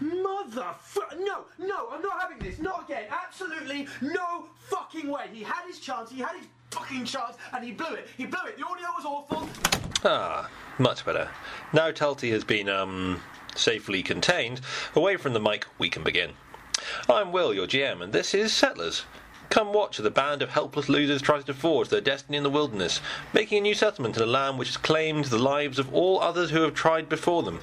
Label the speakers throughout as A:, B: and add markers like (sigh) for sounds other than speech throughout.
A: What the fuck? No, no, I'm not having this. Not again. Absolutely no fucking way. He had his chance. He had his fucking chance, and he blew it. He blew it. The audio was awful.
B: Ah, much better. Now Talty has been um, safely contained, away from the mic, we can begin. I'm Will, your GM, and this is Settlers. Come watch as a band of helpless losers tries to forge their destiny in the wilderness, making a new settlement in a land which has claimed the lives of all others who have tried before them.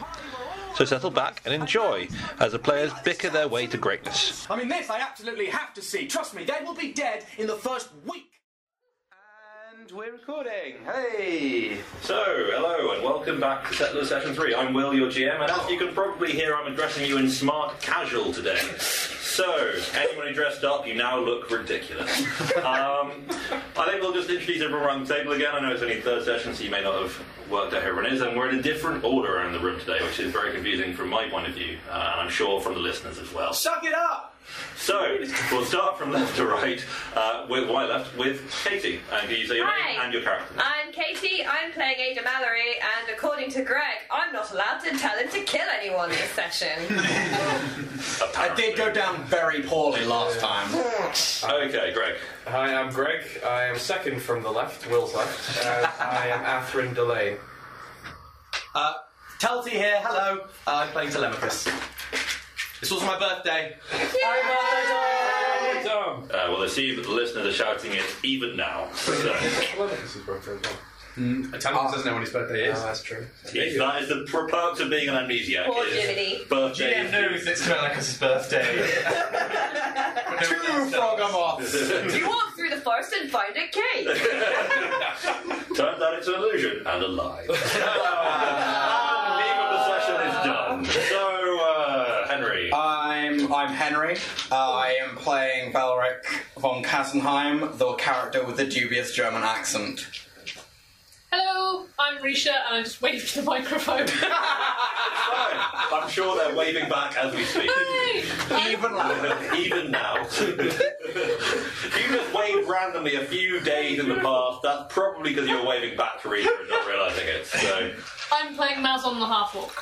B: So settle back and enjoy as the players bicker their way to greatness.
A: I mean, this I absolutely have to see. Trust me, they will be dead in the first week. And we're recording. Hey.
B: So, hello and welcome back to Settlers Session 3. I'm Will, your GM, and as you can probably hear, I'm addressing you in smart casual today. So, anyone who dressed up, you now look ridiculous. Um, I think we'll just introduce everyone around the table again. I know it's only third session, so you may not have worked out who everyone is, and we're in a different order around the room today, which is very confusing from my point of view, uh, and I'm sure from the listeners as well.
A: Suck it up.
B: So, we'll start from left to right, uh, with why left, with Katie. And can you say your name
C: Hi.
B: and your character?
D: Uh,
C: I'm Katie, I'm playing Ada Mallory, and according to Greg, I'm not allowed to tell him to kill anyone this
D: (laughs)
C: session.
D: I did go down very poorly last time.
B: Okay, Greg.
E: Hi, I'm Greg. I am second from the left, Will's left. Uh, I am Athryn Delane.
D: Uh, Telty here, hello. Uh, I'm playing Telemachus. It's also my birthday.
E: Tom!
B: Uh, well, I see that the listeners are shouting it even now.
F: (laughs)
B: So,
E: Telemachus is birthday as well. Ah,
D: Telemachus doesn't know when his birthday is.
E: that's true.
B: yes, that is the per- perks of being an amnesiac.
C: Poor
B: is
C: Jiminy.
B: Birthday.
D: it's Telemachus' birthday. True frog I'm off.
C: you walk through the forest and find a cake.
D: (laughs)
B: Turns out it's an illusion and a
F: (laughs)
B: lie.
D: Oh,
B: and the name of the session is done. So, uh, Henry.
D: I'm, I'm Henry. Uh, I am playing Valeric von Kassenheim, the character with the dubious German accent.
G: Hello, I'm Risha, and I just waved to the microphone.
B: I'm sure they're waving back as we
F: (laughs)
B: speak.
D: Even louder.
B: Even now. you just waved randomly a few days in the past. That's probably because you were waving back to Rita and not realising it. So,
G: I'm playing Maz on the half walk.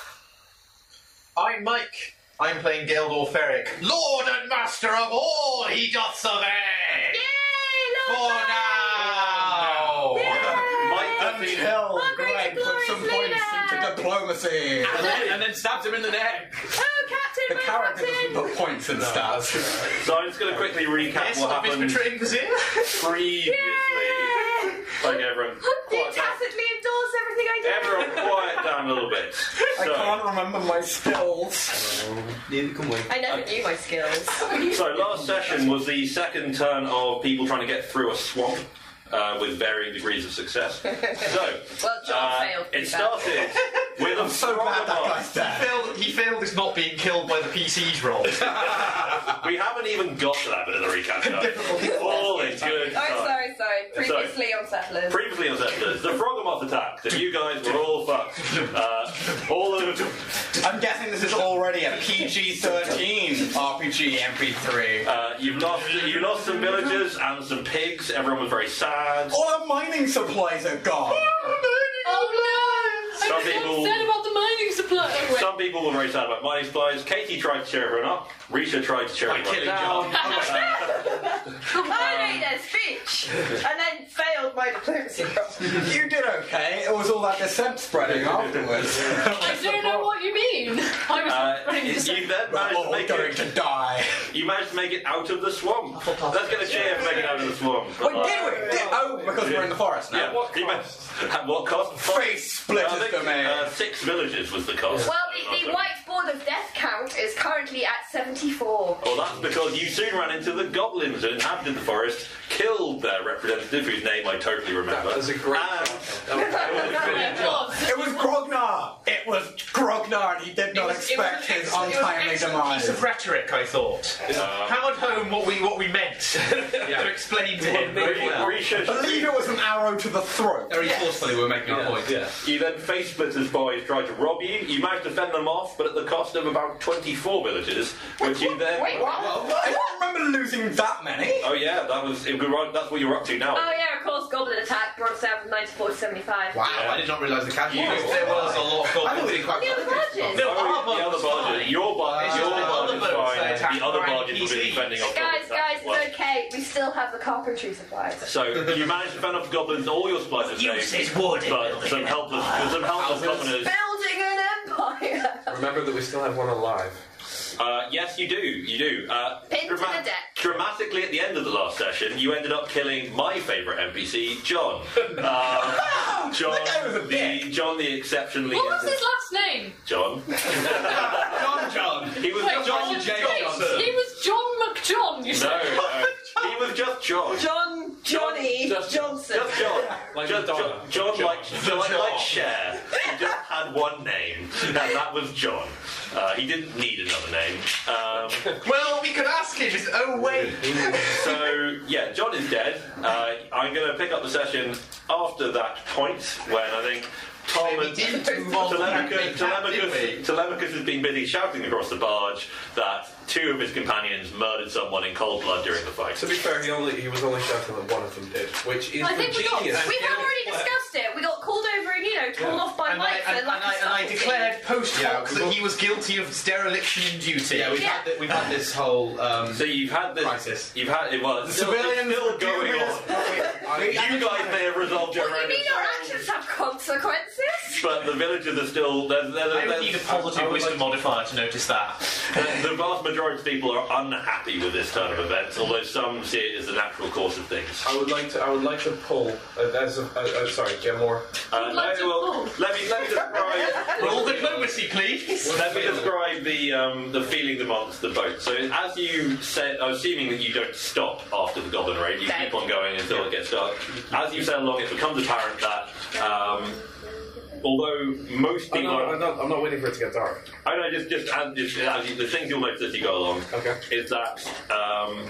F: I'm Mike. I'm playing Gildor Ferric. Lord and master of all he doth survey!
C: Yay,
F: For
C: love
D: Oh,
F: now!
B: Mike, the team-
D: Until
C: Greg put some points into
D: diplomacy. And then, and then stabbed him in the neck.
C: Oh, Captain,
D: The
C: we're
D: character doesn't
C: Captain!
D: put points in stats.
B: So I'm just going to quickly recap
F: Yes,
B: what
F: I've been
B: happened
F: betraying the Zir.
B: previously. Like
C: (laughs)
B: everyone,
C: Do you
B: quiet down.
C: tacitly endorse everything I do?
B: Everyone, quiet down a little bit.
D: I
B: So,
D: can't remember my spells.
C: I never knew my
D: (laughs)
C: skills. Oh,
B: so last session was the second turn of people trying to get through a swamp. Uh, with varying degrees of
C: (laughs)
B: success. So,
C: Well, John
B: uh,
C: failed
B: It
C: pretty
B: started with a
D: So glad that
B: frogomar.
D: guy's dead.
F: Failed- He failed as not being killed by the PC's role.
B: We haven't even got to that bit of the recap. guys. All in good.
C: Oh,
B: fun.
C: sorry, sorry. Previously on Settlers.
B: Previously on Settlers, the Frogamoth attacked, and you guys were all fucked. Uh, all of
D: I'm guessing this is already a PG-13 RPG MP3.
B: Uh, you've lost you lost some villagers and some pigs. Everyone was very sad.
D: All our mining supplies are gone.
G: Oh no!
B: Some
G: I'm so
B: people-
G: upset about the mining supply. Oh, wait.
B: Some people were very sad about mining supplies. Katie tried to cheer everyone up. Risha tried to cheer
F: By
B: everyone
F: killing
B: down.
F: John.
D: Um.
C: I made a speech and then failed my
D: (laughs)
C: diplomacy problem.
D: You did okay. It was all that dissent spreading afterwards.
G: I don't know what you mean. I was
B: Uh,
G: running
B: you
G: this
B: then managed
D: (laughs) We're
B: to,
D: all
B: make
D: going
B: it,
D: to die.
B: you managed to make it out of the swamp. Let's get a cheer for making it out of the swamp.
D: Wait, did we? Did- oh, because we're in the forest now.
B: Yeah, you ma- At what cost?
D: Face splitters
B: I think,
D: domain.
B: uh, six villages was the cost.
C: Well, the, the white board of death count is currently at 74.
B: Well, that's because you soon ran into the goblins that inhabited the forest, killed their representative, whose name I totally remember.
E: That was a great
D: Ah,
B: and-
G: way. It was.
D: It was Grognar. It was Grognar, and he did not
F: was- it was an
D: expect his
F: excellent- it was an
D: untimely
F: excellent Piece
D: demise.
F: of rhetoric, I thought.
B: uh,
F: Hammered home what we what we meant (laughs) to explain to him.
E: Well,
F: very well.
B: Risha-
D: I believe it was an arrow to the throat.
F: Very forcefully, we're making our point.
E: Yeah.
B: You then face splitters boys try to rob you. You manage to fend them off, but at the cost of about 24 villagers, which you then.
C: (laughs) Wait, what?
D: I don't remember losing that many.
B: Oh yeah, that was it, right, that's what you're up to now.
C: Oh, yeah, of course, Goblin Attack brought us down from 94 to 75.
F: Wow, I did not realise the casual.
B: You-
F: There was a lot of
D: I thought we did quite
C: The other barges.
F: No,
B: Oh,
F: our
B: the
F: one
B: other
F: was
B: barges.
F: fine.
B: Your bar,
F: It's
B: your
F: just the
B: barges
F: other will be
A: Easy.
F: defending off
C: Guys, guys,
F: goblins. That's
C: it's
F: one.
C: okay. We still have the carpentry supplies.
F: So you manage to fend off goblins. All your supplies are
H: Use
F: saved,
H: is wood in
F: but
H: building
F: some
H: an
F: helpless,
H: empire.
F: some helpless
E: Houses.
F: commoners.
C: Building an empire.
E: Remember that we still have one alive.
F: Uh, yes, you do. You do. Uh,
C: Pin to the deck.
F: Dramatically, at the end of the last session, you ended up killing my favourite
E: (laughs)
F: NPC, John. Um, John,
D: That guy was a
F: the John, the exceptionally
G: What was his last name?
F: John.
D: (laughs) John John.
F: He was
G: Wait,
F: John
G: wait,
F: J.
G: wait,
F: Johnson.
G: He was John McJohn, you
F: No,
G: said.
F: no. he was just John.
C: John Johnny
E: Just-
C: Johnson.
F: Just John.
E: Like
F: just
E: Madonna.
F: John. John, like, John, like,
A: John.
F: like Cher. He just had one name, and that was John. Uh, he didn't need another name. Um,
A: Well, we could ask him. Just, oh wait.
F: So yeah, John is dead. Uh, I'm going to pick up the session after that point when I think Tom
A: We
F: and
A: didn't move on from that big
F: Telemachus,
A: cat, did
F: Telemachus, Telemachus has been busy shouting across the barge that two of his companions murdered someone in cold blood during the fight.
E: To be fair, he only he was only shouting that one of them did, which is
C: I
E: the
C: think we got. We
E: genius.
C: have already discussed it. We got called over and you know torn off by
A: And I,
C: lights
A: and,
C: and
A: and I,
C: lucky
A: and I
C: stars.
A: declared post
D: Yeah,
A: hoc
D: we
A: that
D: will-
A: he was guilty of dereliction in duty.
D: Yeah, we've,
C: Yeah.
D: Had, thi- we've had this whole. Um,
F: So you've had this.
D: Crisis.
F: You've had it. Well, it's still, it's
D: civilians
F: still
D: were
F: going
D: dubious.
F: on.
A: (laughs)
F: You guys may have resolved your
C: What
F: own.
C: do you mean our
F: internal-
C: actions have consequences?
F: But the villagers are still. There's, there's,
A: I would
F: there's-
A: need a positive wisdom modifier to notice that.
F: The the vast majority of people are unhappy with this turn of events, although some see it as the natural course of things.
E: I would like to. I would like to pull. Uh, as a, uh, uh, sorry, Gemore.
F: Uh,
G: Would like
F: let,
G: to
F: well, let me let me describe
A: Roll diplomacy, please.
F: let me describe the um, the feeling amongst the boat. So as you said, I'm assuming that you don't stop after the goblin raid. You
C: No.
F: keep on going until it gets dark. As you sail along, it becomes apparent that. Um, Although most
E: I'm
F: people
E: not,
F: are
E: I'm, not, I'm not waiting for it to get dark.
F: I know, just just, and just as you, the things you'll notice as you go along
E: Okay.
F: is that um,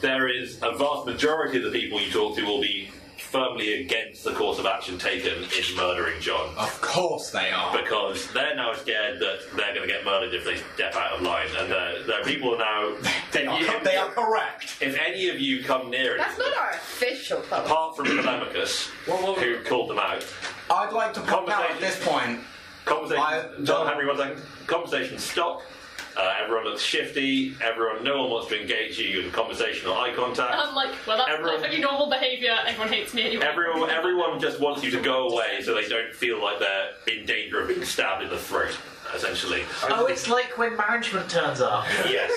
F: there is a vast majority of the people you talk to will be firmly against the course of action taken in murdering John
D: of course they are.
F: because they're now scared that they're going to get murdered if they step out of line, and uh, there are people now.
D: (laughs) they, are,
F: if,
D: they are correct.
F: if any of you come near it,
C: That's not our official policy.
F: apart from Telemachus,
E: What- what-
F: who called them out.
D: I'd like to point out at this point.
F: Conversation.
D: I- no.
F: John Henry, one second. Conversation stop. Uh, everyone looks shifty. Everyone, no one wants to engage you in conversation or eye contact.
G: I'm like, well, that's
F: Everyone-
G: perfectly normal behaviour. Everyone hates me anyway.
F: everyone, everyone just wants you to go away so they don't feel like they're in danger of being stabbed in the throat. Essentially,
H: Oh, it's like when management turns up.
F: yes.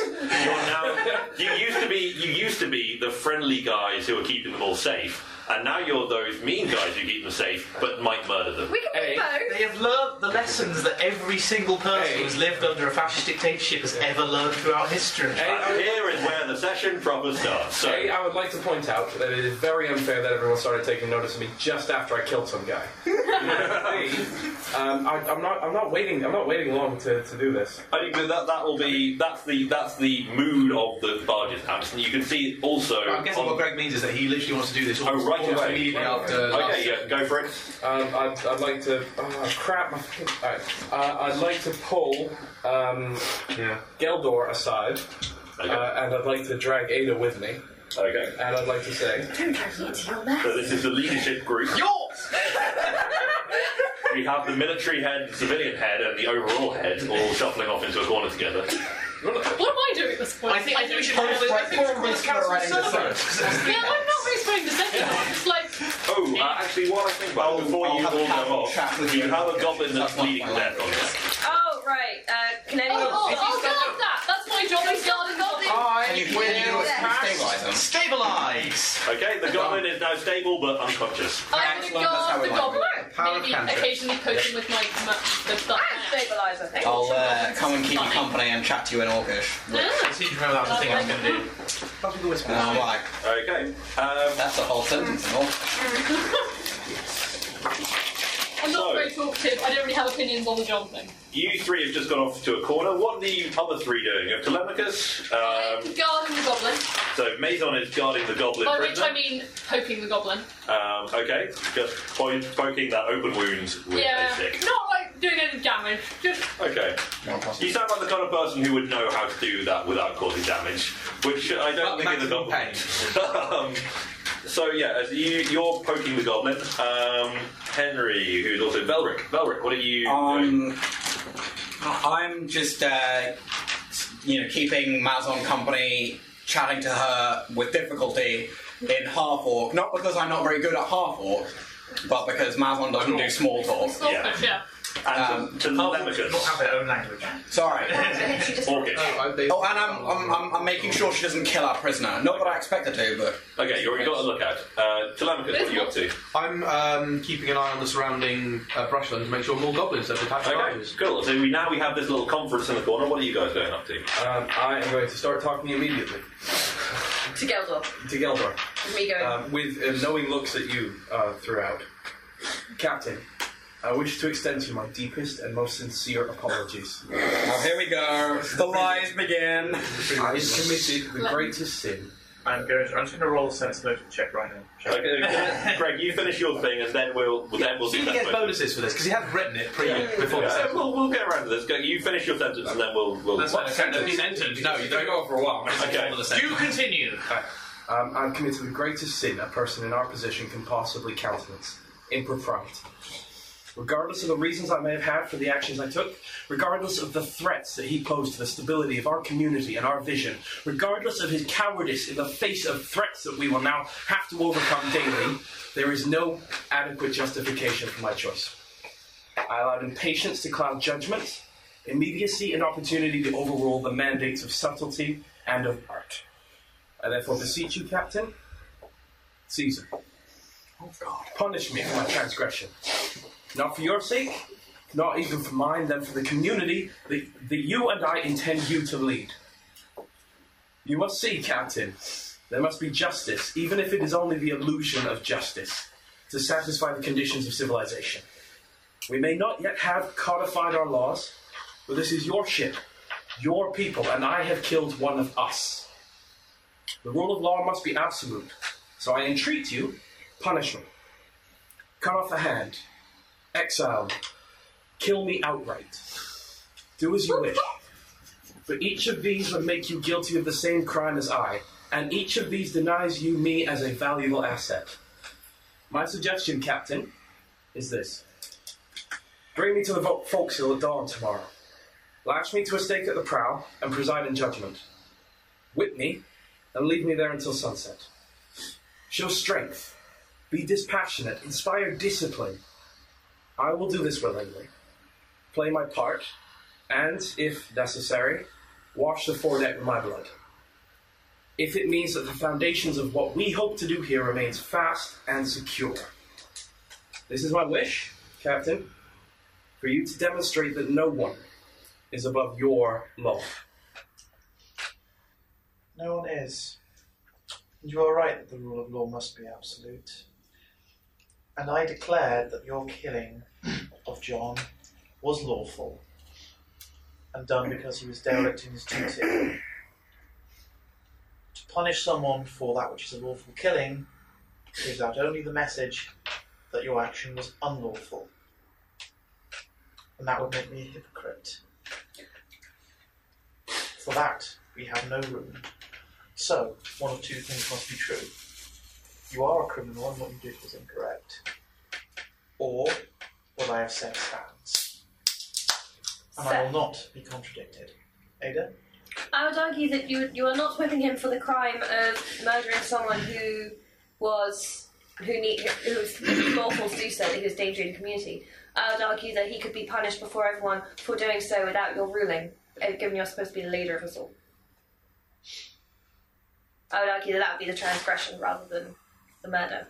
F: You're now, you used to be, you used to be the friendly guys who are keeping them all safe, and now you're those mean guys who keep them safe but might murder them.
C: We can
E: Hey,
C: be both.
H: They have learned the lessons that every single person
E: Hey.
H: who's lived under a fascist dictatorship has ever learned throughout history.
E: Hey, I
F: And
E: would-
F: here is where the session proper starts. So.
E: Hey, I would like to point out that it is very unfair that everyone started taking notice of me just after I killed some guy. um, I, I'm not. I'm not waiting. I'm not waiting long to, to do this.
F: I think that, that that will be that's the that's the mood of the barges, Anderson. You can see also.
A: I'm guessing
F: on-
A: what Greg means is that he literally wants to do this all,
F: Oh, right
A: almost
F: away.
A: immediately
E: Right
A: after.
F: okay, yeah, go for it.
E: Um, I'd, I'd like to. Oh, crap. My, all right. uh, I'd like to pull um, Geldor aside,
F: Okay.
E: uh, and I'd like to drag Ada with me,
F: okay.
E: and I'd like to say,
C: Don't drag me into your mess.
F: So this is the leadership group.
A: Yours!
F: We have the military head, the civilian head, and the overall head all shuffling off into a corner together.
G: What am I doing at this point?
A: I think, I think we
G: don't
A: should
G: care.
A: call it. I think we should call it council service.
G: Yeah, I'm not really supposed to say that. It's like,
F: Oh, uh, actually, what I think about
D: I'll-
F: before
D: I'll
F: you
D: have a
F: all
D: casual
F: go
D: chat
F: off,
D: with
F: you
D: you.
F: have a goblin that's
D: That's not
F: bleeding
D: my
F: death on
D: language.
F: you.
C: Oh right. Uh, can anyone?
G: oh, oh, God, that. That's my job. I'm guarding goblins.
D: Can you,
A: I
D: can you do
A: will
D: it? Can you stabilise them?
A: stabilise.
F: Okay, the goblin is now stable but unconscious.
G: I'm going to
D: Excellent, that's how
G: guard
D: we like
G: the
D: it.
G: goblin.
A: Power of
G: Maybe
A: cantrip.
G: occasionally poke him with my ma- the stuff.
C: And stabilizer. Ah, Thank
D: I'll
C: you.
D: uh, come and keep you company and chat to you in Uh, Orcish.
A: I seem to remember that was the thing I was going to do. That's the whisper.
D: And I'm like,
F: Okay. Um,
D: that's a whole sentence in Orcish.
G: I'm not
F: So- Um,
G: very talkative. I don't really have opinions on the job thing.
F: you three have just gone off to a corner. What are the other three doing? You have Telemachus. Um,
G: I'm guarding the goblin.
F: so Maison is guarding the goblin.
G: By which
F: prisoner.
G: I mean poking the goblin.
F: Um, okay, just point, poking that open wound with
G: Yeah,
F: a stick.
G: not like doing any damage. Just
F: Okay. You sound like the kind of person who would know how to do that without causing damage, which I don't think is a
D: maximum
F: compliment. (laughs) um, so yeah, as you, you're poking the goblin. Um, Henry, who's also Velric. Velric, what are you doing?
D: Um, I'm just uh, you know, keeping Maz on company, chatting to her with difficulty in half orc. Not because I'm not very good at half orc, but because Mazon doesn't do small talk.
G: Sort of, yeah.
D: Um,
F: And to, to
H: Oh,
I: Not have
F: Lemmigus.
I: their own language.
D: Sorry.
C: She just
F: Orcish.
D: Oh, and I'm, I'm, I'm, I'm making sure she doesn't kill our prisoner. Not that I expect her to, but
F: Okay, you're, you got to look out. Uh, to Lemmigus, what are you up to?
J: I'm um, keeping an eye on the surrounding uh, brushland to make sure more goblins don't attach their
F: Okay,
J: eyes.
F: cool. So we now we have this little conference in the corner. What are you guys going up to?
E: Um, I am going to start talking immediately
C: to Geldor.
E: to Geldor
C: Me going.
E: um, with uh, knowing looks at you uh, throughout. Captain, I wish to extend you my deepest and most sincere apologies.
D: oh, here we go. The lies begin.
E: I committed the greatest sin.
I: I'm going. To, I'm just going to roll a sense motive check right now. Shall I?
F: Okay, (laughs) Greg, you finish your thing, and then we'll then we'll
J: See if
F: do
J: he
F: that.
J: gets
F: one.
J: bonuses for this because he hasn't written it pre before the
F: Yeah,
J: sentence.
F: we'll, we'll get around to this. Go, you finish your sentence, and then we'll. we'll
J: That's not a sentence. He's entered. No, you don't go on for a while.
F: Okay.
I: You continue.
E: Um, I've committed the greatest sin a person in our position can possibly countenance impropriety. Regardless of the reasons I may have had for the actions I took, regardless of the threats that he posed to the stability of our community and our vision, regardless of his cowardice in the face of threats that we will now have to overcome daily, there is no adequate justification for my choice. I allowed impatience to cloud judgment, immediacy and opportunity to overrule the mandates of subtlety and of art. I therefore beseech you, Captain, Caesar, punish me for my transgression. Not for your sake, not even for mine, then for the community that, that you and I intend you to lead. You must see, Captain, there must be justice, even if it is only the illusion of justice, to satisfy the conditions of civilization. We may not yet have codified our laws, but this is your ship, your people, and I have killed one of us. The rule of law must be absolute. So I entreat you, punish me. Cut off a hand, exile me, kill me outright. Do as you wish. For each of these would make you guilty of the same crime as I, and each of these denies you me as a valuable asset. My suggestion, Captain, is this Bring me to the vo- forecastle at dawn tomorrow. Lash me to a stake at the prow and preside in judgment. Whip me and leave me there until sunset. Show strength, be dispassionate, inspire discipline. I will do this willingly. Play my part, and, if necessary, wash the foredeck with my blood. If it means that the foundations of what we hope to do here remains fast and secure. This is my wish, Captain, for you to demonstrate that no one is above your law.
H: No one is. And you are right that the rule of law must be absolute. And I declared that your killing of John was lawful and done because he was derelict in his duty. to punish someone for that which is a lawful killing gives out only the message that your action was unlawful. And that would make me a hypocrite. For that, we have no room. So, one of two things must be true. You are a criminal and what you did was incorrect. Or what I have said stands.
D: Um,
H: And I will not be contradicted. Ada?
C: I would argue that you you are not whipping him for the crime of murdering someone who was who need who was lawful to do so that he was endangering the community. I would argue that he could be punished before everyone for doing so without your ruling, uh, given you're supposed to be the leader of us all. I would argue that that would be the transgression rather than the murder.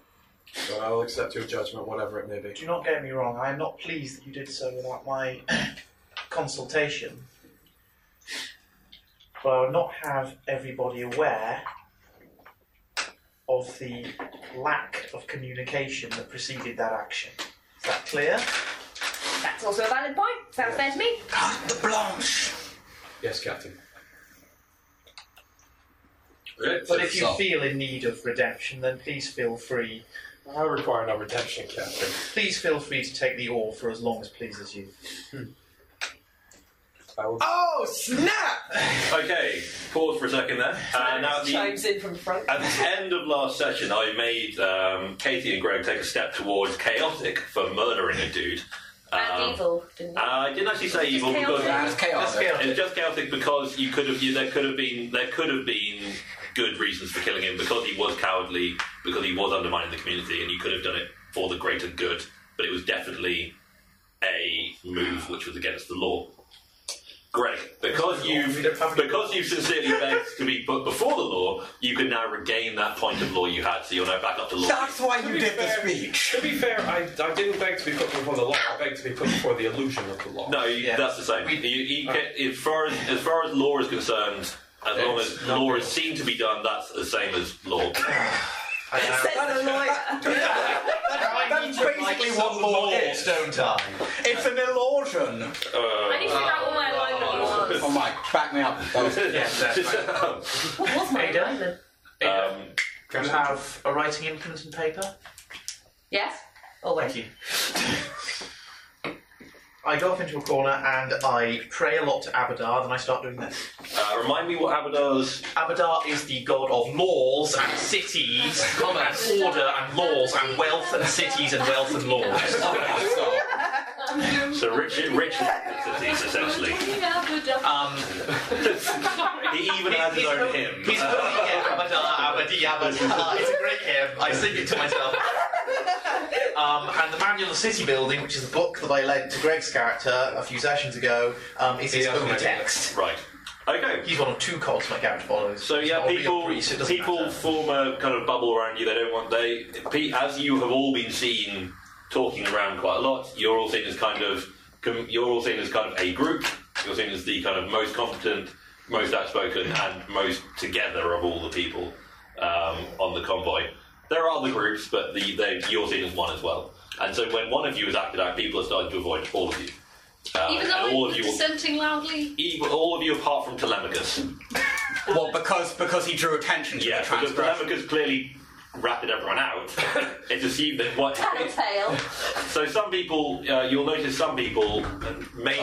E: So I'll accept your judgment, whatever it may be.
H: Do not get me wrong, I am not pleased that you did so without my (coughs) consultation. But I would not have everybody aware of the lack of communication that preceded that action. Is that clear?
C: That's also a valid point. Sounds fair to me.
D: The Blanche.
E: Yes, Captain.
H: But if you feel in need of redemption, then please feel free.
E: I require no redemption, Captain.
H: Please feel free to take the oar for as long as pleases you.
E: I will
D: Oh, snap!
F: Okay, pause for a second there. Uh, now at the,
C: Chimes in from front.
F: at the end of last session, I made um, Katie and Greg take a step towards chaotic for murdering a dude.
C: And evil, didn't you?
F: Uh, I didn't actually say
C: Just
F: evil
C: chaotic.
F: because
C: Yeah, it's chaotic.
F: It's chaotic. It's just chaotic because you could have you, there could have been there could have been good reasons for killing him because he was cowardly because he was undermining the community and you could have done it for the greater good but it was definitely a move which was against the law. Greg, because you've because you've sincerely begged to be put before the law, you can now regain that point of law you had, so you're now back up to law.
D: why you did the speech.
E: To be fair, I, I didn't beg to be put before the law. I begged to be put before the illusion of the law.
F: No, you, that's the same. You, you get- as, far as, as far as law is concerned, as long
E: It's
F: as
E: not
F: law is seen to be done, that's the same as law.
K: That's basically what law is, don't I?
D: It's an illusion.
F: Uh,
C: I need to figure out what my alignment was.
F: (laughs)
D: Oh, Mike, back me up.
B: (laughs)
H: Yes,
C: What was my
H: Ada?
C: alignment?
F: Um,
H: do you have a writing implement and paper?
C: Yes?
H: Thank you. I go off into a corner and I pray a lot to Abadar, then I start doing this.
F: Uh, remind me what Abadar's.
H: Abadar is the god of laws and cities, and order and laws and wealth and cities and wealth and laws.
G: Um, (laughs)
F: so rich, (laughs) rich cities essentially.
H: Um,
F: he even has his own hymn.
H: He's putting it, Abadar, Abadi, Abadar. It's a great hymn. I sing it to myself. Um, and the Manual of City Building, which is the book that I lent to Greg's character a few sessions ago, um, is his
F: He has
H: only
F: no idea.
H: text.
F: Right. Okay.
H: He's one of two cods my character follows.
F: So yeah, people people form a kind of bubble around you. They don't want they pe- as you have all been seen talking around quite a lot. You're all seen as kind of com- you're all seen as kind of a group. You're seen as the kind of most competent, most outspoken, and most together of all the people um, on the convoy. There are other groups, but the, they, you're seen as one as well. And so when one of you is acted out, people are starting to avoid all of you. Um,
G: Even
F: and
G: though
F: all
G: I'm
F: of you,
G: dissenting loudly.
F: even- all of you apart from Telemachus.
D: Well, because because he drew attention to
F: Yeah,
D: the
F: because
D: transgression.
F: Telemachus clearly ratted everyone out. it's assumed that what.
C: Tattletale.
F: So some people, uh, you'll notice some people uh, may.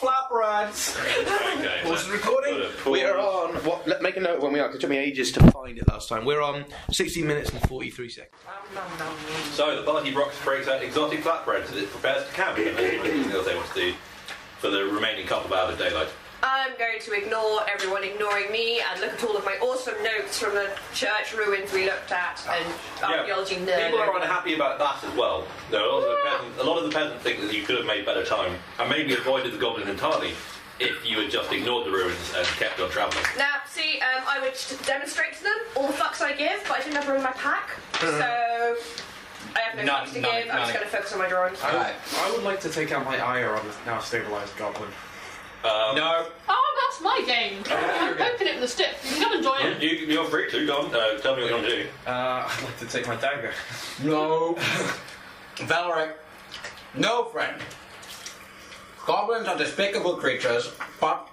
K: Flap rats.
F: Okay.
K: Was the recording?
A: We are on. What, let, make a note when we are. 'cause It took me ages to find it last time. We're on 16 minutes and 43 seconds.
F: So the party rocks breaks out exotic flatbread as it prepares to camp. And there's Anything else they want to do for the remaining couple of hours of daylight?
C: I'm going to ignore everyone ignoring me and look at all of my awesome notes from the church ruins we looked at and archaeology nerd.
F: People are unhappy about that as well. There are a lot of the peasants, a lot of the peasants think that you could have made better time and maybe avoided the goblins entirely if you had just ignored the ruins and kept on travelling.
C: Now, see, um, I would just demonstrate to them all the fucks I give, but I didn't have them in my pack,
F: Uh-huh.
C: so I have no
E: None-
C: fucks to
E: none-
C: give. I'm just
E: none.
C: going to focus on my drawings.
E: I, I would like to take out my ire on this now stabilized goblin.
B: Um,
F: no.
G: Oh, that's my game. I'm poking it with a stick. You can come and join it.
F: You, you're free to, go on. Uh, tell me what you want to do.
E: Uh, I'd like to take my dagger.
D: No. Valeric, no friend. Goblins are despicable creatures, but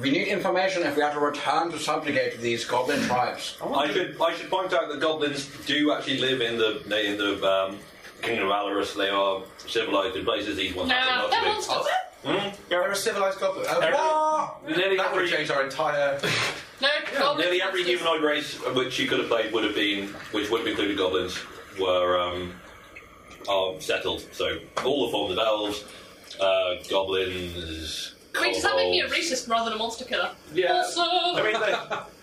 D: we need information if we are to return to subjugate these goblin tribes.
F: I should I should point out that goblins do actually live in the they- in the um, kingdom of Alarus. They are civilized in places. These ones
G: Nah,
F: have
G: they're
F: not
G: monsters.
D: Mm-hmm.
F: been.
B: You're a civilized goblin. Uh,
F: There-
B: what?
F: Nearly
B: that would
F: every-
B: change our entire.
G: No, goblins.
F: Nearly every humanoid race which you could have played would have been which would have included goblins were um, are settled. So all the forms of elves, uh, goblins.
G: Wait, does that make me a
F: kobolds.
G: racist rather than a monster killer?
F: Yeah.
G: Also,
F: I mean,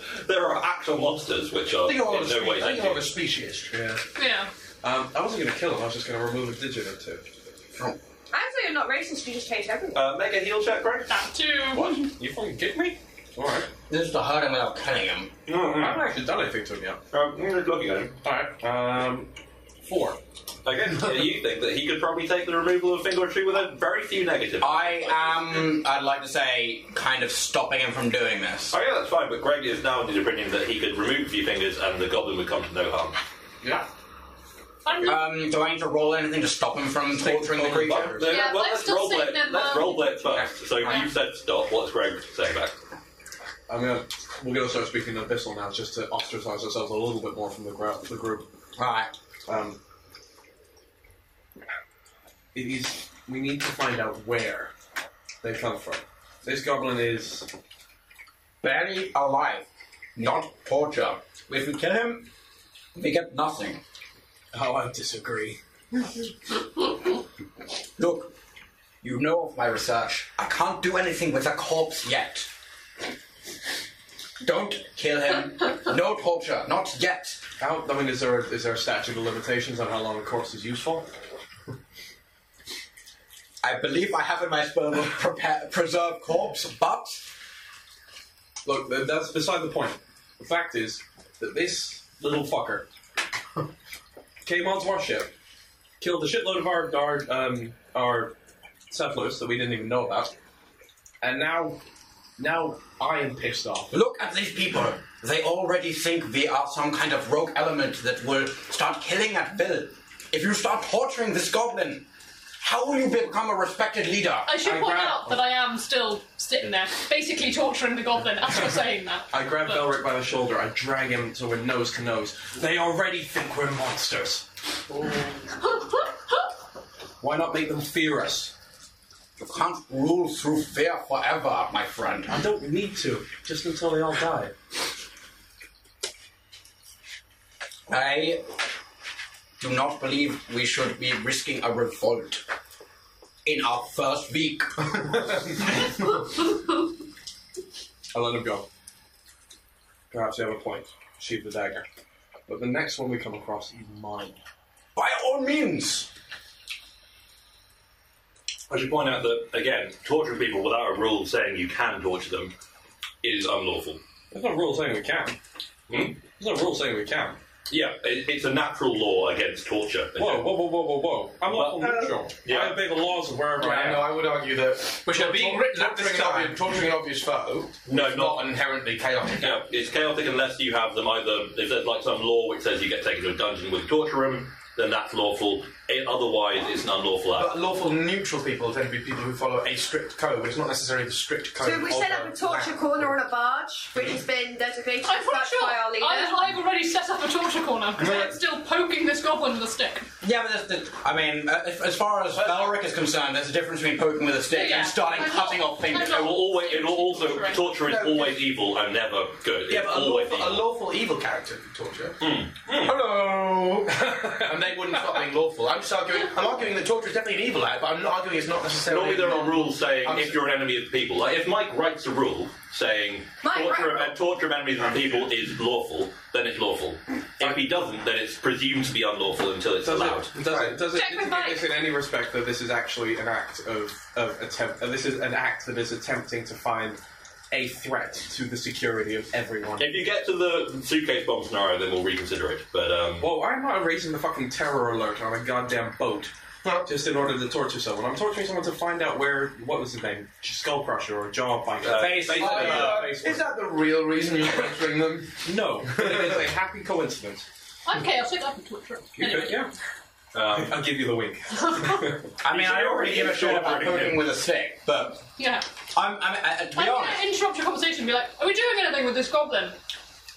F: (laughs) they- there are actual monsters which are in
E: all
F: no way.
E: I
F: thank
E: think
F: you.
E: a species. Yeah.
G: yeah.
E: Um, I wasn't going to kill him. I was just going to remove a digit or two.
C: I thought you're not racist, you just changed everything.
F: Uh, make a heal check, Greg.
G: That too.
E: What? You fucking kidding me? All right.
D: This is to hurt him without killing him.
E: I haven't actually done anything to him yet.
F: Um, I'm just looking at him.
E: All right. Um, four.
F: Okay, so you think that he could probably take the removal of a finger or two with a very few negatives.
D: I am, I'd like to say, kind of stopping him from doing this.
F: Oh yeah, that's fine, but Greg is now of the opinion that he could remove a few fingers and the goblin would come to no harm.
E: Yeah.
G: I'm
E: Uh,
G: not.
D: Um, do I need to roll anything to stop him from torturing the creature?
F: No,
G: Yeah,
F: well,
G: let's
F: let's
G: still
F: roleplay
G: save
F: it-
G: them,
F: let's
G: um,
F: roleplay it first. So
D: Yeah.
F: you've said stop, what's Greg saying back?
E: I'm gonna. We're gonna start speaking in abyssal now, just to ostracize ourselves a little bit more from the, gra- the group.
D: Alright.
E: Um, it is. We need to find out where they come from. This goblin is.
D: Barely alive, not torture. If we kill him, we get nothing.
B: Oh, I disagree.
D: Look, you know of my research. I can't do anything with a corpse yet. Don't kill him. no torture. Not yet.
E: How, I mean, is there a, is there a statute of limitations on how long a corpse is useful?
D: I believe I have in my spell book (laughs) prepare, preserve corpse, but
E: Look, th- that's beside the point. The fact is that this little fucker came onto our ship, killed a shitload of our our, um, our settlers that we didn't even know about, and now now I am pissed off.
D: look at these people. They already think we are some kind of rogue element that will start killing at will. If you start torturing this goblin, how will you become a respected leader?
G: I should point out that I am still sitting there, basically torturing the goblin as you're saying that.
E: I grab Belric by the shoulder. I drag him so we're nose to nose. They already think we're monsters. Why not make them fear us?
D: You can't rule through fear forever, my friend.
E: I don't need to. Just until they all die.
D: I do not believe we should be risking a revolt in our
E: (laughs)
D: first week.
E: I let him go. Perhaps you have a point. Sheath the dagger. But the next one we come across is mine.
D: By all means!
F: I should point out that, again, torturing people without a rule saying you can torture them is unlawful.
E: There's no rule saying we can.
H: Hmm?
E: There's no rule saying we can.
F: Yeah, it, it's a natural law against torture.
E: Whoa, whoa, whoa, whoa, whoa, whoa. I'm lawful
F: Well, uh,
E: neutral.
F: yeah.
E: I obey the laws of wherever I
F: Yeah,
E: am.
F: no,
E: I would argue that.
F: Which are being written at this time.
E: torturing an obvious foe.
F: No, not, inherently chaotic. Yeah, it's chaotic unless you have them either. If there's like some law which says you get taken to a dungeon with torture room, then that's lawful. It, otherwise, it's an unlawful act.
H: But lawful neutral people tend to be people who follow a strict code. It's not necessarily the strict code.
C: So we
H: of
C: set
H: the
C: up a torture
F: uh,
H: land.
C: corner on a barge, which has been designated
G: I'm
C: as
G: pretty
C: such
G: sure
C: by our leader.
G: I, I've already set up a torture corner because
D: Right.
G: I'm still poking this goblin with a stick.
D: Yeah, but that's the, I mean, uh, if, as far as Valric is concerned, there's a difference between poking with a stick
G: Yeah,
D: and starting
G: I'm
D: cutting off fingers.
F: It will always, it will also torture is always evil and never good.
H: Yeah,
F: It's
H: but a
F: always
H: lawful, a
F: evil.
H: lawful evil character could torture.
D: (laughs)
H: Hello! and they wouldn't stop being lawful. I'm just arguing, I'm arguing that torture is definitely an evil act, but I'm not arguing it's not necessarily.
F: Normally, there are rules saying if you're an enemy of the people. Like if Mike writes a rule saying
C: Mike,
F: torture,
C: right.
F: of, torture of enemies of the people is lawful, then it's lawful. If he doesn't, then it's presumed to be unlawful until it's
E: Does
F: allowed.
E: it, does it, does it indicate this in any respect that this is actually an act of, of attempt, uh, this is an act that is attempting to find a threat to the security of everyone?
F: If you get to the suitcase bomb scenario, then we'll reconsider it. But um,
E: Whoa, I'm not raising the fucking terror alert on a goddamn boat just in order to torture someone. I'm torturing someone to find out where, what was his name? Skull Crusher or Jaw Biter?
H: Uh, Face-
E: Face-
H: Oh,
E: uh,
H: yeah.
E: Face-
H: Is that the real reason you're torturing them?
E: No, (laughs) but it is a happy coincidence.
G: I'm chaotic. I can torture.
E: You could, yeah. I'll give you the wink.
D: I mean, I already give a shit about
E: Operating
D: poking
E: him.
D: with a stick, but
G: Yeah.
D: I'm, I'm, I, I- to
G: I'm
D: be
G: going
D: honest.
G: to interrupt your conversation and be like, "Are we doing anything with this goblin?"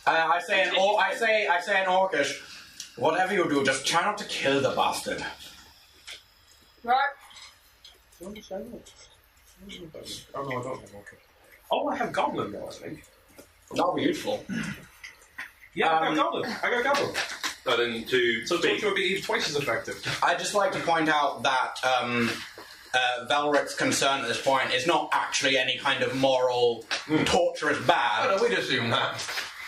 D: Uh, I say in or- I say I say in Orcish, whatever you do, just try not to kill the bastard.
G: Right.
E: Oh no, I don't have okay. Oh, I have Goblin though, I think.
D: That'll be useful.
E: Yeah, I got Goblin. I got Goblin.
F: So then to
E: So torture would be twice as effective.
D: I'd just like to point out that um, uh, Valric's concern at this point is not actually any kind of moral torture is bad.
H: we just assume that.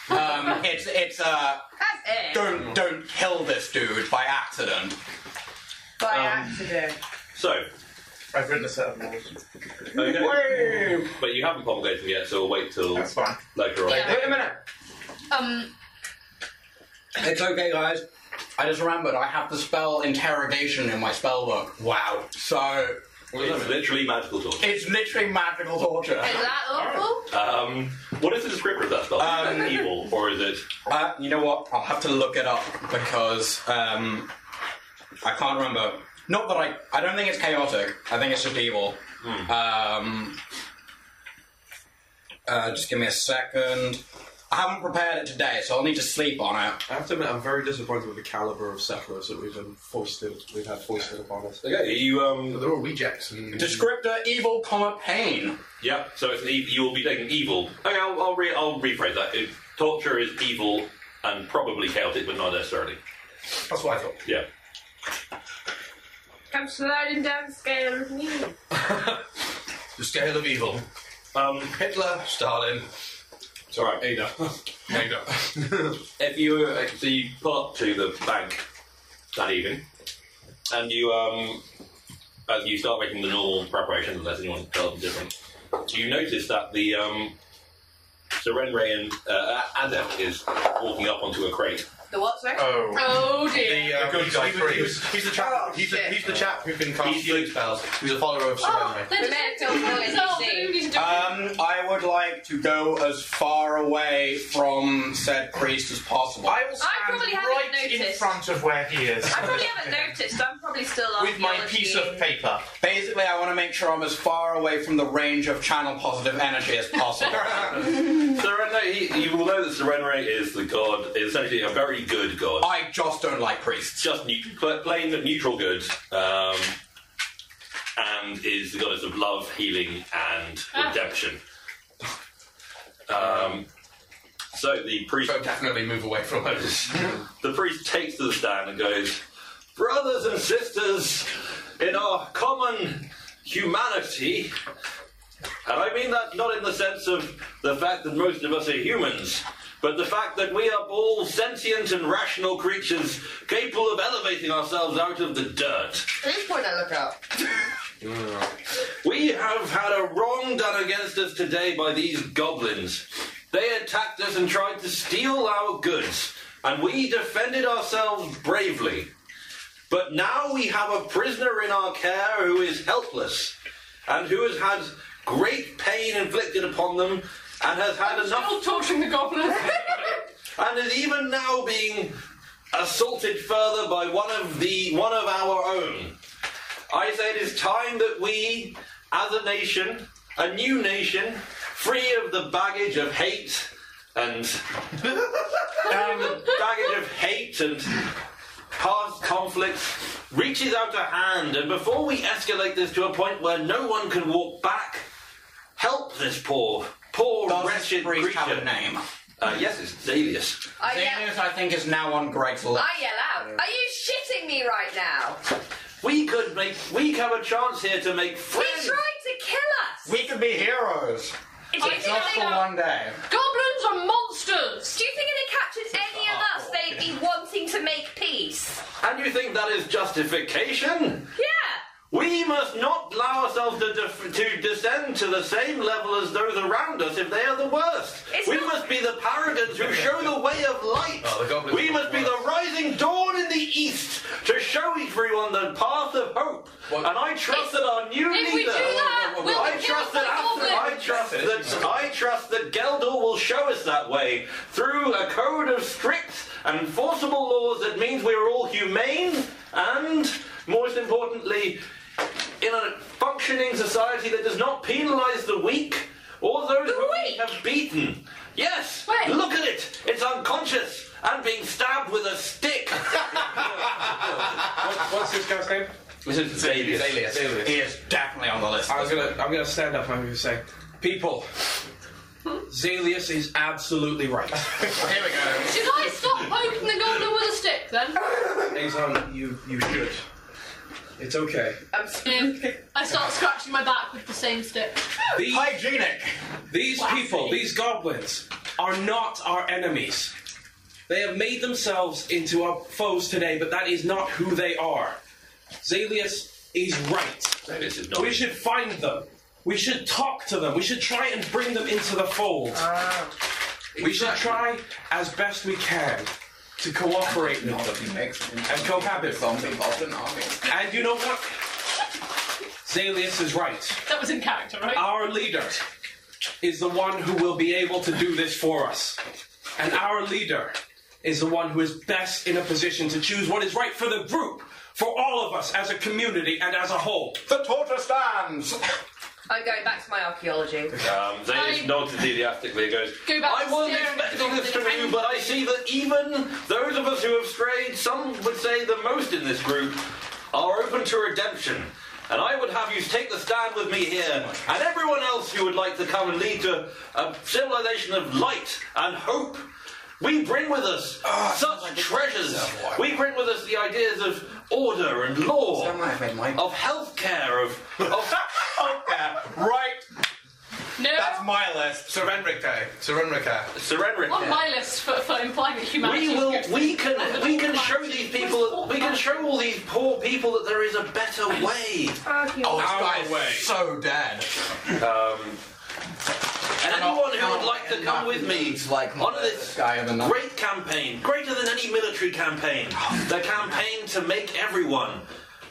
D: Um, it's it's uh,
C: That's it.
D: don't don't kill this dude by accident.
C: By
F: Um,
C: accident.
F: so.
H: I've written a set of rules.
F: Okay. But you haven't promulgated them yet, so we'll wait till
H: That's fine.
F: later on.
D: Wait a minute.
G: Um.
D: It's okay, guys. I just remembered I have the spell interrogation in my spell book. Wow. So
F: It's literally magical torture.
D: it's literally magical torture.
C: Is that awful?
F: Um, what is the descriptor of that spell?
D: Um,
F: is it evil, or is it?
D: Uh, you know what? I'll have to look it up because um, I can't remember. Not that I. I don't think it's chaotic. I think it's just evil.
F: Hmm.
D: Um, uh, just give me a second. I haven't prepared it today, so I'll need to sleep on it.
E: I have to admit, I'm very disappointed with the caliber of settlers that we've been foisted, we've had foisted upon us.
F: Okay, you um.
H: They're all rejects.
D: Descriptor evil, comma pain.
F: Yeah, so it's an e- you will be taking evil. Okay, I'll I'll, re- I'll rephrase that. It, torture is evil and probably chaotic, but not necessarily.
H: That's what I thought.
F: Yeah.
C: Come sliding down the scale of me.
F: The scale of evil. Um, Hitler, Stalin. Sorry, Ada. (laughs) Ada.
B: if you uh, so you pull up to the bank that evening, and you um, as you start making the normal preparations, unless anyone tells you different, you notice that the um, so Renray and uh, Adept is walking up onto a crate.
C: The what, sorry?
B: Oh.
G: Oh dear.
F: The, uh,
B: Good
F: he's,
B: guy,
F: he's- he's- he's the chap. he's, the, he's the chap who can cast healing spells. He's a follower of Sir Henry.
G: Oh, They're just
C: Metal
G: movies
C: boy,
G: old, the movies are different.
D: Um, I would like to go as far away from said priest as possible.
H: I will stand
L: I probably haven't
H: right in
L: noticed.
H: front of where he is.
L: I probably haven't noticed. I'm probably still
H: With my piece of paper.
D: Basically, I want to make sure I'm as far away from the range of channel positive energy as (laughs) possible.
B: Serenray, he, you will know that Serenray is the god, is essentially a very good god.
D: I just don't like priests.
B: Just neut- pl- plain neutral good, um, and is the goddess of love, healing, and redemption. Um, so the priest.
F: definitely move away from us.
B: (laughs) the priest takes to the stand and goes, Brothers and sisters, in our common humanity, and I mean that not in the sense of the fact that most of us are humans, but the fact that we are all sentient and rational creatures capable of elevating ourselves out of the dirt.
C: At this point, I look up.
B: (laughs) We have had a wrong done against us today by these goblins. They attacked us and tried to steal our goods, and we defended ourselves bravely. But now we have a prisoner in our care who is helpless, and who has had great pain inflicted upon them, and has had enough.
E: Um,
G: (laughs) torturing the goblins.
E: (laughs)
B: and is even now being assaulted further by one of the one of our own. I say it is time that we, as a nation, a new nation, free of the baggage of hate and um, (laughs) baggage of hate and past conflicts, reaches out a hand, and before we escalate this to a point where no one can walk back, help this poor, poor wretched creature.
D: name?
B: Uh, yes, it's Xavius.
C: I
D: Xenius, I think, is now on Greg's list.
C: I yell out. Are you shitting me right now?
B: We could make. We have a chance here to make
C: He
B: friends.
C: tried to kill us.
D: We could be heroes.
G: If you think
D: Just
G: they
D: for
G: are-
D: one day.
G: Goblins are monsters.
C: Do you think if they captured any of us, they'd be wanting to make peace?
B: And you think that is justification?
C: Yeah.
B: We must not allow ourselves to, def- to descend to the same level as those around us if they are the worst.
C: It's
B: we
C: not-
B: must be the paragons
F: (laughs)
B: who show the way of light.
F: Oh, the goblins
B: we
F: are
B: must be the rising dawn in the east to show everyone the path of hope. And I trust that our new
G: If
B: leader.
G: we do that, we'll
B: I
G: be
B: trust
G: killed by
B: that after, I
G: goblins.
B: trust that I trust that Geldor will show us that way through a code of strict and enforceable laws that means we are all humane and, most importantly, in a functioning society that does not penalise the weak or those who we have beaten. Yes,
G: Wait.
B: look at it. It's unconscious and being stabbed with a stick.
E: What's this guy's name?
B: This is Xavius.
D: He is definitely on the list.
E: I was gonna, I'm gonna stand up and I'm gonna say, people, Zelius is absolutely right.
D: Oh, Here we go.
G: Should I stop poking the goblin with a stick then?
E: Azon, you you should. It's okay.
C: I'm scared.
G: I start scratching my back with the same stick.
E: These,
D: Hygienic.
E: These people, these goblins, are not our enemies. They have made themselves into our foes today, but that is not who they are. Zelius is right.
B: Xavius is not.
E: We should find them. We should talk to them. We should try and bring them into the fold.
H: Uh,
E: We should try as best we can to cooperate with them and cohabit with them. And you know what? Zelius is right.
G: That was in character, right?
E: Our leader is the one who will be able to do this for us. And our leader is the one who is best in a position to choose what is right for the group, for all of us as a community and as a whole.
D: The torture stands. (laughs)
C: I'm going back to my archaeology.
B: Um, Zayus
G: I-
B: nods enthusiastically and goes,
G: Go back
B: I
G: to
B: wasn't
G: staring at the
B: expecting this from
G: goblin.
B: you, but I see that even those of us who have strayed, some would say the most in this group, are open to redemption. And I would have you take the stand with me here, and everyone else who would like to come and lead to a civilization of light and hope. We bring with us such treasures. We bring with us the ideas of
F: order and law, of healthcare, of,
B: Oh,
F: of
D: Oh,
F: healthcare, right?
G: No.
M: That's my list. Surrenrica. Surrenrica.
F: Surrenrica.
G: On my list for, for implying that humanity.
F: We
G: is
F: will.
G: good.
F: We can. We can show these people. We can show all these poor people that there is a better way.
N: Oh, this guy is so dead.
F: Um, and anyone who would like to come with me on this great campaign, greater than any military campaign, the campaign to make everyone.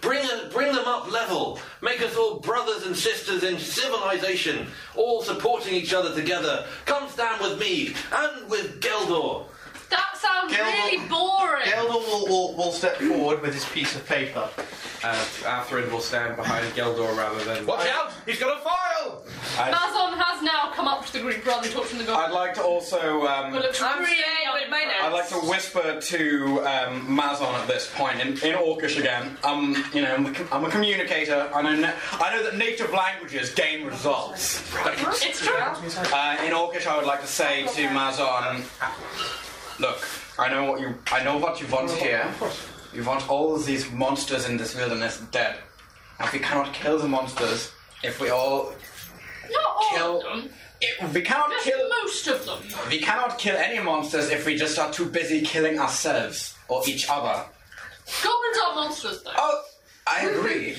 F: Bring, a, bring them up level. Make us all brothers and sisters in civilization, all supporting each other together. Come stand with me and with Geldor.
G: That sounds
H: Gilmore-
G: really boring.
H: Gelder will, will, will step forward with his piece of paper.
E: Uh, Atherin will stand behind Geldor rather than.
M: Watch out! He's got a file!
G: Mazon has now come up to the group rather than talk to the guy.
D: I'd like to also. Um,
G: Well, it's
D: I'd
G: really with my
D: like to whisper to um, Mazon at this point in, in Orcish again. Um, you know, I'm a, com- I'm a communicator. I know, na- I know that native languages gain results. Right.
G: It's true.
D: Uh, in Orcish, I would like to say to Mazon, look, I know what you, I know what you want here. You want all these monsters in this wilderness dead. And we cannot kill the monsters if we all
G: Not all
D: kill.
G: of them.
D: It, we cannot
G: Just
D: kill.
G: most of them.
D: We cannot kill any monsters if we just are too busy killing ourselves or each other.
G: Goblins are monsters, though.
D: Oh, I agree.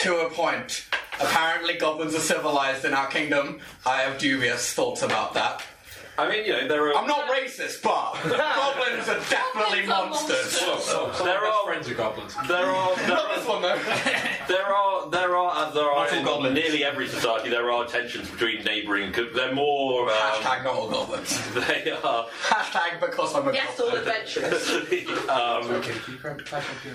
D: to a point. Apparently, goblins are civilized in our kingdom. I have dubious thoughts about that.
F: I mean, you know, there are.
D: I'm not racist, but goblins are definitely monsters.
F: there are friends
M: of goblins.
F: There are. There
D: Not this one though.
F: There are, there are, as there are in nearly every society, there are tensions between neighbouring. co- They're more. Um, Hashtag
D: not all goblins.
F: (laughs) They are. um,
D: Hashtag because I'm a
F: Yes,
O: all adventurous.
F: um,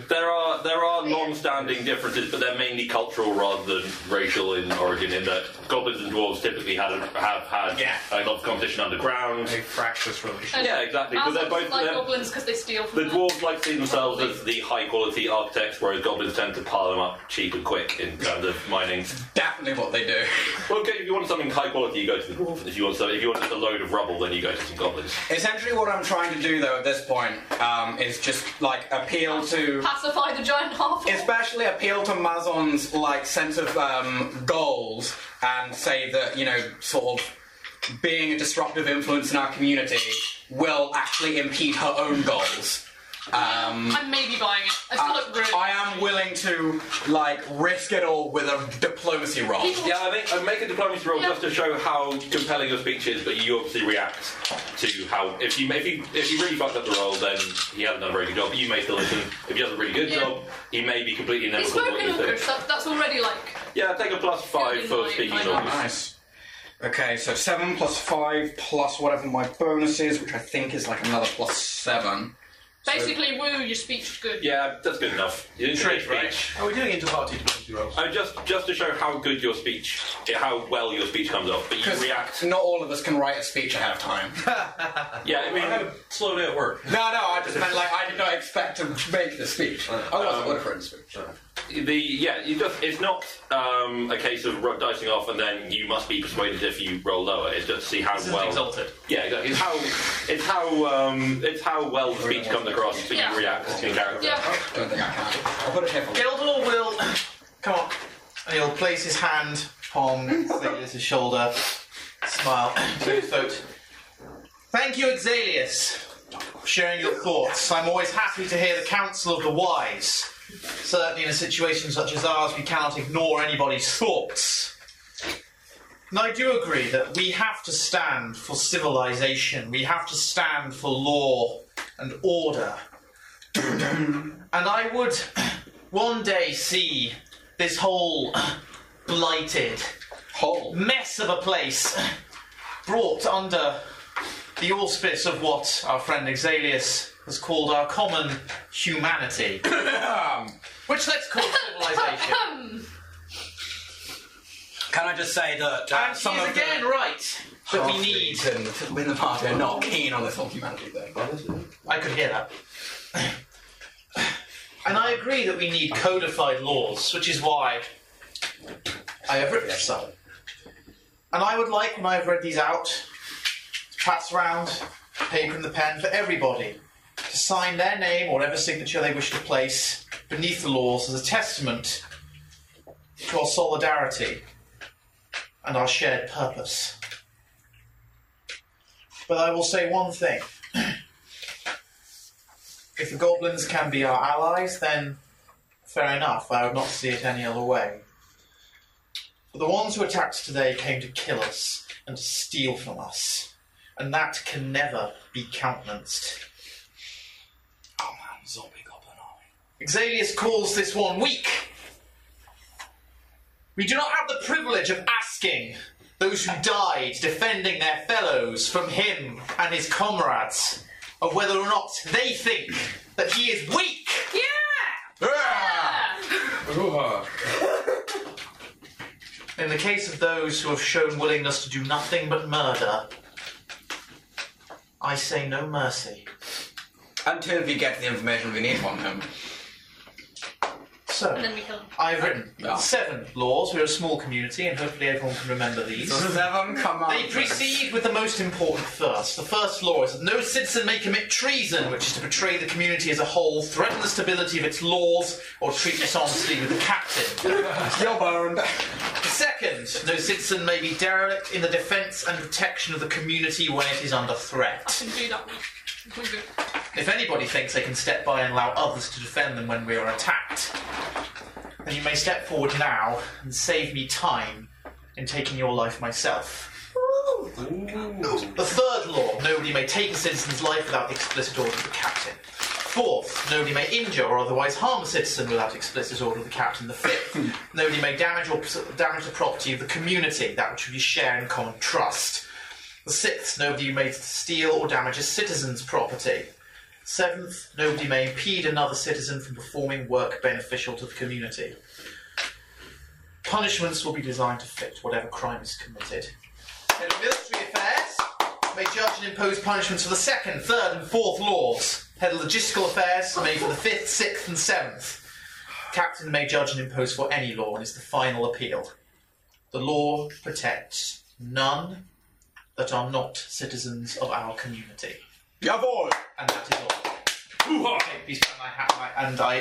F: there are there are non-standing differences, but they're mainly cultural rather than racial in origin. In that goblins and dwarves typically had a, have had a lot of competition underground. A
M: fractious relationship.
F: Yeah, exactly. Because
G: Mazons
F: they're both
G: like
F: they're-
G: goblins because they steal from
F: the
G: them.
F: dwarves like to see themselves as the high quality architects, whereas goblins tend to pile them up cheap and quick in terms of mining.
D: Definitely what they do.
F: Well, okay, if you want something high quality, you go to the dwarves. If you want some, if you want just a load of rubble, then you go to some goblins.
D: Essentially, what I'm trying to do though at this point um, is just like appeal to.
G: Pacify the giant half.
D: Especially appeal to Mazon's like sense of um, goals and say that you know sort of being a disruptive influence in our community will actually impede her own goals. Um,
G: I'm maybe buying it. I still look rude.
D: I am willing to like risk it all with a diplomacy roll.
F: Yeah, I think I make a diplomacy roll just to show how compelling your speech is, but you obviously react to how if you if you if you really fucked up the roll, then he hasn't done a very good job. You may still listen. If he does a really good
G: Yeah.
F: job, he may be completely
G: It's
F: ineligible. to what
G: spoken
F: you
G: Orcish.
F: think.
G: That, that's already like.
F: Yeah, take a plus five for speaking normal.
D: Nice. Okay, so seven plus five plus whatever my bonus is, which I think is like another plus seven.
G: Basically, woo, your speech is good.
F: Yeah, that's good enough. You didn't Trick, right?
M: Are we Oh, doing inter-party diplomacy rolls?
F: Oh, just just to show how good your speech, how well your speech comes off, but you react.
D: Not all of us can write a speech ahead of time.
F: Yeah, I mean, I had a
M: slow day at work.
D: No, no, I just meant like I did not expect to make the speech. I wasn't looking
H: Um,
D: for a speech.
F: The yeah, you just it's not um, a case of ru- dicing off and then you must be persuaded if you roll lower. It's just to see how
D: This isn't
F: well
D: exalted.
F: Yeah, exactly. It's how it's how um, it's how well the speech comes across, but
H: Yeah.
F: you react in character.
D: Don't think I can. I'll put a careful.
H: Gildor will (coughs) come up and he'll place his hand upon Xalius' shoulder, smile, (coughs) to his throat. Thank you, Exalius, for sharing your thoughts. I'm always happy to hear the counsel of the wise. Certainly, in a situation such as ours, we cannot ignore anybody's thoughts. And I do agree that we have to stand for civilization, we have to stand for law and order. and I would (clears throat) one day see this whole (clears throat) blighted
D: whole
H: mess of a place (clears throat) brought under the auspice of what our friend Exalius has called our common humanity. (clears throat) Which let's call
D: (laughs)
H: civilization.
D: Can I just say that uh, some
H: He's
D: of the
H: again right that we need.
D: in the party are not keen on this whole humanity thing.
H: I could hear that. And I agree that we need codified laws, which is why I have written some. And I would like, when I've read these out, to pass around paper and the pen for everybody to sign their name, or whatever signature they wish to place, beneath the laws as a testament to our solidarity and our shared purpose. But I will say one thing. if the goblins can be our allies, then fair enough, I would not see it any other way. But the ones who attacked today came to kill us and to steal from us, and that can never be countenanced. Oh man, zombie goblin army. Exalius calls this one weak. We do not have the privilege of asking those who died defending their fellows from him and his comrades of whether or not they think that he is weak. Yeah!
D: uh,
H: In the case of those who have shown willingness to do nothing but murder, I say no mercy.
D: Until we get the information we need from him.
H: So,
D: And
O: then we kill him.
H: I've written seven laws. We're a small community, and hopefully everyone can remember
D: (laughs)
H: these. Seven They precede with the most important first. The first law is that no citizen may commit treason, which is to betray the community as a whole, threaten the stability of its laws, or treat dishonesty with the captain. You're burned. Second, no citizen may be derelict in the defence and protection of the community when it is under threat.
G: I can do that one. We're good.
H: If anybody thinks they can step by and allow others to defend them when we are attacked, then you may step forward now and save me time in taking your life myself. The third law nobody may take a citizen's life without the explicit order of the captain. Fourth, nobody may injure or otherwise harm a citizen without explicit order of the captain. The fifth, nobody may damage or damage the property of the community, that which we share in common trust. The sixth, nobody may steal or damage a citizen's property. Seventh, nobody may impede another citizen from performing work beneficial to the community. Punishments will be designed to fit whatever crime is committed. In military affairs, may judge and impose punishments for the second, third, and fourth laws. Head of logistical affairs may for the fifth, sixth, and seventh. Captain may judge and impose for any law and is the final appeal. The law protects none that are not citizens of our community. Jawohl! And that is all. Take peace by my hat, my, and I.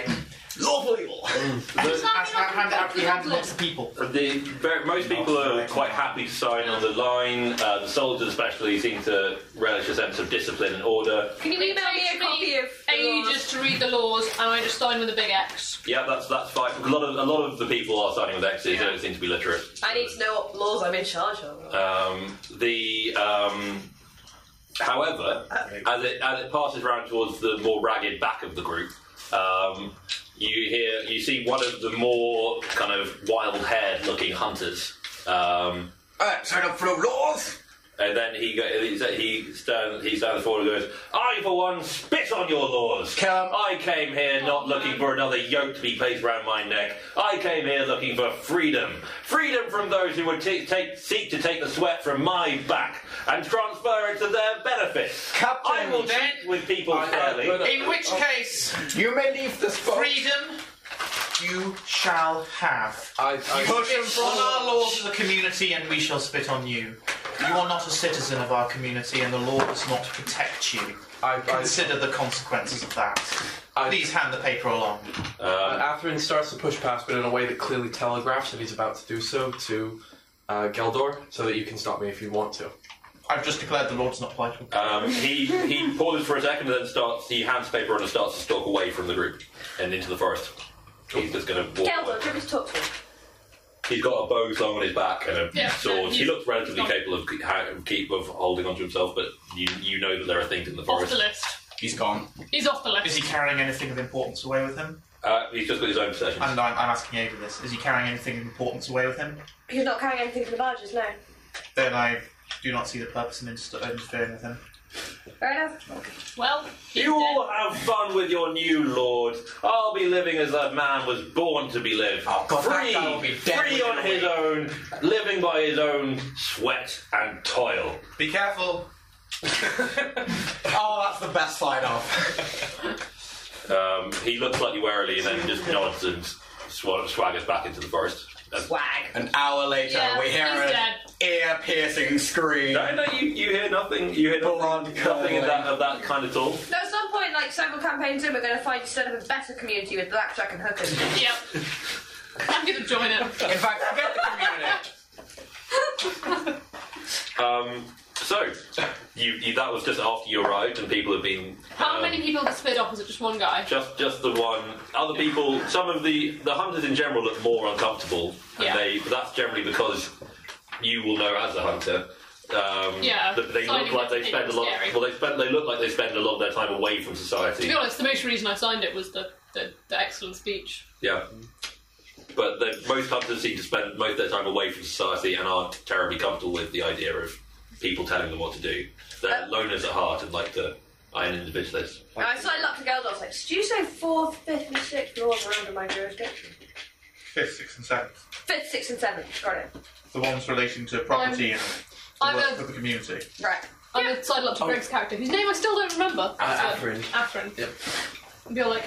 H: Lawful evil! As I hand out, we hand lots of people.
F: The, ver- most people are quite happy to sign on the line. Uh, the soldiers, especially, seem to relish a sense of discipline and order.
G: Can you email me a copy of ages to read the laws, and I just sign with a big X.
F: Yeah, that's that's fine. A lot of a lot of the people are signing with X's. They don't seem to be literate.
O: I need to know what laws I'm in charge of.
F: Um, the um, however, as it as it passes round towards the more ragged back of the group, um, you hear you see one of the more kind of wild-haired looking hunters. Um,
D: sign up for Äh, laws.
F: And then he go, he sa- he stands he stands forward and goes, "I for one spit on your laws. I came here not looking for another yoke to be placed round my neck. I came here looking for freedom, freedom from those who would t- take, seek to take the sweat from my back and transfer it to their benefit. I will treat with people fairly.
H: In which case, you may leave this freedom. You shall have. I, you spit on our laws of the community, and we shall spit on you. You are not a citizen of our community, and the law does not protect you. Consider the consequences of that. Please hand the paper along.
P: Uh, Atherin starts to push past, but in a way that clearly telegraphs that he's about to do so to uh, Geldor, so that you can stop me if you want to.
H: I've just declared the law does not apply to
F: Um, he he pauses for a second and then starts. He hands paper on and starts to stalk away from the group and into the forest. He's just going to walk.
O: Gelder, do you want me to talk to him?
F: He's got a bow slung on his back and a
O: Yeah,
F: sword.
O: yeah,
F: He looks
O: he's
F: relatively
O: got-
F: capable of keep- ha- keep of holding onto himself, but you you know that there are things in the
G: Off
F: forest.
G: the list.
F: He's gone.
G: He's off the list.
H: Is he carrying anything of importance away with him?
F: Uh, he's just got his own possessions.
H: And I'm, I'm asking Ada this. Is he carrying anything of importance away with him?
O: He's not carrying anything from the barges, no.
H: Then I do not see the purpose in inst- interfering with him.
O: Fair enough.
G: Well,
F: You all have fun with your new lord. I'll be living as that man was born to be lived.
D: Oh, that
F: free,
D: guy will be dead
F: free
D: within
F: on
D: a
F: his own, living by his own sweat and toil.
H: Be careful.
D: (laughs) oh, that's the best sign off.
F: Um, he looks slightly warily and then just nods and sw- swaggers back into the forest. Swag.
D: An hour later,
F: Yeah,
D: we hear an
F: he's dead.
D: ear-piercing scream.
F: No, no, you, you hear nothing. You hear nothing, nothing of that of that kind at all.
O: No, at some point,
C: like several campaigns in, we're going to find you set up a better community with blackjack and hookers. yep. I'm going to join it.
Q: In fact, forget the community.
B: Um, so, you, you, that was just after you arrived, and people have been.
G: How
B: um,
G: many people have split off? Is it just one guy?
B: Just, just the one. Other people, some of the the hunters in general look more uncomfortable, and
G: Yeah.
B: they. But that's generally because you will know as a hunter. Um,
G: Yeah,
B: that they
G: signing
B: look like they
G: is
B: spend a lot.
G: scary.
B: Well, they spend. They look like they spend a lot of their time away from
G: To
B: society.
G: be honest, the most reason I signed it was the, the, the excellent speech.
B: Yeah. But the, most hunters seem to spend most of their time away from society and aren't terribly comfortable with the idea of people telling them what to do. They're
G: Uh,
B: loners at heart and like to iron individualists.
C: And I signed up to Geldos. Like, do you say fourth, fifth, and sixth laws are under my jurisdiction?
H: Fifth, sixth, and seventh.
C: Fifth, sixth, and seventh. Got it.
H: The ones relating to property and the
G: I'm
H: work
G: a-
H: for the community.
C: Right.
G: I'm going to side up to
B: Oh.
G: Greg's character, whose name I still don't remember.
H: Uh,
G: So,
H: Afrin.
G: Afrin.
H: Yep.
G: And be like,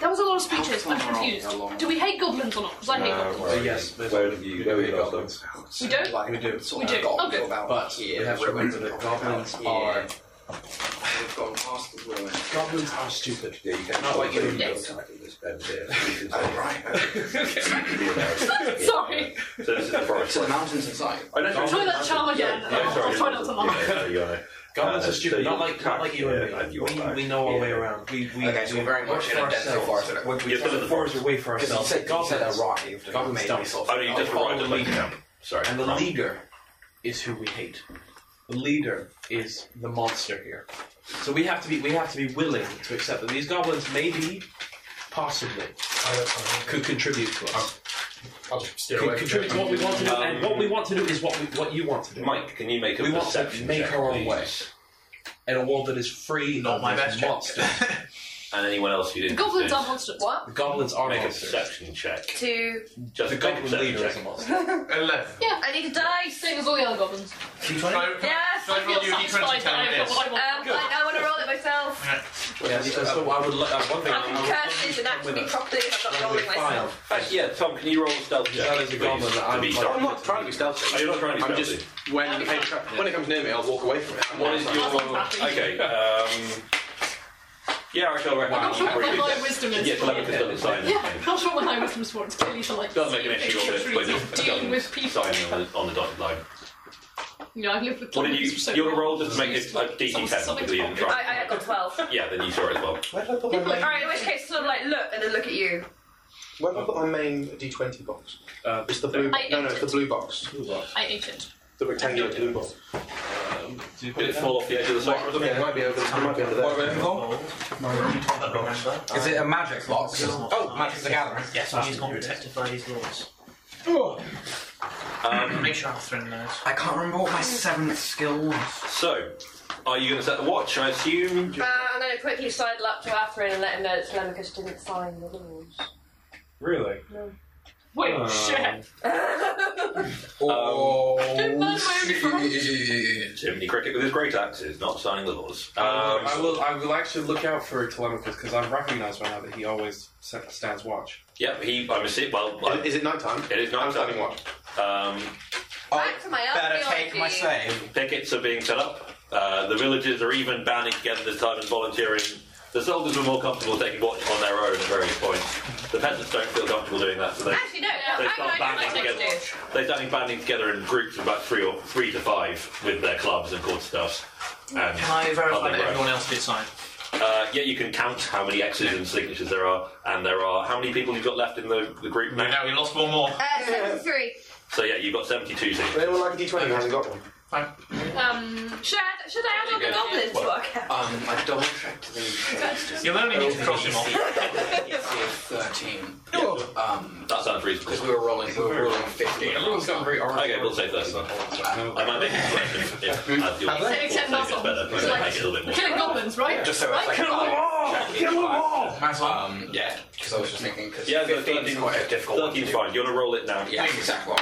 G: that was a lot of speeches. I'm
H: How long-
G: confused.
H: how long?
G: Do we hate goblins or not? Because I hate goblins.
E: yes, where have you, where have you goblins?
G: We don't?
E: we do.
G: We do. Oh, good.
E: But we have to remember that goblins are.
D: We've gone past the ruin.
E: Goblins are stupid. Yeah, you Not like you.
D: Oh, (laughs)
G: (laughs) Sorry.
B: So this is the forest.
D: (laughs) To the mountains inside.
B: Oh, no, sorry.
G: Try that charm again.
B: Yeah, yeah, sorry.
G: I'll try not to laugh.
B: Yeah, you are.
E: Goblins
B: Uh,
E: are stupid.
B: so
E: not like not like you and me. we, we know our way around. We we
D: Okay, so
E: we
D: we're very much in a dense forest. We're-
E: We, we set the forest away for
D: Because you
E: ourselves.
D: said, you said a
E: Goblins-
D: rock. You've
E: Goblins
D: made
E: don't.
D: myself.
B: Oh, no, you just
D: I'll-
B: arrived at the camp. Sorry.
E: And the
B: Wrong.
E: leader is who we hate. The leader is the monster here. So we have to be we have to be willing to accept that these goblins maybe, possibly, could contribute to us.
A: I'll just steer
E: Could
A: away.
E: contribute to what we want to do,
D: Um,
E: and what we want to do is what we, what you want to do.
B: Mike, can you make a
E: we want to
B: perception
E: make
B: check,
E: our own way
B: please?
E: in a world that is free. Not
B: my best check. And anyone else you
G: The
B: didn't.
G: goblins
B: do.
G: are monsters. What?
E: The goblins are
B: Make a
E: monsters.
B: perception check.
C: Two.
B: Just
E: the
B: make a
E: goblin
B: perception
E: leader
B: check.
E: is a monster.
H: Eleven.
C: Yeah. I need a dice.
G: Same as all the other goblins.
C: Yes.
H: I roll you a D20 tell me this?
C: Um, I, I want to roll it myself.
E: Yeah, so, so I would. lo- Uh, one thing.
C: I can curse this and act me properly if I'm not rolling myself.
B: Actually, Uh, yeah, Tom, can you roll a stealth check?
E: That is a
B: please,
E: goblin that
B: to
E: I'm
B: be
E: like-
B: stealthy?
E: I'm not
A: trying to be stealthy.
B: Oh, you're not trying to be
A: I'm just
B: stealthy.
A: when hey, when it comes near me, I'll walk away from it. I'm
B: What is your Okay. Um, yeah, I shall recommend.
G: I'm not sure
B: you
G: what
B: probably-
G: my wisdom is.
B: Yes, Telemachus doesn't sign.
G: Yeah, I'm not sure what my wisdom's for. It's clearly for like
B: Doesn't make an
G: (laughs)
B: issue of it, but
G: secret
B: just
G: reasons, dealing with
B: doesn't
G: people.
B: sign on the, uh, on the dotted line.
G: You know, I've lived with
B: What did
G: goblins
B: you?
G: for so
B: Your
G: long.
B: roll just to make it a DC ten because you didn't
C: I,
B: try.
C: I have got
D: (laughs)
C: twelve.
B: Yeah, then you saw it as well.
C: People like, all right. In which case, sort of like look and then look at you.
F: Where have I put my main D20 box? Uh, it's the blue.
C: I
F: No, no, it's the blue box.
G: I ate it.
F: The rectangular blue box.
B: Did it fall off the edge of the sofa or something?
F: It might be over. It might be under there.
D: What are we looking for? Is it a magic box? Oh, Magic the Gathering.
H: Yes,
D: Ah.
H: she's not protected by these laws. Make sure I'm thrown those.
D: I can't remember what my seventh skill was.
B: So, are you going to set the watch? I assume.
C: Uh, I'm going to quickly sidle up to Afrin and let him know that Telemachus didn't sign the (laughs) rules.
E: Really?
G: Wait,
E: Um,
G: shit.
D: Oh.
G: Don't burn my
D: (laughs)
G: own friend.
B: Jiminy Cricket with his great axe is not signing the laws. Um,
E: I will. I will actually look out for Telemachus because I recognise right now that he always set- stands watch.
B: Yeah, he. I'm assuming. Well, I,
E: Is it night time?
B: it is not signing
E: watch.
B: Um,
C: Back to my
D: Oh, Better
C: archaeology.
D: take my save.
B: pickets are being set up. Uh, the villagers are even banding together this time and volunteering. The soldiers were more comfortable taking watch on their own at various points. The peasants don't feel comfortable doing that, so they
C: Actually, no.
B: they
C: Hang on,
B: start
C: I know
B: banding
C: what
B: together.
C: I can do.
B: They started banding together in groups of about three or three to five with their clubs and quarterstaffs. and
H: Can I verify
B: other
H: that everyone
B: rows.
H: else did sign?
B: Uh, yeah, you can count how many X's and signatures there are, and there are how many people you've got left in the, the group now.
H: No, we lost one more.
C: Uh, seventy-three.
B: So yeah, you've got seventy-two signatures.
F: Anyone like a D20 who hasn't got one?
C: Um, should I, should I add on the
B: Yeah.
C: goblins to our
D: Um, I double checked the.
H: You'll only need to cross
D: (laughs)
H: him off.
D: Oh, Thirteen. Um,
B: That sounds reasonable.
D: because we were rolling, we were rolling fifteen.
B: Everyone's
D: got very orange.
B: Okay, we'll say thirty. I might make a suggestion if as you
G: Have they?
B: it's better, but it'll make it a little bit more.
G: Killing goblins, right?
D: Just so it's like
G: Kill them
D: five.
G: all!
D: Kill them all. Um, yeah, because I was just thinking because
B: Yeah, the
D: fifteen is quite a difficult one. to
B: 13's
D: do.
B: fine. You want to roll it now?
D: Yeah, exactly.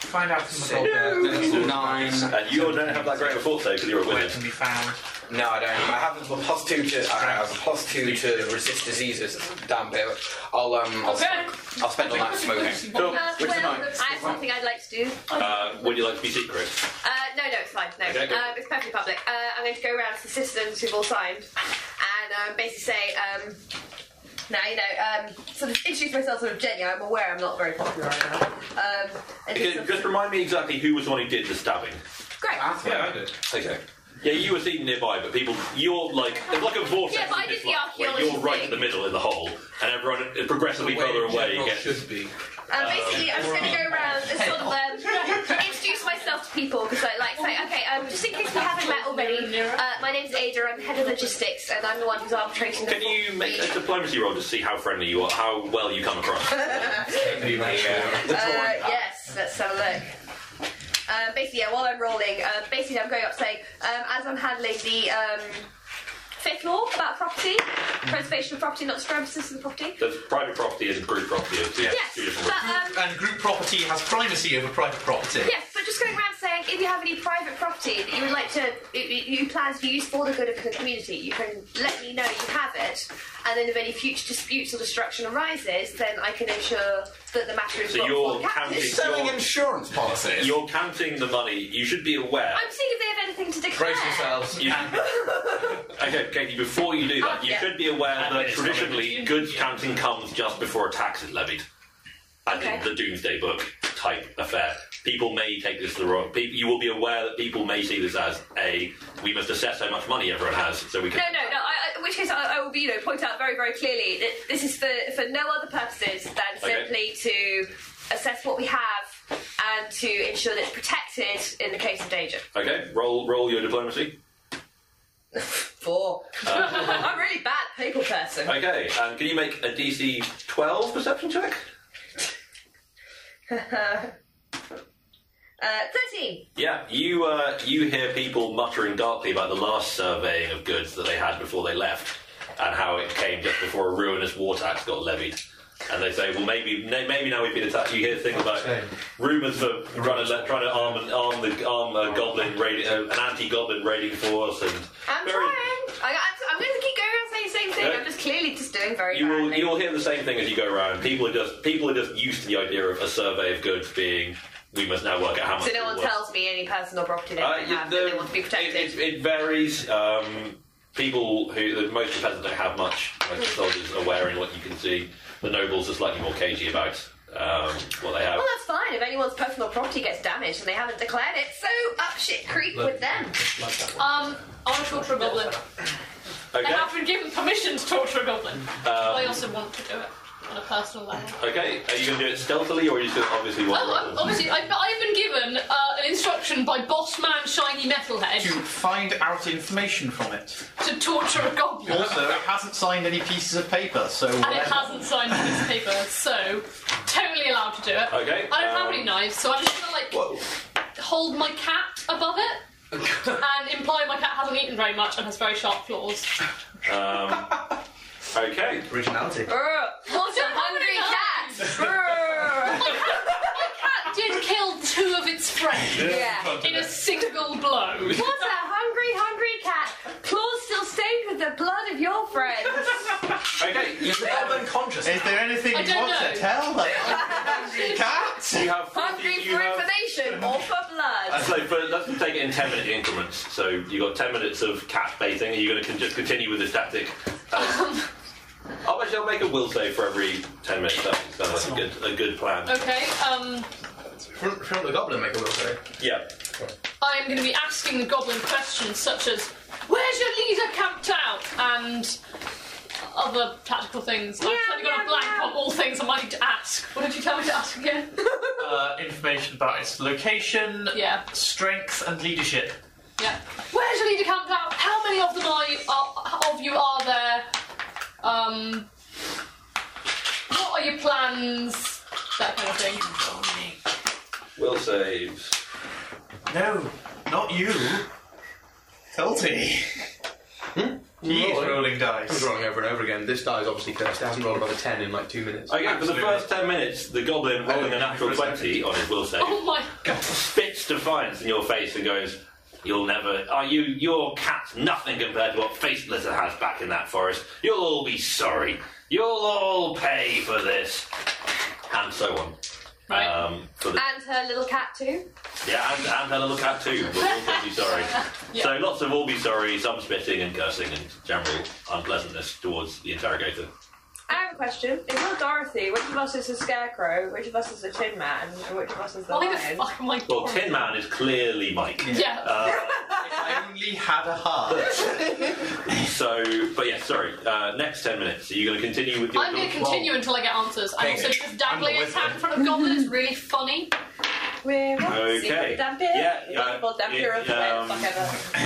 H: Find out
D: So
H: from the
D: uh, then it's nine.
B: And uh, you don't have that great of a thought, though, because you're a
H: where it
B: wizard.
H: can be found.
D: No, I don't. I have a plus two to. I have a plus two to resist diseases. Damn bit. I'll um. I'll,
C: Okay.
D: smoke. I'll spend all night smoking.
C: Cool. Uh,
D: Which is
C: well,
D: fine.
C: I have something I'd like to do.
B: Uh, would you like to be secret?
C: Uh, no, no, it's Uh, fine. No,
B: Okay, good.
C: um, it's perfectly public. Uh, I'm going to go around to the citizens who've all signed, and and um, basically say, um, now you know, um, sort of introduce myself sort of gently. I'm aware I'm not very popular right now. Um, and just
B: Okay,
C: sort
B: just remind me exactly who was the one who did the stabbing.
C: of- great.
B: I did. Okay. Yeah, you were sitting nearby, but people, you're like, it's like a vortex.
C: Yeah, but I
B: in
C: did
B: this
C: the
B: one, where
C: archaeology
B: You're right in
C: thing.
B: the middle in the hole, and everyone progressively further away gets. Should be.
C: Um, basically, I'm just going to go around and sort of um, introduce myself to people because I like say, okay, um, just in case we haven't met already, uh, my name's Ada. I'm head of logistics, and I'm the one who's arbitrating the.
B: Can you make a diplomacy roll to see how friendly you are, how well you come across?
C: Uh, yes, let's have a look. Um, basically, yeah, while I'm rolling, uh, basically I'm going up saying, um, as I'm handling the um, fifth law about property, preservation of property, not disturbances of the property.
B: There's private property and group property. Are two,
C: Yes,
B: two different
C: but
B: rules.
C: um,
H: And group property has primacy over private property.
C: Yes, but just going around saying if you have any private property that you would like to, you, you you plan to use for the good of the community, you can let me know you have it, and then if any future disputes or destruction arises, then I can ensure that the matter is
B: So
C: brought
B: you're
C: forward.
B: counting. you're, insurance policies. You're counting the money. You should be aware.
C: I'm seeing if they have anything to declare.
B: You- okay, Katie, before you do that, you
C: Oh, Yeah.
B: should be aware that traditionally goods counting comes just before a tax is levied. As in
C: Okay.
B: the Doomsday Book type affair. People may take this the wrong. People, you will be aware that people may see this as a we must assess how much money everyone has so we
C: No,
B: can.
C: no, no. I, I, in which case, I, I will, you know, point out very, very clearly that this is for for no other purposes than
B: Okay.
C: simply to assess what we have and to ensure that it's protected in the case of danger.
B: Okay, roll roll your diplomacy.
C: Four.
B: Uh,
C: (laughs) I'm a really bad people person. (laughs)
B: Okay, um, can you make a DC 12 perception check?
C: uh, 13.
B: Yeah, you uh, you hear people muttering darkly about the last surveying of goods that they had before they left, and how it came just before a ruinous war tax got levied. And they say, well, maybe na- maybe now we've been attacked. You hear things like rumours of trying to, trying to arm an, arm the arm a goblin raid, uh, an anti-goblin raiding force, and
C: I'm trying. I, I'm, I'm going to keep going around saying the same thing.
B: Yeah.
C: I'm just clearly just doing very
B: you
C: badly.
B: will you will hear the same thing as you go around. People are just people are just used to the idea of a survey of goods being. We must now work out how much.
C: So
B: it
C: no one
B: was."
C: tells me any personal property they
B: Uh,
C: don't
B: yeah,
C: have that they want to be protected.
B: It, it varies. Um, people who the most of the peasants don't have much. Most of the soldiers are wearing what you can see. The nobles are slightly more cagey about um, what they have.
C: Well, that's fine. If anyone's personal property gets damaged and they haven't declared it, so up shit creek with them.
G: Um, I want to torture a goblin.
B: Okay.
G: And I've been given permission to torture a goblin. I
B: Um,
G: also want to do it on a personal level.
B: okay. Are you going to do it stealthily, or are you just gonna obviously want?
G: Oh, I'm- obviously, I've, I've been given uh, an instruction by boss man Shiny Metalhead
H: To find out information from it.
G: to torture a goblin.
H: Also, it hasn't signed any pieces of paper, so. uh,
G: and it hasn't signed this paper, so totally allowed to do it.
H: Okay,
G: I don't have
H: um,
G: any knives, so I'm just gonna like hold my cat above
H: (laughs)
G: it and imply my cat hasn't eaten very much and has very sharp claws.
B: Um,
C: oh.
B: okay. Originality.
G: What's a hungry cat?
B: (laughs)
G: my, cat my (laughs) cat did kill two of its friends.
C: Yeah.
G: In a single blow.
C: What a hungry, hungry cat! Claws still stained with the blood of your friends.
B: Okay, you
H: have unconscious. Is there anything
C: I
H: you
C: don't
H: want
C: know.
H: to tell them? cat?
B: You have
C: hungry for information or for blood.
B: So for, let's take it in ten minute increments. So you've got ten minutes of cat baiting. Are you going to just continue with this tactic? Uh,
C: Um,
B: I'll actually I'll make a will save for every ten minutes. That sounds like a good a good plan.
G: Okay, um,
R: From, from the goblin, make a will save.
B: Yeah.
G: I am going to be asking the goblin questions such as, "Where's your leader camped out?" and other tactical things. I've suddenly got a blank on all things I might need to ask. What did you tell me to ask again? (laughs)
H: Uh, information about its location,
G: yeah.
H: strength, and leadership.
G: yeah. Where's your leader camped out? How many of them are, you, are of you are there? Um, what are your plans? That kind of thing.
B: Will saves.
H: No, not you. Tilty. He's rolling dice.
D: He's rolling over and over again. This die is obviously cursed. It hasn't rolled above a 10 in like two minutes.
B: Okay, Oh, for the first ten minutes, the goblin rolling a natural twenty on his will save
G: Oh my
B: spits defiance in your face and goes, "You'll never. Are you your cat's nothing compared to what Face Blizzard has back in that forest? You'll all be sorry. You'll all pay for this." And so on. Um, for the,
F: Uh,
C: And her little cat too.
B: yeah, and, and her little cat too. We'll all be sorry.
F: So lots of all be sorry, some spitting and cursing and general unpleasantness towards the interrogator.
C: I have a question. If you're Dorothy, which of us is the scarecrow, which of us is the Tin Man, and which of us is the
G: Why the
C: lion?
G: fuck am I
F: Well, uh, Tin Man is clearly Mike.
G: (laughs) Yeah.
F: I
H: only had a heart.
F: so, but yeah, sorry. Uh, next ten minutes. Are you going to continue with your?
G: I'm going to continue until I get answers. And
F: Dang
G: also,
F: it.
G: because dangling
F: I'm
G: a
F: the
G: cat in front of goblins is really funny.
C: We're
F: Okay. Yeah. yeah, it, um,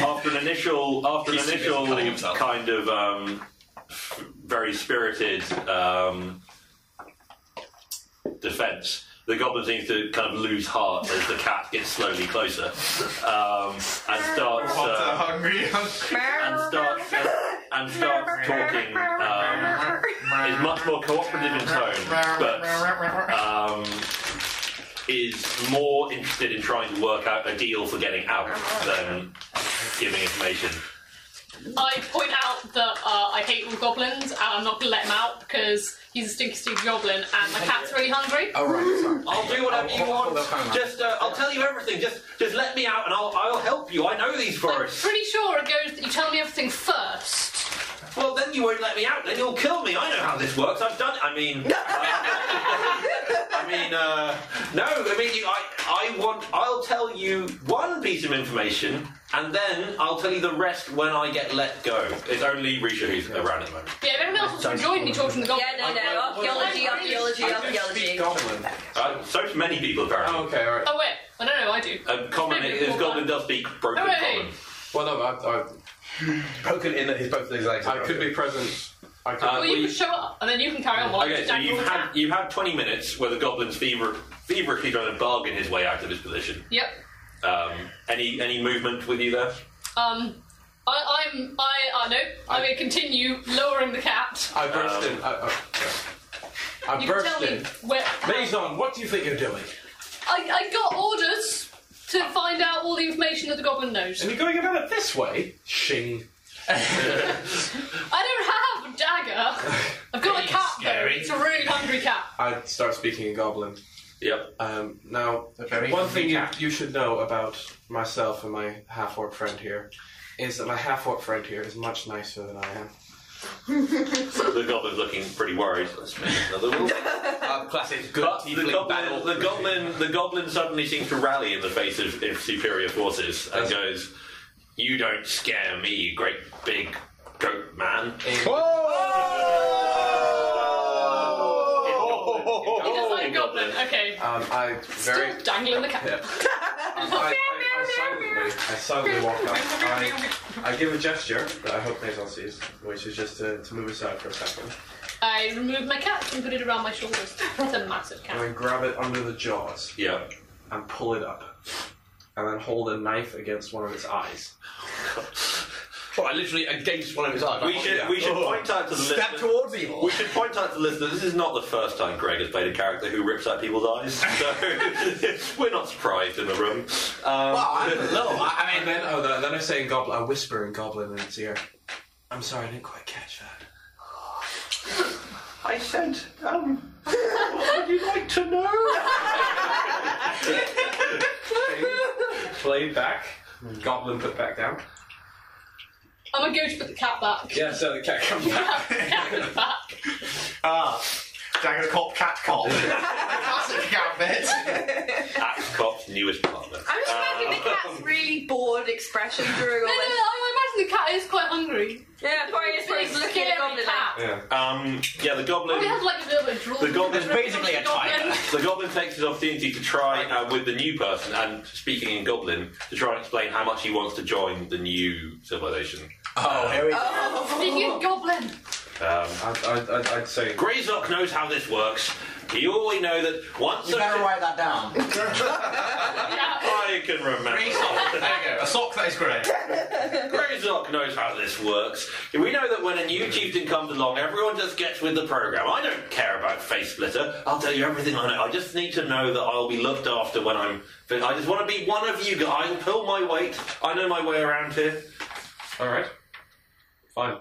F: after an initial, after an
C: He's- he's
F: initial
C: cutting
F: kind of um, f- very spirited um, defence, the goblin seems to kind of lose heart as the cat gets slowly closer um, and starts. uh, and starts and, and starts talking. Um, is much more cooperative in tone, but um, is more interested in trying to work out a deal for getting out than giving information.
G: I point out that uh, I hate all goblins and I'm not going to let him out because he's a stinky, stinky goblin and my cat's really hungry.
D: Oh,
F: All right, (laughs) I'll do whatever you want.
G: on.
F: Just, uh, I'll tell you everything. Just, just let me out, and I'll, I'll help you. I know these forests.
G: Pretty sure it goes that you tell me everything first.
F: Well, then you won't let me out. Then you'll kill me. I know how this works. I've done. I
G: (laughs)
F: mean, I mean, uh, no. I mean, you, I, I want. I'll tell you one piece of information, and then I'll tell you the rest when I get let go. It's only Risha who's around at the moment.
G: Yeah, if everyone else wants to join me talking to the goblin.
C: Yeah, no, no. Archaeology, archaeology, archaeology.
F: Uh, so many people apparently. Oh, okay, all
G: Oh, wait. I don't know, I do.
F: Um, common.
G: Maybe
F: This
G: we'll
F: goblin does speak broken
G: Hooray!
F: common.
E: Well, no, I, I've broken in that he's both legs. I could be present. I could.
G: well, you can show up and then you can carry on while I
F: Uh, Okay,
G: just
F: so
G: dangle
F: you've
G: the cat.
F: had you've had twenty minutes where the goblin's fever feverishly trying to bargain his way out of his position.
G: Yep.
F: Um, any any movement with you there?
G: Um, I, I'm. I. Uh, no. I'm going to continue lowering the cat.
E: I
D: Um,
E: burst in. I, I, I
G: You can
E: burst
G: tell
E: in.
G: me where.
E: Maison, what do you think you're doing?
G: I, I got orders to find out all the information that the goblin knows.
E: And you're going about it this way? Shing.
G: I don't have a dagger. I've got a cat
E: scary.
G: though. It's a really hungry cat.
E: I start speaking in Goblin.
F: Yep.
E: Um, now, one thing you, you should know about myself and my half orc friend here is that my half orc friend here is much nicer than I am.
F: the goblin's looking pretty worried. Let's make another roll.
E: classic
F: good but the goblin, the goblin, the goblin suddenly seems to rally in the face of, of superior forces and goes, "You don't scare me, you great big goat man."
G: He does like a goblin. Okay.
E: Um, I very
G: Still dangling the cat.
E: I, I, I silently walk up. I, I give a gesture that I hope Maison sees, which is just to, to move aside for a second.
G: I removed my cat and put it around my shoulders. It's a massive
E: And
G: cat.
E: then grab it under the jaws.
F: Yeah.
E: And pull it up. And then hold a knife against one of its eyes.
M: Well, literally against one of his eyes.
F: We should, we
B: Oh.
F: should point out to the
M: Step
F: listeners-
M: towards evil.
F: We should point out to the listeners this is not the first time Greg has played a character who rips out people's eyes, so (laughs) we're not surprised in the room. Um,
E: I mean, then, oh, then I say in goblin, I whisper in goblin in its ear. I'm sorry, I didn't quite catch that.
F: I said, um, would you like to
E: Play back. Goblin put back down.
G: I'm gonna go to put the cat back. (laughs)
E: Yeah, so the cat comes back.
G: cat
F: (laughs)
G: back.
H: Ah, dagger cop, cat cop. Classic gambit.
F: Axe Cop's newest partner.
C: I'm just imagining the
F: Uh,
C: cat's really bored expression through all
G: No, no, no.
C: this.
G: I imagine the cat is quite hungry.
C: Yeah, probably is probably
G: It's a
C: looking at
G: scary
C: the goblin
G: cat.
F: Yeah. Um, yeah, the goblin.
G: Probably has like a little bit of drool.
F: The goblin's
G: basically a tiger.
F: The goblin takes his opportunity to try uh, with the new person and speaking in goblin to try and explain how much he wants to join the new civilization.
M: Oh, here
G: Uh,
M: we go.
G: Speaking
F: (laughs)
G: of goblin.
F: Um,
E: I'd, I'd, I'd say
F: Greyzock knows how this works. You only know that once.
N: You better
F: write that
G: (laughs)
F: down. I can remember.
H: Greysock. There you go. A sock that is grey.
F: Greyzock knows how this works. We know that when a new chieftain comes along, everyone just gets with the program. I don't care about face splitter. I'll tell you everything I know. I just need to know that I'll be looked after when I'm. But I just want to be one of you guys. I'll pull my weight. I know my way around here.
E: All right. Fine.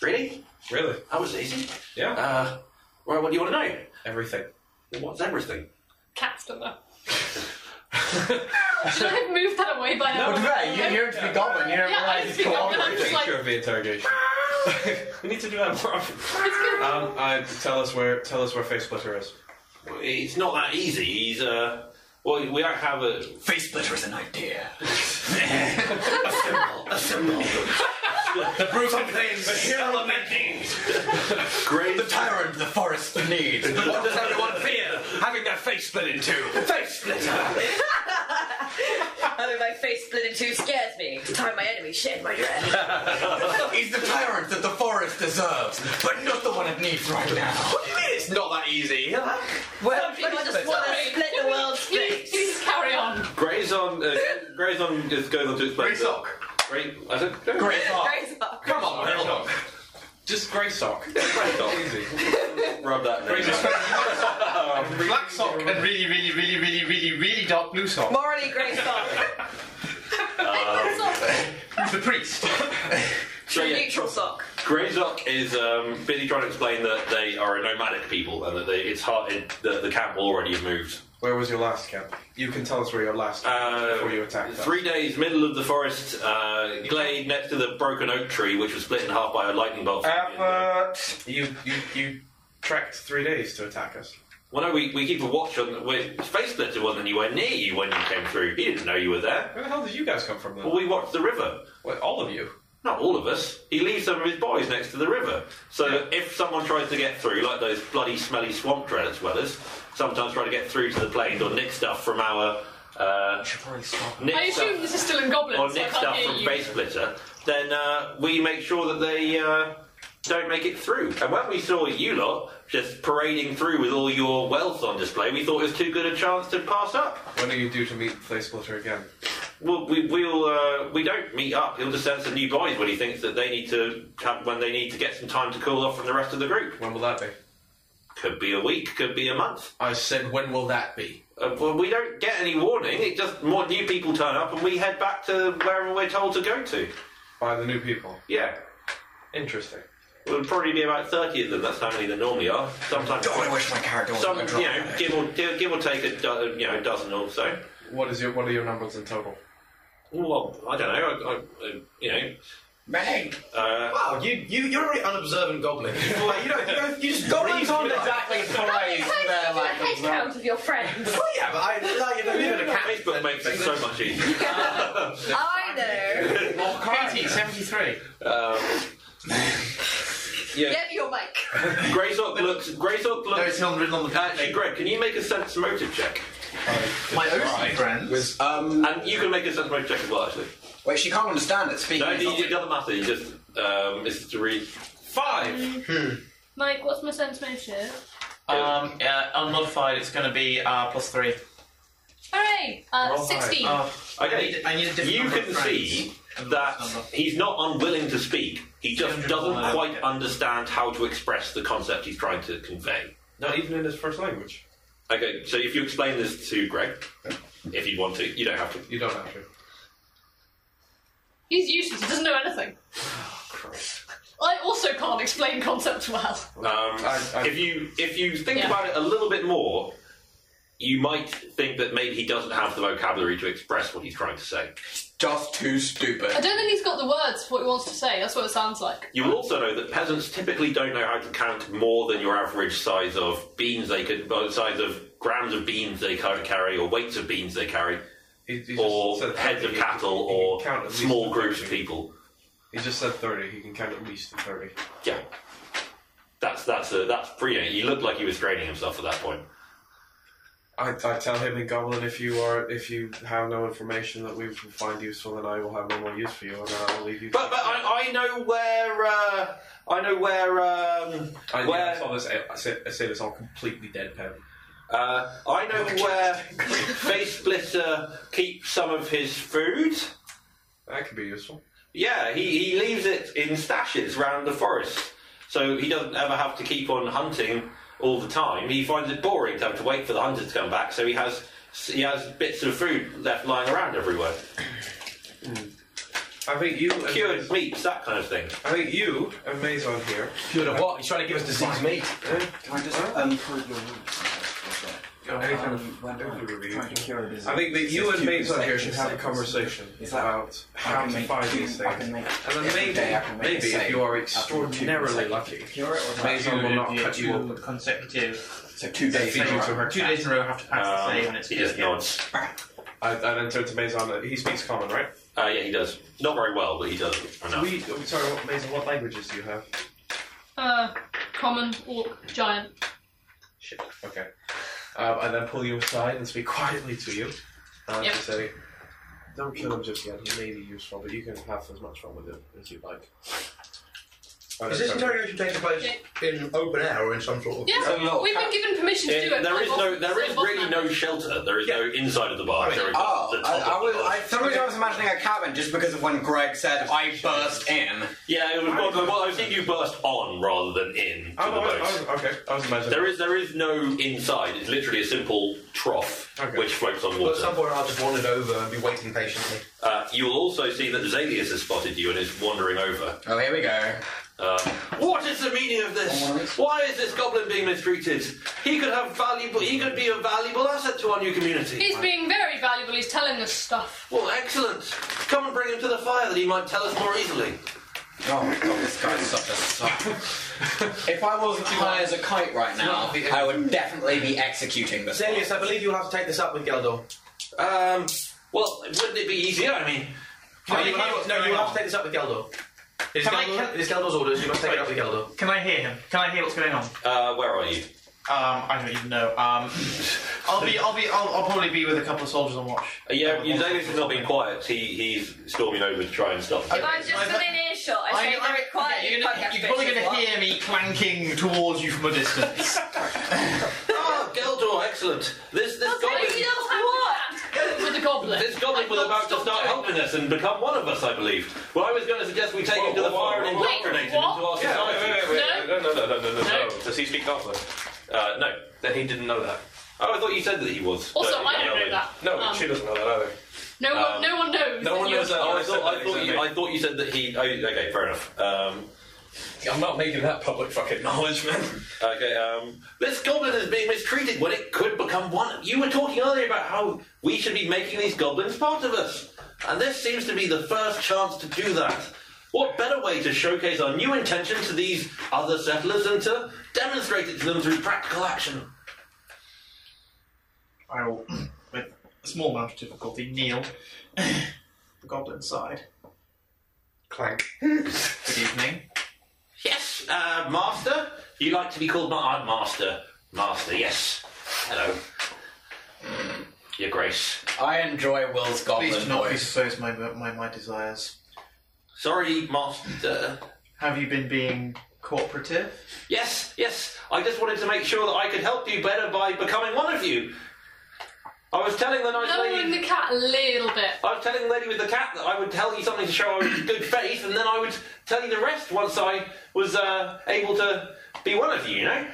F: Really?
E: Really?
F: That was easy.
E: Yeah.
F: Uh, well, what do you want to know?
E: Everything.
F: (laughs) What's everything?
G: Cats don't know. Should I have moved that away by now?
D: No, right, you- you're to be goblin, you don't
G: yeah,
D: realise
G: I'm
D: it's
G: to be goblin, I'm just
F: cooperating.
G: like,
F: Sure, the
G: (laughs)
F: interrogation. (laughs) we need to do that more often. Um, I, tell us where tell us where Face Splitter is.
B: It's not that easy. He's uh, well, we don't have a
D: face splitter is an idea.
B: Assemble,
D: the brutal things, the element
F: (laughs)
D: things. The tyrant the forest needs. But what does everyone fear? Having their face split in two. Face splitter!
C: Having my face split in two scares me. The time my enemy shed my dread.
D: He's the tyrant that the forest deserves, but not the one it needs right now. What do you mean it's not that easy? Well,
C: people just want to split the (laughs) world straight.
G: Please carry on.
B: Grayson. Uh, Grayson is going on to explain. Grayson. Great. I said
F: Come on, Greysock. Just Greysock. Greysock. Easy.
B: Rub that.
H: Black sock and really, really, really, really, really, really dark blue sock.
C: Morally grey (laughs) sock.
H: He's the priest.
B: So, yeah.
C: Neutral sock.
B: Greyzock is um, busy trying to explain that they are a nomadic people and that they, it's hard. It, the, the camp already has moved.
F: Where was your last camp? You can tell us where your last camp
B: Uh,
F: before you attacked us.
B: Three days, middle of the forest uh, glade, next to the broken oak tree, which was split in half by a lightning bolt. uh,
F: uh, Effort. You you you trekked three days to attack us.
B: Well, no, we, we keep a watch on. we Space Splitter wasn't anywhere near you when you came through. He didn't know you were there.
F: Where the hell did you guys come from then?
B: Well, we watched the river.
F: Wait, all of you?
B: Not all of us. He leaves some of his boys next to the river. So if someone tries to get through, like those bloody smelly swamp dwellers, dwellers sometimes try to get through to the plains or nick stuff from our. Uh, nick
G: I assume
B: stuff-
G: this is still in goblins.
B: or
G: so I
B: nick
G: can't
B: stuff
G: hear
B: from
G: you.
B: Base Splitter, then uh, we make sure that they uh, don't make it through. And when we saw you lot just parading through with all your wealth on display, we thought it was too good a chance to pass up.
F: When are you due to meet Face Splitter again?
B: Well, we we'll, uh, we don't meet up. He'll just send some new boys when he thinks that they need to have, when they need to get some time to cool off from the rest of the group.
F: When will that be?
B: Could be a week. Could be a month.
A: I said, when will that be?
B: Uh, well, we don't get any warning. It just more new people turn up, and we head back to wherever we're told to go to.
F: By the new people.
B: Yeah.
F: Interesting.
B: It would probably be about 30 of them. That's how many there normally are. Sometimes.
D: God, I wish my character was
B: Some,
D: a
B: you know, give or, give, give or take a do, you know, dozen or so.
F: What is your what are your numbers in total?
B: Well, I don't know. I, I, uh, you know.
D: Bang!
B: Uh,
H: Wow, you, you, you're a really
A: (laughs)
H: unobservant goblin. like, you, don't, you, don't, you just
D: Goblins
H: breathe
D: aren't
H: life.
D: exactly
S: How many times did you
D: parades they're like.
S: do a head count of your friends?
H: Well, yeah, but I, like, you know, you're in a cat.
B: Facebook makes it so much easier.
C: I know.
H: Katie, 73.
B: Um, yeah.
C: Get your mic.
B: Graysock looks. Graysock looks. No, it's not written on the Actually, Greg, can you make a sense motive check?
H: My own friends.
D: With, um,
B: And you can make a sense motive check as well, actually.
D: wait, she can't understand it speaking.
B: No,
D: is not-
B: it doesn't matter. You just. Um, it's to read. Five!
G: Mike, what's my sense motive?
H: Um, yeah, unmodified, it's going to be uh, plus three.
G: Hooray! Uh, 16.
H: Oh.
B: Okay.
H: I need, I need a different
B: You
H: number
B: can
H: of friends.
B: see that he's not unwilling to speak. He just doesn't quite understand how to express the concept he's trying to convey.
F: Not even in his first language.
B: Okay, so if you explain this to Greg, if you want to, you don't have to.
F: You don't have to.
G: He's useless, he doesn't know anything. I also can't explain concepts well.
B: Um, if you if you think
G: Yeah.
B: about it a little bit more, you might think that maybe he doesn't have the vocabulary to express what he's trying to say.
D: Just too
G: I
D: stupid.
G: don't think he's got the words for what he wants to say, that's what it sounds like.
B: You will also know that peasants typically don't know how to count more than your average size of beans they could, uh, size of grams of beans they ca- carry, or weights of beans they carry,
F: He, he
B: or
F: just said
B: heads of
F: he- he-
B: cattle,
F: he
B: or
F: can count at least
B: small
F: to
B: groups of
F: 30.
B: people.
F: He just said thirty. He can count at least to thirty.
B: Yeah, that's that's a, that's pretty. He looked like he was training himself at that point.
F: I, I tell him in Goblin if you are if you have no information that we will find useful, then I will have no more use for you, and then I will leave you.
B: But, but I, I know where uh, I know where um,
F: I, yeah, I
B: where
F: saw this. I say, I say this all completely deadpan.
B: uh, I
F: (laughs)
B: know where Face Splitter keeps some of his food.
F: That could be useful.
B: Yeah, he, he leaves it in stashes round the forest, so he doesn't ever have to keep on hunting all the time. He finds it boring to have to wait for the hunters to come back, so he has he has bits of food left lying around everywhere,
F: I think you. and-
B: cured meats, that kind of thing.
F: I think you and Maison here.
A: Cured of what? He's trying to give us diseased meat.
F: eh?
D: Can I just um, prove your rules?
E: I think that you and Mason here should have a conversation about how to find these things. And then maybe, maybe if you are extraordinarily lucky, Mason will not cut you off.
H: consecutive.
E: So two days in a row.
H: Two days in a row Um, have to pass the same, and it's
B: Um, nods.
E: I, I then turn to Mason. He speaks common, right?
B: Uh, yeah, he does. Not very well, but he does enough.
E: We, we- sorry, what, Mason, what languages do you have?
G: Uh, common, orc, giant.
E: Shit. Okay. Um, I then pull you aside and speak quietly to you. And
G: Yep.
E: just say, don't kill him just yet. He may be useful, but you can have as much fun with it as you like. I
A: Is this
E: don't know.
A: interrogation taking place in open air or in some sort of?
G: Yeah, we've been given permission to do it.
B: There
G: by
B: is
G: boss-
B: no, there is
G: boss
B: really
G: man.
B: no shelter. There is no inside of the bar. There is
D: Oh,
B: the
D: I,
B: top of
D: I was.
B: the bar.
D: I, for some reason I was imagining a cabin just because of when Greg said I burst in.
B: Yeah, it was, well, well, I was thinking you burst on rather than in to
D: Oh,
B: the
D: I was- I
B: boat.
E: was- okay, I was imagining.
B: There is there is no inside. It's literally a simple trough which floats on water.
A: But somewhere I'll just wander over and be waiting patiently.
B: Uh, you'll also see that Zalius has
A: (laughs)
B: spotted you and is wandering over.
D: Oh, here we go.
B: Um, what is the meaning of this? Why is this goblin being mistreated? He could have valuable. He could be a valuable asset to our new community.
G: He's being very valuable. He's telling us stuff.
B: Well, excellent. Come and bring him to the fire that he might tell us more easily.
D: Oh my god, this guy's such a suck. (laughs) if I wasn't high as a kite right now, I would definitely be executing this.
A: Zelius, I believe you'll have to take this up with Geldor.
B: Um, well, wouldn't it be easier? I mean,
A: no, Oh, you, have, no, you have to take this up with Geldor. It is, Geldor, it is Geldor's orders. You must take it up with Geldor.
H: Can I hear him? Can I hear what's going on?
B: Uh, where are you?
H: Um, I don't even know.
A: (laughs)
H: Um, I'll be, I'll be, I'll, I'll probably be with a couple of soldiers on watch.
B: Uh, Yeah, you Zalius has not been quiet. He he's storming over to try and stop.
C: If I'm just within earshot, I say very quiet.
H: You're, gonna, you're probably going to hear me clanking towards you from a distance.
C: (laughs)
B: Ah, Geldor, excellent. This this
G: Everybody
B: goblin.
G: else what? With the goblin.
B: This goblin was about to start helping us and become one of us, I believe. Well, I was going to suggest we take him to the fire and
G: whoa,
B: indoctrinate him into
G: whoa.
B: our
G: Yeah,
B: society.
G: wait, wait, wait,
B: No, no, no, no, no, no. Does he speak Goblin? Uh, no. Then he didn't know that. Oh, I thought you said that he was.
G: Also,
B: No,
G: I don't
B: no,
G: know
B: wait.
G: that. Um,
B: doesn't know that either.
G: No one,
H: Um,
G: no one knows. You're-
B: Oh, I thought, I, thought you, I thought you said that he. Oh, okay, fair enough. Um, I'm not making that public fucking knowledge, man. Okay, um, this goblin is being mistreated when it could become one. You were talking earlier about how we should be making these goblins part of us, and this seems to be the first chance to do that. What better way to showcase our new intention to these other settlers than to demonstrate it to them through practical action?
H: I will, with a small amount of difficulty, kneel (laughs) the goblin side.
B: Clank.
H: Good evening.
B: Yes, uh, Master. You like to be called Ma- uh, Master. Master, yes. Hello. Your Grace.
D: I enjoy Will's goblin
H: Please do not
D: voice.
H: dispose my, my my desires.
B: Sorry, Master.
H: Have you been being cooperative?
B: Yes, yes. I just wanted to make sure that I could help you better by becoming one of you. I was telling the nice
G: Lowering
B: lady.
G: the cat a little bit.
B: I was telling the lady with the cat that I would tell you something to show I was in (coughs) good faith, and then I would tell you the rest once I was uh, able to be one of you. You know.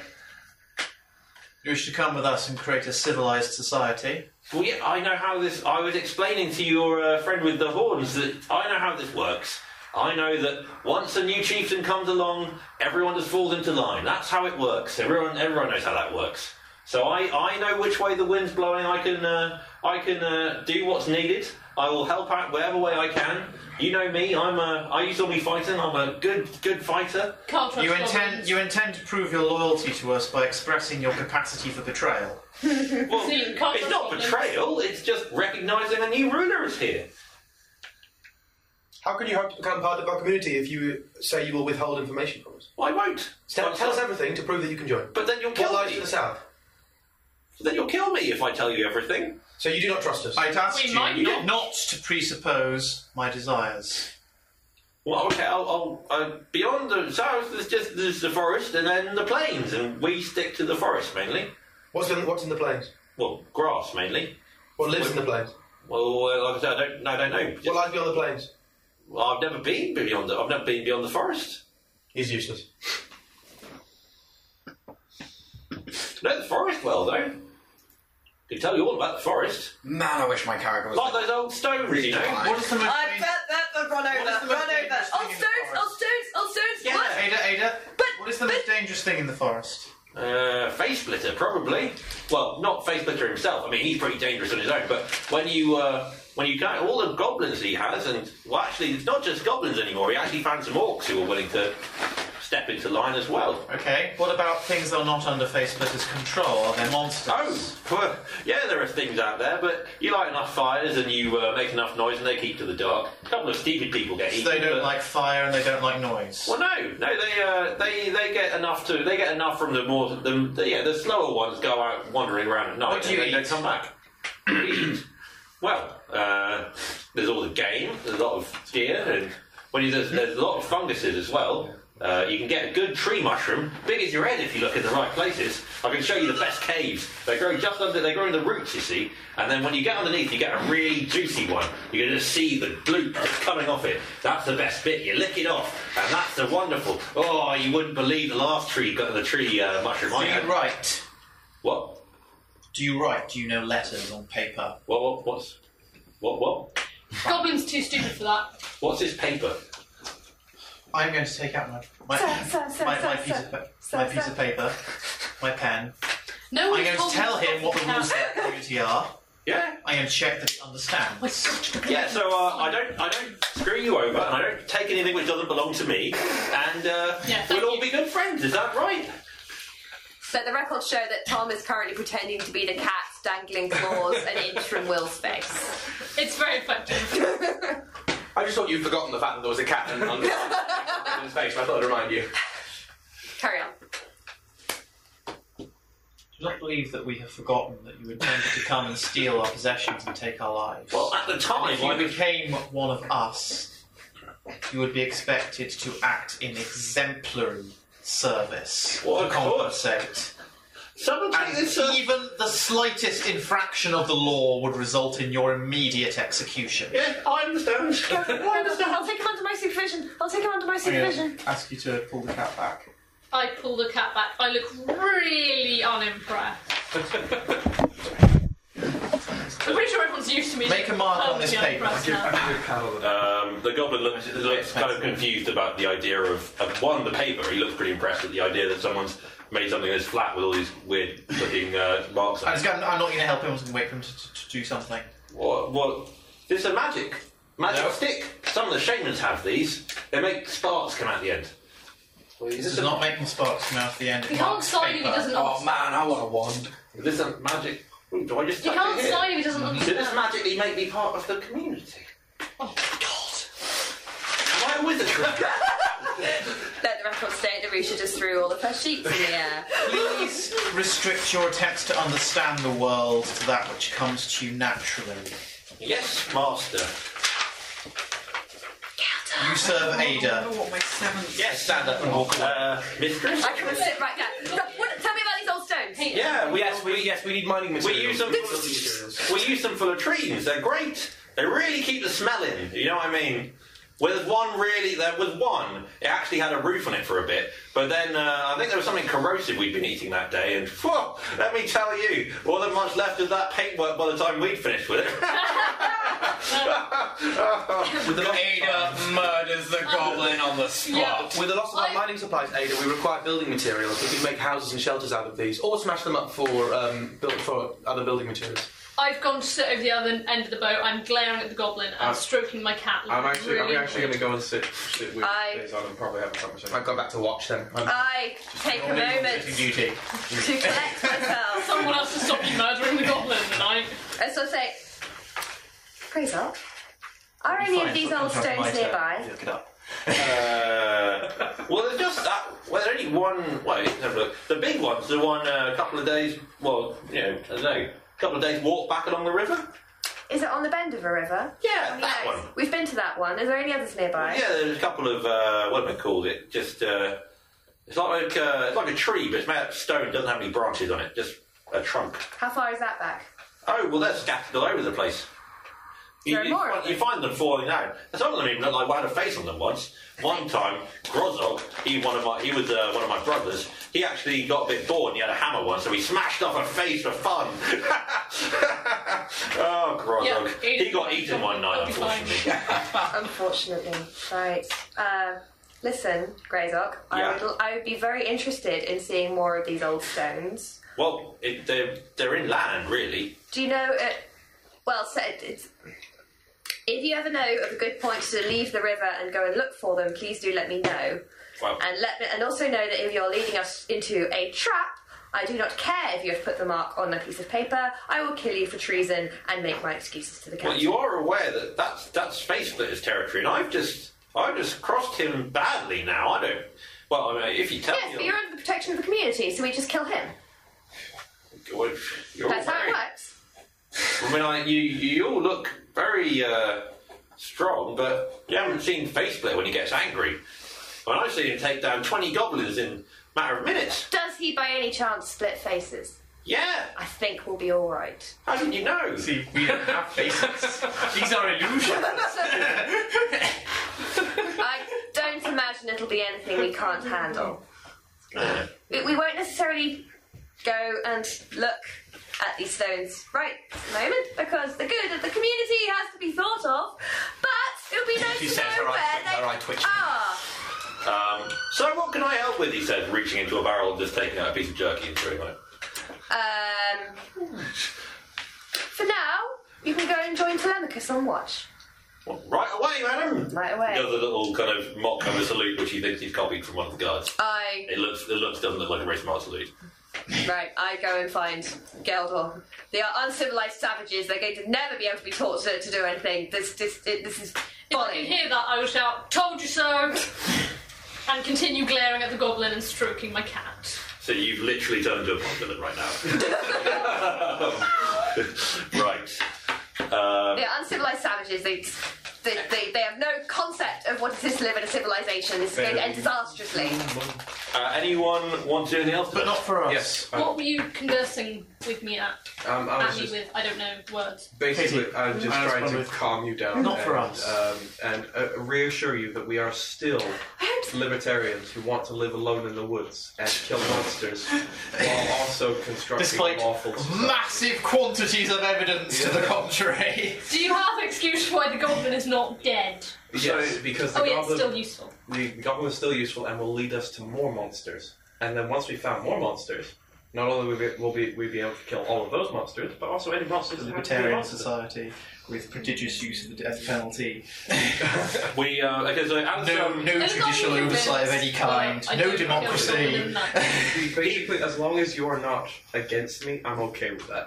H: You wish to come with us and create a civilized society?
B: Well, yeah, I know how this. I was explaining to your uh, friend with the horns that I know how this works. I know that once a new chieftain comes along, everyone just falls into line. That's how it works. Everyone, everyone knows how that works. So I, I know which way the wind's blowing. I can, uh, I can uh, do what's needed. I will help out wherever way I can. You know me. I'm a. I used to be fighting. I'm a good, good fighter.
H: You intend you intend to prove your loyalty to us by expressing your capacity for betrayal.
B: Well, it's not betrayal. It's just recognising a new ruler is here.
T: How can you hope to become part of our community if you say you will withhold information from us?
B: Well, I won't.
T: Tell, tell us everything to prove that you can join.
B: But then you'll kill
T: what lies
B: me.
T: to the south?
B: Then you'll kill me if I tell you everything.
H: So you do not trust us. I'd asked
B: We
H: you
B: might
H: not.
B: not.
H: to presuppose my desires.
B: Well, okay, I'll, I'll, uh, beyond the south, there's just there's the forest and then the plains, and we stick to the forest mainly.
T: What's in, what's in the plains?
B: Well, grass mainly.
T: What lives in the plains?
B: Well, uh, like I said, I don't, no, I don't know.
T: What lies beyond the plains?
B: Well, I've never been beyond. The, I've never been beyond the forest.
T: He's useless.
B: Know the forest well though. Can tell you all about the forest.
D: Man, I wish my character was.
B: Like those old stones, you know.
U: I bet that the run over,
H: is the most
U: run over.
H: dangerous
U: Oh stones, oh stones, oh stones.
H: Ada, Ada,
U: But
H: what is the most dangerous thing in the forest?
B: Uh, face splitter, probably. Well, not face splitter himself. I mean, he's pretty dangerous on his own. But when you uh, when you count all the goblins he has, and well, actually, it's not just goblins anymore. He actually found some orcs who were willing to step into line as well.
H: Okay. What about things that are not under Face Splitter's control? Are they monsters?
B: Oh, well, yeah, there are things out there, but you light enough fires and you uh, make enough noise, and they keep to the dark. A couple of stupid people get
H: So
B: eaten.
H: they don't
B: but-
H: like fire and they don't like noise.
B: Well, no, no, they uh, they they get enough to they get enough from the more the, the yeah the slower ones go out wandering around at night
H: What do
B: and
H: you
B: they don't come back.
H: (clears throat)
B: well, uh, there's all the game, there's a lot of deer, and when you, there's, there's a lot of funguses as well. Uh, you can get a good tree mushroom, big as your head if you look in the right places. I can show you the best caves. They grow just under, they grow in the roots, you see. And then when you get underneath, you get a really juicy one. You can just see the glue just coming off it. That's the best bit. You lick it off, and that's the wonderful. Oh, you wouldn't believe the last tree got the tree uh, mushroom
H: Do
B: I
H: you
B: had.
H: write?
B: What?
H: Do you write? Do you know letters on paper?
B: What? What? What's? What? What?
G: Goblin's too stupid for that.
B: What's this paper?
H: I'm going to take out my my,
G: Sir, sir, sir,
H: my, my
G: sir,
H: piece,
G: sir.
H: of, pa-
G: Sir,
H: my piece
G: sir.
H: of paper, my pen.
G: No one
H: I'm going
G: told
H: to tell
G: me
H: him what the
G: fucking
H: rules
G: (laughs)
H: of
G: happened.
H: that community are.
B: Yeah.
H: I'm going to check that he understands.
B: Yeah, so uh, I don't, I don't screw you over, and I don't take anything which doesn't belong to me, and uh, we'll all be good friends. Is that right?
C: But the records show that Tom is currently pretending to be the cat, dangling claws an inch from Will's face.
G: It's very effective.
A: I just thought you'd forgotten the fact that there was a cat in, on his face, and I thought I'd remind you.
C: Carry on.
H: Do not believe that we have forgotten that you intended to come and steal our possessions and take our lives.
B: Well, at the time,
H: And if you
B: I was-
H: became one of us, you would be expected to act in exemplary service
B: Well,
H: to
B: of course.
H: compensate.
B: Someone
H: and even the slightest infraction of the law would result in your immediate execution.
B: Yeah, I understand.
F: I understand. I'll take him under my supervision. I'll take him under my
H: I'm
F: supervision.
H: going to ask you to pull the cat back.
G: I pull the cat back. I look really unimpressed. I'm pretty sure everyone's used to me.
H: Make a mark on this
G: perfectly
H: paper.
G: unimpressed now.
B: Um, the goblin looks, looks kind of confused about the idea of, of one the paper. He looks pretty impressed at the idea that someone's made something that's flat with all these weird looking uh, marks
H: I'm,
B: on
H: just
B: it.
H: gonna, I'm not going to help him. I'm just going to wait for him to, to, to do something.
B: What? What? This is a magic magic stick. Some of the shamans have these. They make sparks come out the end.
H: This is not making sparks come out of the end.
G: You can't sign if he doesn't
B: Oh
G: understand.
B: man, I want a wand. This is magic. Ooh, Do I just?
G: You
B: touch it
G: can't
B: here?
G: sign if he doesn't
B: Did this
G: understand.
B: magically make me part of the community? Oh my god! Am I a wizard? (laughs)
C: Let the records state that Risha just threw all of her sheets in the air.
H: Please restrict your attempts to understand the world to that which comes to you naturally.
B: yes, master.
H: You serve Ada.
B: Yes, stand up and walk away. Uh, mistress?
C: I can sit right down. Look, what- Tell me about these old stones.
B: Yeah, we, yes, we,
A: yes, we need mining materials.
B: We use them for, we use them for latrines. They're great. They really keep the smell in. You know what I mean? Well, there's one really. There was one. It actually had a roof on it for a bit, but then uh, I think there was something corrosive we'd been eating that day, and whoa, let me tell you, wasn't much left of that paintwork by the time we'd finished with it.
A: With the
D: Ada murders the goblin on the spot.
A: With the loss of our mining supplies, Ada, we require building materials. We could make houses and shelters out of these, or smash them up for um, built for other building materials.
G: I've gone to sit over the other end of the boat. I'm glaring at the goblin. I'm
V: I'm-
G: stroking my cat.
V: I'm actually,
G: really
V: I'm actually going to go and sit, sit
D: Uh,
V: with
C: I-
V: these on and probably have a conversation. I've gone back to watch them.
C: I take a moment
H: duty.
C: to collect myself. (laughs)
G: Someone else has stopped you murdering the goblin, and I.
C: And so I say, Fraser, are any of these old stones nearby?
H: Look it up.
B: Uh, (laughs) well, there's just that. Well, there's only one. Wait, let's have a look. The big one's the one uh, a couple of days. Well, you know, I don't know. A couple of days walk back along the river.
C: Is it on the bend of a river?
B: Yeah,
C: On the
B: that
C: ice?
B: one.
C: We've been to that one. Is there any others nearby?
B: Yeah, there's a couple of uh, what am I called? It just uh, it's not like uh, it's like a tree, but it's made out of stone. Doesn't have any branches on it. Just a trunk.
C: How far is that back?
B: Oh well, they're scattered all over the place. You, you, find, you find them falling down. Some of them even look like I had a face on them once. One time, Grozog, he one of my he was uh, one of my brothers. He actually got a bit bored and he had a hammer once, so he smashed off a face for fun. (laughs) oh, Grozog,
C: Yeah,
B: he got eaten one night,
C: I'll be fine.
B: unfortunately.
C: Unfortunately, right. Uh, Listen, Greyzock, I,
F: Yeah.
C: would, I would be very interested in seeing more of these old stones.
F: Well, it, they're, they're in land, really.
C: Do you know? Uh, well, so it- it's, if you ever know of a good point to leave the river and go and look for them, please do let me know.
F: Wow.
C: And let me, and also know that if you're leading us into a trap, I do not care if you have put the mark on a piece of paper. I will kill you for treason and make my excuses to the council.
F: Well, you are aware that that's that's Space Splitter's territory, and I've just I've just crossed him badly now. I don't. Well, I mean, if you tell
C: Yes, but
F: me,
C: you're under the protection of the community, so we just kill him.
F: well, you're
C: That's how
F: aware.
C: it works.
F: I mean, I, you you all look very uh, strong, but you haven't seen Face Splitter when he gets angry. When I've seen him take down twenty goblins in a matter of minutes.
C: Does he by any chance split faces?
F: Yeah.
C: I think we'll be all right.
F: How did you know?
W: See, we don't have faces. These are illusions.
C: I don't imagine it'll be anything we can't handle. We, we won't necessarily go and look at these stones right at the moment because the good of the community has to be thought of, but it'll be nice
F: She
C: to
F: says her
C: know
F: eye
C: where
F: twitch-
C: they
F: her eye twitches.
C: are.
F: Um, so what can I help with? He said, reaching into a barrel and just taking out a piece of jerky and throwing it.
C: Um, for now, you can go and join Telemachus on watch.
F: Well, right away, madam.
C: Right away.
F: The other little kind of mock of a salute, which he thinks he's copied from one of the guards.
C: I
F: It looks, it looks doesn't look like a very smart salute.
C: Right, I go and find Geldor. They are uncivilized savages. They're going to never be able to be taught to, to do anything. This, this, it, this is
G: If I can hear that, I will shout, "Told you so!" and continue glaring at the goblin and stroking my cat.
F: So you've literally turned into a mock villain right now. (laughs) right. Um,
C: they're uncivilized savages. They, they, they, they have no concept of what it is to live in a civilization. This is going to end disastrously.
F: uh, anyone want to do anything else? But not
W: for us.
E: Yes.
G: What were you conversing with me at?
E: Um, I
G: at
E: was
G: me
E: just-
G: with? I don't know words.
E: Basically, I'm just
W: I
E: trying
W: respond
E: to
W: with,
E: calm you down.
W: "Not
E: and,
W: for us."
E: Um, and uh, reassure you that we are still libertarians who want to live alone in the woods and kill monsters while also constructing
H: Despite
E: lawful society.
H: massive quantities of evidence to the (laughs) contrary.
G: Do you have excuse why the goblin is not dead?
E: Yes, because the
G: oh, yeah, it's
E: goblin,
G: still useful.
E: the, the goblin is still useful and will lead us to more monsters. And then once we found more monsters, not only will we be, will be, we be able to kill all of those monsters, but also any monsters that happen to be
W: libertarian
E: monsters.
W: society with prodigious use of the death
H: (laughs)
W: penalty.
F: we uh, okay, so Alice,
W: No-
F: um,
W: no judicial oversight of any kind.
F: I No don't- I don't democracy. believe
E: Basically, as long as you're not against me, I'm okay with that.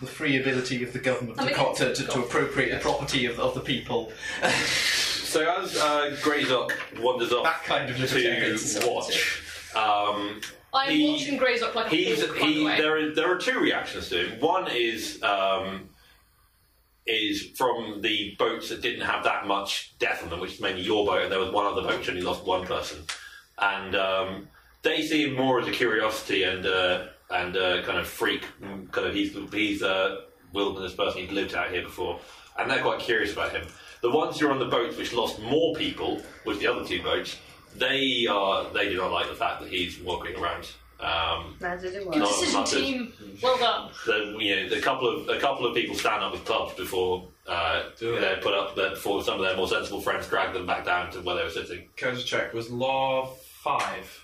W: The free ability of the government
F: I'm
W: to, co- to,
F: against
W: to,
F: the
W: to appropriate the property of, of the people.
F: So as uh, Greyzock wanders off to watch, um,
G: I'm
F: he-
G: watching Greyzock like a
F: he's
G: hawk, by the
F: he.
G: way.
F: There are there are two reactions to him. One is um, is from the boats that didn't have that much death on them, which is mainly your boat, and there was one other boat which only lost one person, and um, they see him more as a curiosity and uh, and uh, kind of freak, mm, kind of he's he's a wilderness person who's lived out here before, and they're quite curious about him. The ones who are on the boats which lost more people, was the other two boats, they are they do not like the fact that he's walking around. Um,
G: Good
F: No,
G: decision,
F: not good.
G: team. Well done.
F: the, you know, the couple of a couple of people stand up with clubs before uh, they're put up there before some of their more sensible friends drag them back down to where they were sitting.
E: Can I just check? Was Law 5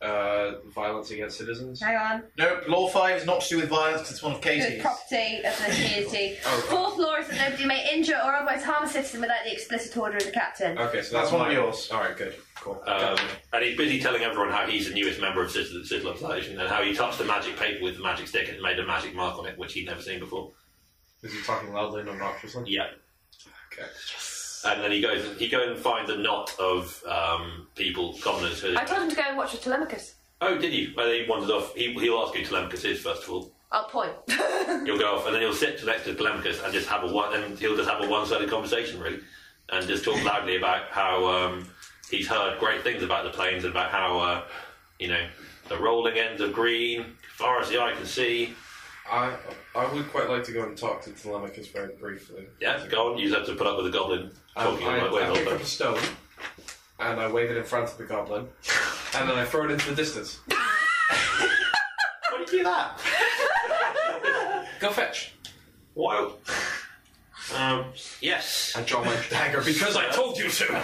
E: uh, violence against citizens?
C: Hang on.
H: Nope, Law 5 is not to do with violence, 'cause it's one of
C: Good
H: Katie's.
C: property
H: (laughs)
C: of the community.
H: Oh, right.
C: Fourth law is that nobody may injure or otherwise harm a citizen without the explicit order of the captain.
E: Okay, so
H: That's
E: that's,
H: one of
E: mine.
H: yours.
A: Oh.
E: All right, good, cool.
F: Um, and he's busy telling everyone how he's the newest member of Citizen Civilization and how he touched the magic paper with the magic stick and made a magic mark on it, which he'd never seen before.
E: Is he talking loudly and obnoxiously?
F: Yeah.
E: Okay.
F: And then he goes he goes and finds a knot of um, people, commoners. Who,
C: I told him to go and watch with Telemachus.
F: oh, did you? Well, he wandered off. He, he'll ask you to Telemachus is, first of all.
C: I'll point. (laughs)
F: You'll go off, and then you'll sit next to Telemachus and just have a one, and he'll just have a one-sided conversation really, and just talk loudly about how um, he's heard great things about the plains and about how uh, you know the rolling ends of green, far as the eye can see.
E: I I would quite like to go and talk to Telemachus very briefly.
F: Yeah, go on. You just have to put up with the goblin
E: Um,
F: talking
E: I,
F: about way
E: I pick up
F: older.
E: a stone and I wave it in front of the goblin, and then I throw it into the distance.
F: Why do you do that?
E: Go fetch.
F: Wild. (laughs) Um, yes.
E: I draw my dagger because I told you to.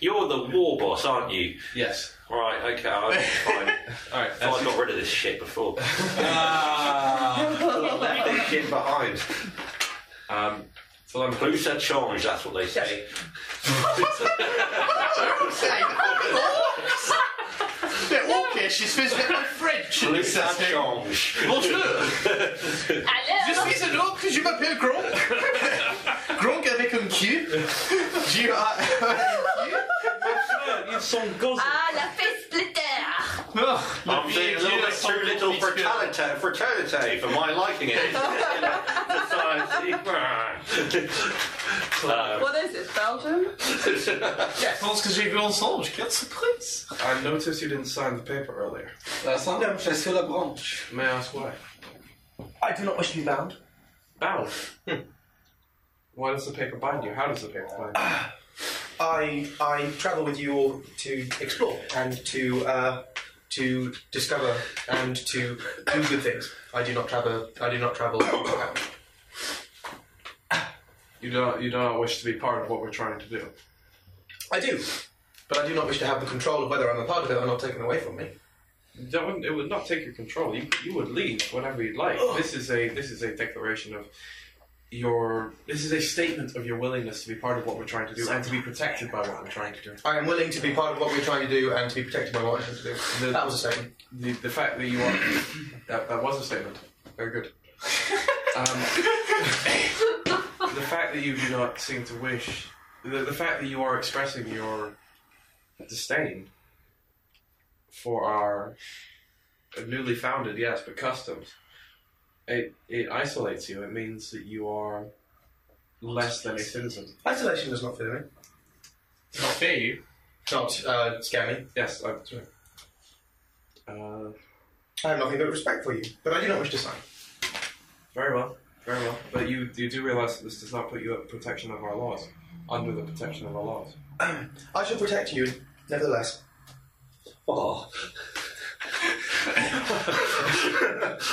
F: You're the war boss, aren't you?
E: Yes.
F: Right, okay, I'm fine.
E: Alright,
F: I thought I got rid of this shit before. Left this shit behind.
E: Um, so I'm
F: Plus a change, that's what they say.
H: bit walkish, she's visiting my fridge.
F: Plus a change.
H: Just use a look, because you might be a (laughs) grog. Grog avec un (laughs) cul. You are.
F: You've sung gossip.
C: Ah, la fesse splitter!
H: uh,
F: I'm being a little bit too little fraternite, fraternite for my liking it. Society. um,
C: What is it, Belgium?
W: yeah, well, because you've been ensemble, kids, please.
E: I noticed you didn't sign the paper earlier.
D: That's not them, c'est sur la branche.
E: May I ask why?
W: I do not wish to be bound.
E: Bound? Hmm. Why does the paper bind you? How does the paper bind you?
A: I I travel with you all to explore and to uh, to discover and to do good things. I do not travel. I do not travel.
E: You don't. You do not wish to be part of what we're trying to do.
A: I do, but I do not wish to have the (laughs) control of whether I'm a part of it or not taken away from me.
E: That wouldn't, it would not take your control. You, you would leave whenever you'd like. This is a this is a declaration of your. This is a statement of your willingness to be part of what we're trying to do and to be protected by what we're trying to do.
A: I am willing to be part of what we're trying to do and to be protected by what we're trying to do. that was a statement.
E: The, the fact that you are that, that was a statement. Very good. Um, the fact that you do not seem to wish the, the fact that you are expressing your disdain for our newly founded yes but customs it it isolates you it means that you are less than a citizen
A: Isolation does not fear me.
E: not fear you
A: Not uh, scare me.
E: yes I, that's right. uh,
A: I have nothing but respect for you, but I do not wish to sign.
E: very well very well but you you do realize that this does not put you at protection of our laws under the protection of our laws
A: (clears throat) I shall protect you, nevertheless.
E: oh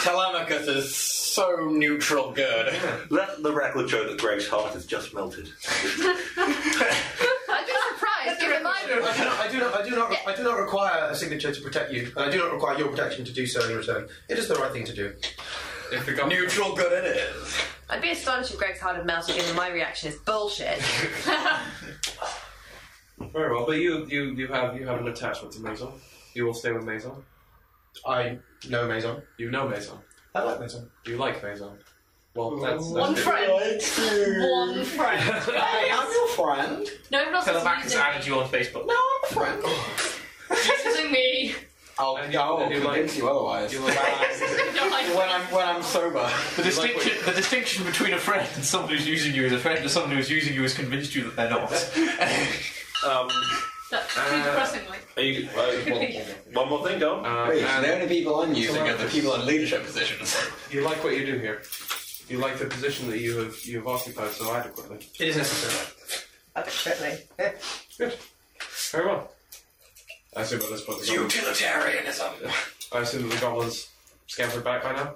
D: Telemachus is so neutral good.
F: (laughs) Let the record show that Greg's heart has just melted.
C: (laughs) I'd be surprised given my
A: I do not, I do not, I do not, I do not require a signature to protect you, and I do not require your protection to do so in return. It is the right thing to do.
E: If the government
D: Neutral good it is.
C: I'd be astonished if Greg's hard had melted given my reaction is (laughs) bullshit.
E: Very well, but you you you have you have an attachment to Maison. You will stay with Maison.
A: I know Maison.
E: You know Maison.
A: I like Maison.
E: You like Maison. Well, that's, that's
G: One
E: it.
G: friend. One friend.
D: Hey, I'm your friend.
G: No, I'm not
W: Telemachus
G: using,
W: added you on Facebook.
D: No, I'm a friend.
G: using me. (laughs)
D: I'll, I'll
E: you like-
D: convince you otherwise.
E: You like,
A: (laughs)
D: when I'm when I'm sober.
W: The distinction, the distinction between a friend and someone who's using you as a friend and someone who's using you has convinced you that they're not.
F: Um,
G: That's
E: uh,
G: too depressingly.
F: are you, uh,
G: (laughs)
F: one, one more thing, go on.
E: uh,
D: Wait, so
E: and
D: the only people I'm using are the people in leadership positions.
E: you like what you do here. You like the position that you have you have occupied so adequately.
A: It is necessary.
C: Absolutely.
E: Very well. I assume at this point, the goblins,
D: Utilitarianism.
E: I assume that the goblins scampered back by now.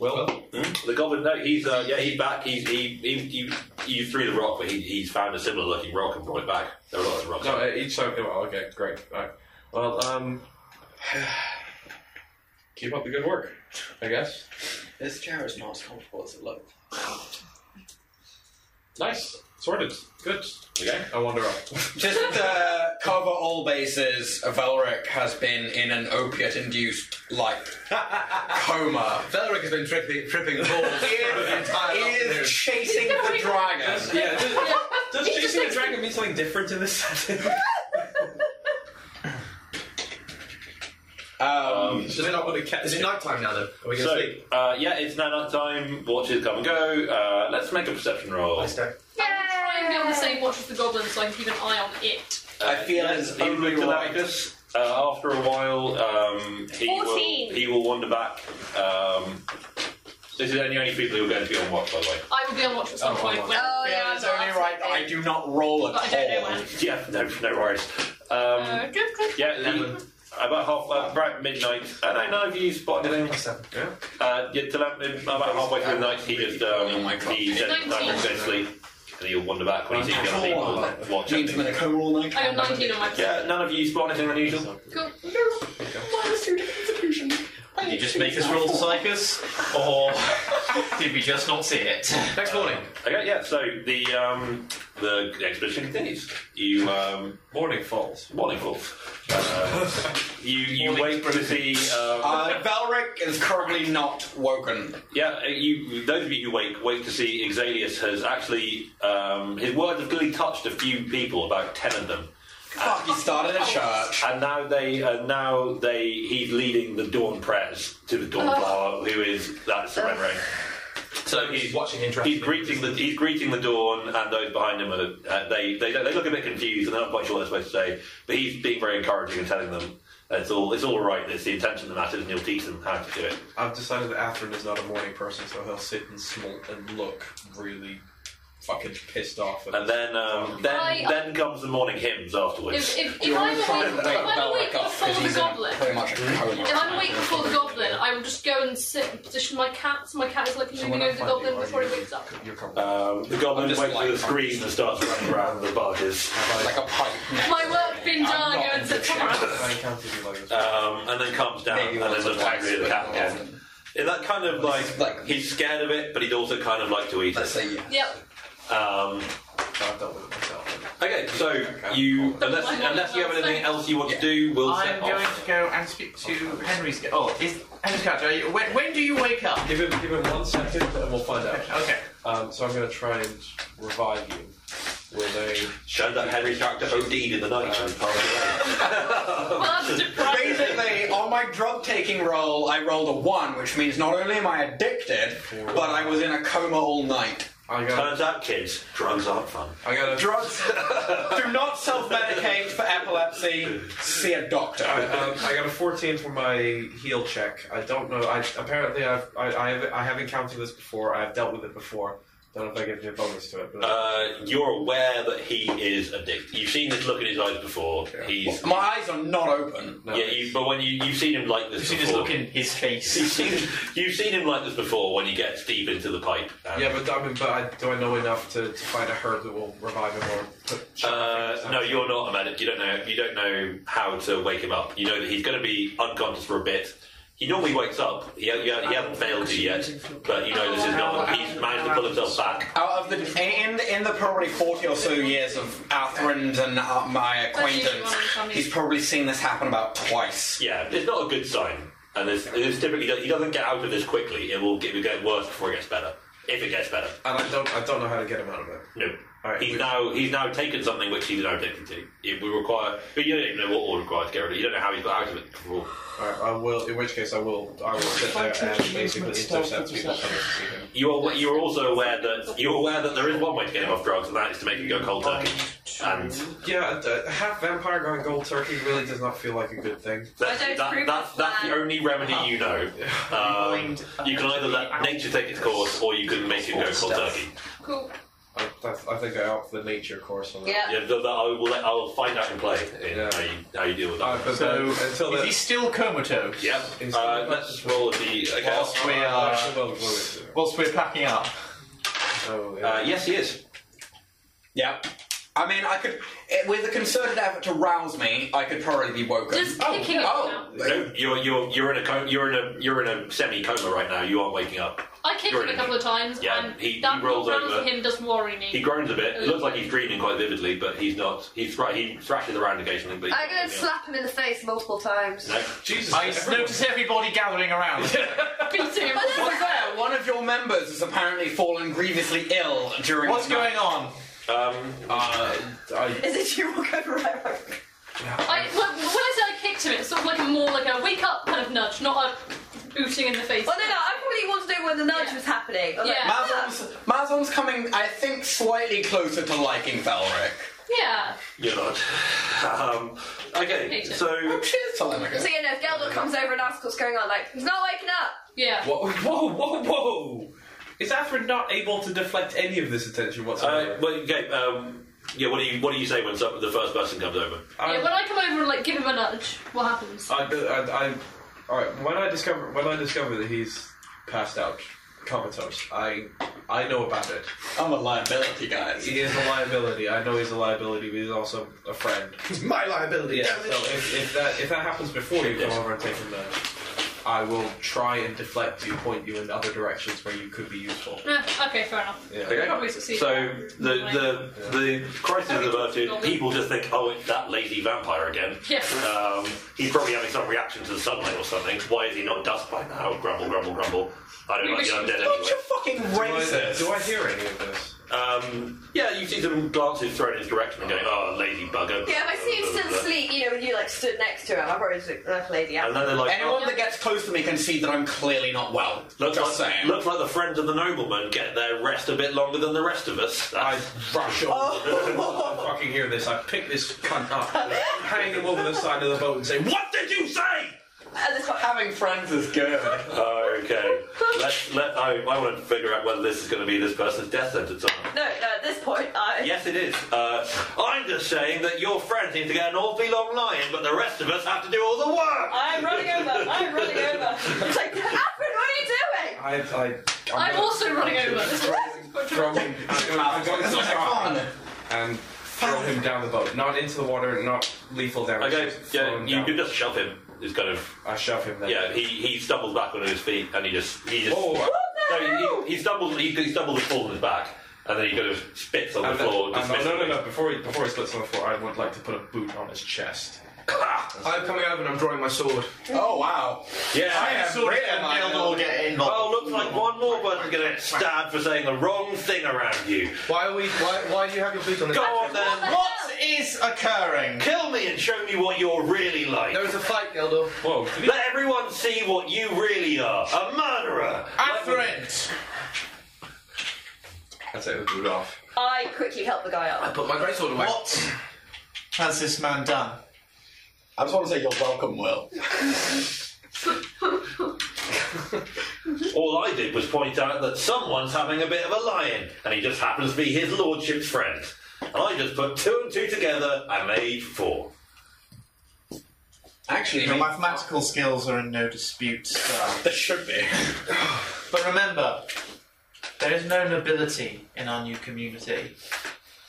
E: Well,
F: Hmm? The goblin, no, he's uh, yeah, he's back. He's he he you you threw the rock, but he, he's found a similar looking rock and brought it back. There are lots of rocks.
E: no, uh, each time. Well, okay, great. All right. Well, um, (sighs) keep up the good work. I guess.
D: This chair is not as comfortable as it looks.
E: Nice. Sorted. Good.
F: Okay.
E: I wander up.
D: Just to cover all bases, Valric has been in an opiate-induced, like, coma.
A: Valeric has been tripping, tripping balls.
E: (laughs)
D: He is, he is chasing the dragon.
E: Yeah, does, does chasing a dragon mean something different in this setting?
D: Um,
A: we're not going to catch. Is it night time now? Though are we going to
F: So
A: sleep?
F: uh, yeah, it's now night time. Watches come and go. Uh, let's make a perception roll.
A: I stay.
G: I'm be on the same watch as the goblin so I can keep an eye on it.
D: I feel it
F: Yes,
D: is
F: even
D: only
F: with
D: right.
F: Telemachus, uh, after a while, um, he, will,
O: 14.
F: he will wander back. Um, this is only only people who are going to be on watch, by the way.
G: I will be on watch at some
E: Oh,
G: point.
E: oh,
G: When,
C: Oh,
D: I
C: yeah,
D: feel it is only
C: that's
D: right that I
C: okay.
D: do not roll at
G: but I don't know when.
D: all.
F: Yeah, no, no worries. Um,
G: Uh, good, good.
F: yeah, he, about half, uh, about midnight. I don't know if you spotted him.
A: Seven.
F: Uh, yeah, Telem- about halfway through the night, he just um,
D: Oh my God.
F: he said, "I'm going to sleep." and he'll wander back when he sees the other people. Watch out.
D: in a co-roll
G: I got 19 on my.
F: Yeah, uh, none of you spot anything unusual.
G: Cool.
D: Minus two to constitution.
H: Did you just make us roll psychus, or did we just not see it?
F: Next morning. okay, yeah. So the um, the expedition continues. You um, morning falls. Morning (laughs) falls. Uh, you you wait to see. Um,
D: Uh, Valric is currently not woken.
F: Yeah, uh, you, those of you who wait, wait to see Exalius has actually, um, his words have clearly touched a few people, about ten of them.
D: Fuck, he started a church.
F: And now they, uh, now they, he's leading the dawn prayers to the dawnflower, who is that surrendering. So he's watching interested. He's greeting the he's greeting the dawn, and those behind him are uh, they, they they look a bit confused and they're not quite sure what they're supposed to say. But he's being very encouraging and telling them it's all it's all right. It's the intention that matters, and he'll teach them how to do it.
E: I've decided that Atherin is not a morning person, so he'll sit and smoke and look really fucking pissed off.
F: And then, um, then,
G: I-
F: then comes the morning hymns afterwards.
G: If, if, if I'm awake, if I'm awake before the goblin,
D: much
G: if I'm awake before the goblin, I will just go and sit and position my cat so my cat is like moving over the goblin before he wakes up.
F: Um, the goblin waits for the screen and starts running around the barges.
D: Like a pipe.
G: My work been done. I go and sit (laughs) somewhere.
F: Um, and then calms down and then looks angry at the cat again. In that kind of like, he's scared of it, but he'd also kind of like to eat it.
G: Yep.
F: Um, okay, so you unless unless you have anything else you want to do, we'll
H: I'm
F: set
H: going
F: off.
H: to go and speak to Henry's. Ga- oh, is Henry's character? Are you, when, when do you wake up?
E: Give him, give him one second and we'll find out.
H: Okay.
E: Um, so I'm going to try and revive you with a.
F: Show that Henry's character OD'd in the night.
D: Basically, on my drug taking roll, I rolled a one, which means not only am I addicted, but I was in a coma all night.
F: Turns out, kids, drugs aren't fun.
E: I got
D: drugs. Do not self-medicate for epilepsy. See a doctor.
E: I, um, I got a 14 for my heal check. I don't know. I apparently I've I, I have I have encountered this before. I've dealt with it before. Don't know if I give you a bonus to it. But
F: Uh, you're aware that he is addicted. You've seen this look in his eyes before. He's
D: My eyes are not open.
F: yeah, you, but when you you've seen him like this, you've seen his look in
H: his face.
F: You've seen, you've seen him like this before when he gets deep into the pipe. Um, and-
E: yeah, but I mean, but I, do I know enough to, to find a herb that will revive him or put?
F: Uh, no, you're not a medic. You don't know. You don't know how to wake him up. You know that he's going to be unconscious for a bit. He normally wakes up. He, he, he hasn't failed you yet, but you know this is not. He's managed to pull himself back.
D: Out of the in in the probably forty or so years of Atherin's and uh, my acquaintance, he's probably seen this happen about twice.
F: Yeah, it's not a good sign, and it's, it's typically he doesn't get out of this quickly. It will get, it will get worse before it gets better. If it gets better,
E: and I don't I don't know how to get him out of it.
F: No. he's now he's now taken something which he's now addicted to. It will require, but you don't even know what will require to get rid of it. You don't know how he got out of it before.
E: Alright, I will. In which case, I will. I will sit there and basically intercept people coming to see him.
F: You're you're also aware that you're aware that there is one way to get him off drugs, and that is to make him go cold turkey. And
E: Yeah, a, a half vampire going gold turkey really does not feel like a good thing.
F: that's, that, that's, that's the only remedy you know. (laughs) Um, you can either let nature take its course, or you can make him go cold turkey.
G: Cool.
E: I, I, I think I opt the nature course on that.
G: Yeah.
F: Yeah, that, that I will let, I will find out in play in how, you, how you deal with that.
E: Uh, but So, then- until
H: Is he still comatose?
F: Yeah. Uh, let's just roll the. Okay.
H: Whilst we
E: uh,
H: are, whilst we're packing up.
E: Oh,
F: Uh, yes, he is.
D: Yeah. I mean, I could, eh, with a concerted effort to rouse me, I could probably be woken. Oh,
G: Just thinking of it now.
F: No, you're you're you're in a co- you're in a you're in a semi coma right now. You aren't waking up.
G: I kicked
F: You're
G: him
F: in
G: a couple of times,
F: Yeah,
G: and
F: he- he
G: that
F: rolls
G: rousing
F: over.
G: him doesn't worry me. (laughs)
F: He groans a bit. It looks like he's dreaming quite vividly, but he's not. He's right. He thrashes around occasionally, but he's
C: I go and slap him in the face multiple times.
F: No.
E: Jesus.
H: I just notice everybody gathering (laughs) around.
F: (laughs)
D: What's there? One of your members has apparently fallen grievously ill during.
H: What's going on?
F: Um,
D: uh,
C: Is it you walk (laughs) over right right?
G: I, well, when I say I kicked him, it's sort of like a more like a wake up kind of nudge, not a booting in the face.
C: Well, Oh, no, no, I probably wasn't doing when the nudge was happening. I was
G: Yeah.
C: Like, ah.
D: Mazon's, Mazon's coming, I think, slightly closer to liking Valric.
G: Yeah.
F: You're not. Um, okay, so.
D: cheers,
C: So yeah, no, if Geldor comes over and asks what's going on, like he's not waking up.
G: Yeah.
E: Whoa, (laughs) whoa, whoa, whoa! Is Atherin not able to deflect any of this attention whatsoever?
F: Uh, well, okay. Um, yeah. What do you What do you say when some, the first person comes over?
G: yeah, when I come over and like give him a nudge, what happens?
E: I, I, I, all right. When I discover when I discover that he's passed out, comatose. I I know about it.
D: I'm a liability, guys.
E: He is a liability. I know he's a liability, but he's also a friend.
A: It's my liability.
E: Yeah.
A: damn
E: So
A: it.
E: if, if that if that happens before you come over and take him down, I will try and deflect you, point you in other directions where you could be useful.
G: Eh, okay, fair enough.
E: Yeah.
G: We'll Probably succeed.
F: So the the the crisis of the virtue, people just think, oh, it's that lazy vampire again.
G: Yeah.
F: Um, he's probably having some reaction to the sunlight or something. Why is he not dust by now? Grumble, grumble, grumble. I don't
E: Maybe
F: like the
E: she was-
F: undead
E: Don't
F: anyway.
E: you fucking Do I- racist. do I hear any of
F: this? Um, yeah, you see some glances thrown in his direction and going, oh, lazy bugger.
C: Yeah, if I see him still asleep, you know, when you like stood next to him, I probably just like, that uh, lady out.
F: And then they're like,
C: Anyone
F: that
D: gets close to me can see that I'm clearly not well.
F: Looks like, looks like the friends of the nobleman get their rest a bit longer than the rest of us. Oh, I (laughs)
E: rush on. I fucking hear this. I pick this
A: (laughs)
E: cunt up, hang him over the side of the boat, and say, "What did you say?"
C: uh,
D: Having friends is good.
H: (laughs)
F: okay. Let, let, I, I want to figure out whether this is going to be this person's death sentence or not.
C: No, no, at this point, I.
F: Yes, it is. Uh, I'm just saying that your friend seems to get an awfully long line, but the rest of us have to do all the work.
G: I'm running over. I'm running over.
C: It's like, (laughs) Alfred, what are you doing?
E: I, I, I'm,
G: I'm
E: gonna-
G: also running over.
E: throw him, I'm going to try and throw him down the boat. Not into the water, not lethal damage.
F: Okay,
E: just throw
F: yeah,
E: him
F: you
E: down.
F: could just shove him. Is kind of.
E: I shove him. Then.
F: Yeah, he, he stumbles back on his feet and he just he just.
E: Whoa. What
F: (laughs) no, he- he, he stumbles. He, he stumbles and falls on his back, and then he kind of spits on the
E: And then-
F: floor.
E: and then-
F: dismissively.
E: no, no, no. Before he, before he splits on the floor, I would like to put a boot on his (laughs) chest.
A: I'm coming over and I'm drawing my sword.
D: Oh wow!
F: Yeah,
A: I am
F: Sword
A: really
F: and
A: my
F: Gildor
A: own.
F: get involved. Well, looks like one more person's going to stab for saying the wrong thing around you.
A: Why are we? Why, why do you have your boot on?
F: Go on then.
H: What is occurring?
F: Kill me and show me what you're really like.
A: There was a fight, Gildor.
E: Whoa.
F: Let everyone see what you really are. A murderer.
H: Afferent.
E: I take the boot off.
C: I quickly help the guy up.
H: put my greatsword away. What
A: (laughs)
H: has this man done?
D: I just want to say you're welcome, Will.
F: All I did was point out that someone's having a bit of a lion, and he just happens to be his lordship's friend. And I just put two and two together and made four.
D: Actually,
H: your mathematical skills are in no dispute. So.
D: There should be.
H: but remember, there is no nobility in our new community.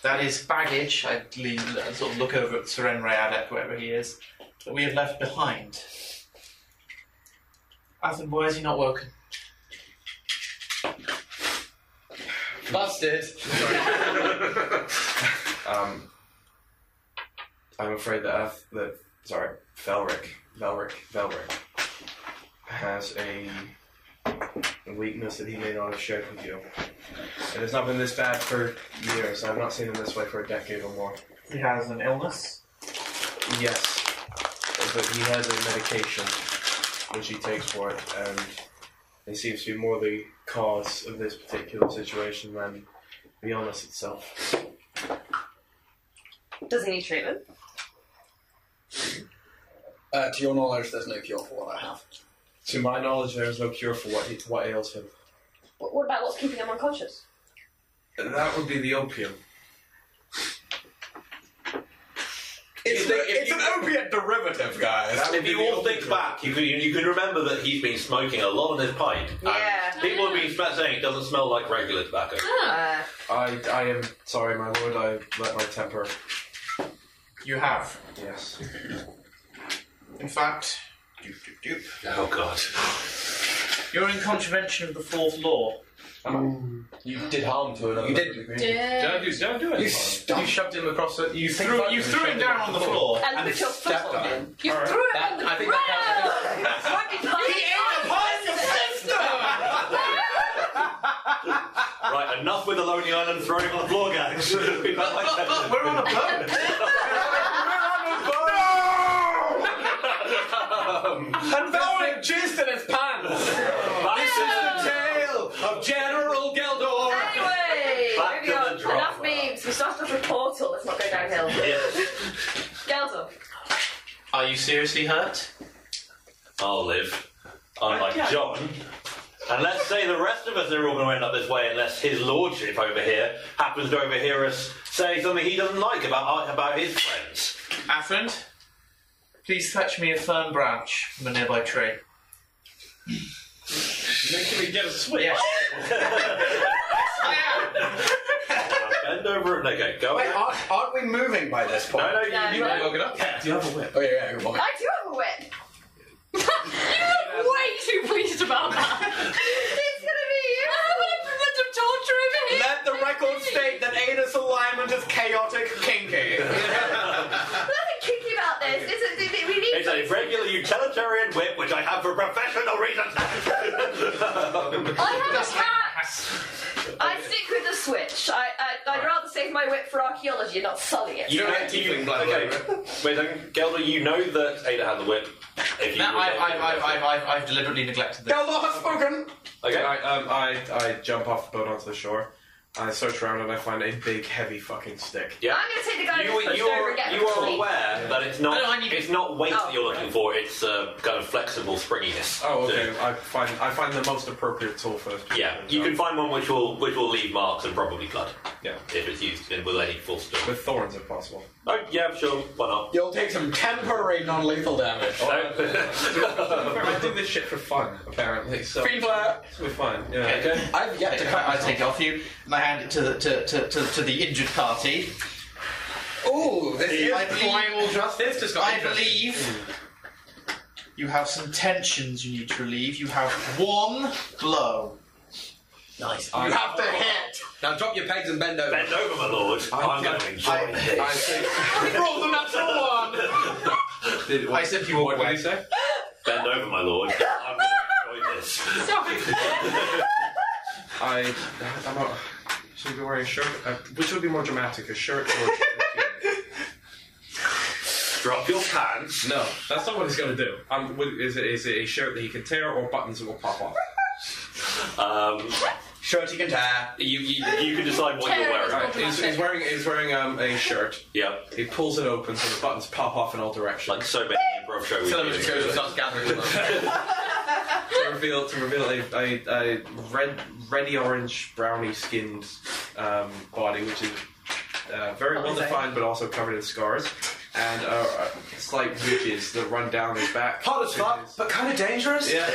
H: That is baggage. I lean, sort of look over at Seren Rayadek, wherever he is, that we have left behind. Athen, why is he not woken?
D: Busted.
E: Um, I'm afraid that Ath- that sorry, Velric, Velric, Velric has a weakness that he may not have shared with you. It has not been this bad for years. I've not seen him this way for a decade or more.
H: He has an illness.
E: Yes, but he has a medication which he takes for it, and it seems to be more the cause of this particular situation than the illness itself.
C: Does he need treatment?
D: (laughs) Uh, to your knowledge, there's no cure for what I have.
E: To my knowledge, there is no cure for what what ails him.
C: What, what about what's keeping him unconscious?
E: That would be the opium.
D: It's, it's an opiate derivative, guys.
F: If you all think back, you can, you can remember that he's been smoking a lot on his pipe.
D: Um,
C: Yeah.
F: People have been saying it doesn't smell like regular tobacco.
C: Uh,
E: I, I am sorry, my lord. I let my temper.
H: You have.
E: Yes.
H: In fact, doop, doop, doop.
F: Oh god.
H: You're in contravention of the fourth law.
A: You did harm to another.
H: You
A: did.
H: Did I
A: do? Don't do
H: it?
A: You, you shoved him across. The, you
H: Threw-
A: think-
H: you threw him down on the (laughs) floor And and put your foot stepped on on him. him. You threw him
A: That-
H: on the
A: I think that
H: ground.
A: counts.
D: (laughs)
H: Right behind He ate upon your
F: Right, enough with the Lonely Island throwing on the floor, guys. We're on
H: a boat.
D: and Valeric jizzed in his pants. this is the tale of General Geldor.
C: anyway,
D: Back
C: moving
D: to
C: on.
D: the drama.
C: Enough memes. We started off with Portal. Let's not go downhill. (laughs) Gelder.
H: Are you seriously hurt?
F: I'll live. Unlike
H: Yeah.
F: John. And let's say the rest of us are all going to end up this way unless his lordship over here happens to overhear us say something he doesn't like about our, about his friends.
H: Afrend, please fetch me a fern branch from a nearby tree.
E: Make sure we get a switch.
H: Yes.
F: Bend over and okay, go
D: Wait,
F: ahead.
D: aren't, aren't we moving by this point?
F: No, no, you- No, you no. haven't woken
D: up yet. Do you have a whip? Oh, yeah, yeah, I got one.
C: (laughs) I do have a whip.
G: (laughs) you look way too pleased about that.
C: it's gonna be you.
G: torture over here.
D: Let the record state that Ada's alignment is chaotic kinky.
C: Nothing kinky about this. This is we- we need.
F: It's a regular utilitarian whip which I have for professional reasons.
C: I have a cat. I stick with the switch. I, I I'd rather save my whip for archaeology and not sully it.
F: you don't have to you, Okay, wait a second. Gelder, you know that Ada had the whip. If you
H: No, I, I, I, I, I, I've deliberately neglected this.
D: Gelder has spoken!
F: Okay.
P: I, um, I, I jump off the boat onto the shore. I search around and I find a big, heavy fucking stick.
F: Yeah.
C: I'm gonna take the guy
F: You,
C: who's pushed
F: you
C: over
F: are,
C: and get
F: you
C: him
F: are
C: to leave.
F: aware that it's not it's not weight
C: Oh.
F: that you're looking for. It's uh, kind of flexible springiness.
E: Oh, okay. I find I find the most appropriate tool for this.
F: Yeah, you can find one which will which will leave marks and probably blood.
E: Yeah.
F: if it's used and with any full stop.
E: With thorns, if possible.
F: Oh yeah, sure. Why not?
D: You'll take some temporary non-lethal damage.
E: (laughs)
N: Oh.
E: I do this shit for fun,
C: (laughs)
E: apparently. So
D: Free flat.
E: we're fine. Yeah.
H: Okay.
D: I've yet
H: to I take it off you and I hand it to the, to, to, to, to the injured party.
D: Oh, this
H: is I
D: primal
H: justice.
D: Just
H: I believe you have some tensions you need to relieve. You have one blow. Nice.
D: You have to hit. Now drop your pegs and bend over.
F: Bend over, my lord. I'm, going to enjoy
H: this.
D: I think.
H: (laughs)
D: rolled a natural one.
H: I said you walk away.
F: Bend over, my lord. I'm going to enjoy this.
E: I. I'm not, should I be wearing a shirt? Uh, which would be more dramatic, a shirt or?
F: Drop your pants.
E: No, that's not what he's going to do. Um, what- is it is it a shirt that he can tear or buttons that will pop off?
F: Um,
D: shirt he can tear.
F: You you, you can decide what you're wearing.
E: Right, he's, he's wearing he's wearing um, a shirt.
F: Yeah.
E: He pulls it open so the buttons pop off in all directions.
F: Like so many improv shows.
E: we do.
N: (laughs)
E: to (laughs) reveal to reveal a, a, a red reddy orange brownie skinned um, body which is uh, very well defined but also covered in scars and uh, uh, slight ridges that run down his back.
A: Hot as fuck, but kind of dangerous.
E: Yeah.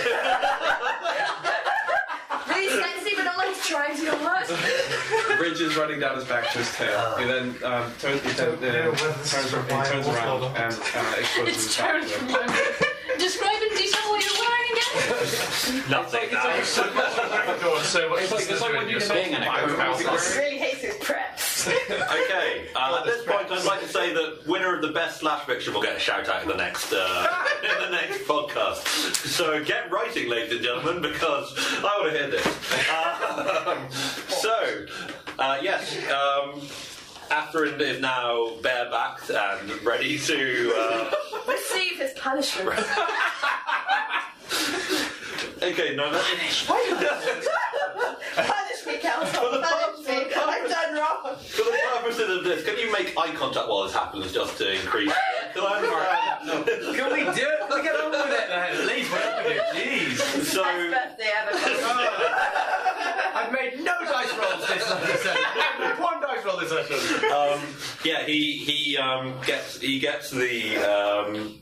C: Really sexy, but not like trying to
F: (laughs)
C: hurt.
E: ridges running down his back to his tail. He then um, turns, he turn, uh, turns, he turns around and uh, exposes his
G: It's
E: back.
G: terrible.
E: to him.
G: Describe in detail what you're wearing again.
F: Nothing.
H: It's like,
E: Um,
H: (laughs)
E: when you
H: being in a
C: He really hates his preps.
F: okay, uh, at this point, I'd like to say that winner of the best slash fiction will get a shout out in the
A: (laughs)
F: next uh, in the next podcast. So get writing, ladies and gentlemen, because I want to hear this. Um, (laughs) so, uh, yes. Um, Atherin is now barebacked and ready to uh,
C: Receive his punishment.
F: Okay, no, that,
C: Punish me, council. Punish me. I've done wrong.
F: for the purposes of this, can you make eye contact while this happens just to increase? Can I
A: Can we do it? Look get on with it. At least
F: Jeez. So,
C: Best day
F: (laughs)
C: ever.
A: I've made no dice rolls this episode. Only one dice roll this episode.
F: um, yeah, he he um, gets he gets the um,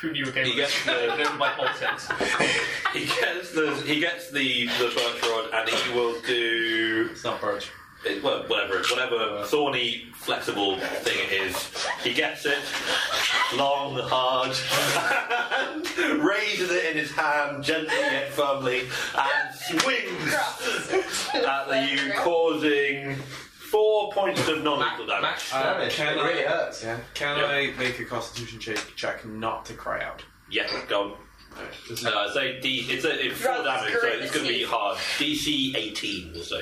H: Who knew
F: he gets the
H: my politics.
F: (laughs) he gets the he gets the the birch rod and he will do. It's
D: not birch.
F: It, well, whatever, whatever thorny, flexible thing it is, he gets it long, hard, (laughs) and raises it in his hand gently yet firmly, and swings at the you, causing four points of non-lethal damage.
E: Uh, can I,
A: hurts.
E: Yeah. Can
F: Yeah.
E: I make a Constitution check, check not to cry out?
F: Yeah, go on. Uh, so D, it's a it's full
C: Drugs,
F: damage, so it's going to be
C: gravities.
F: hard. DC 18 or so.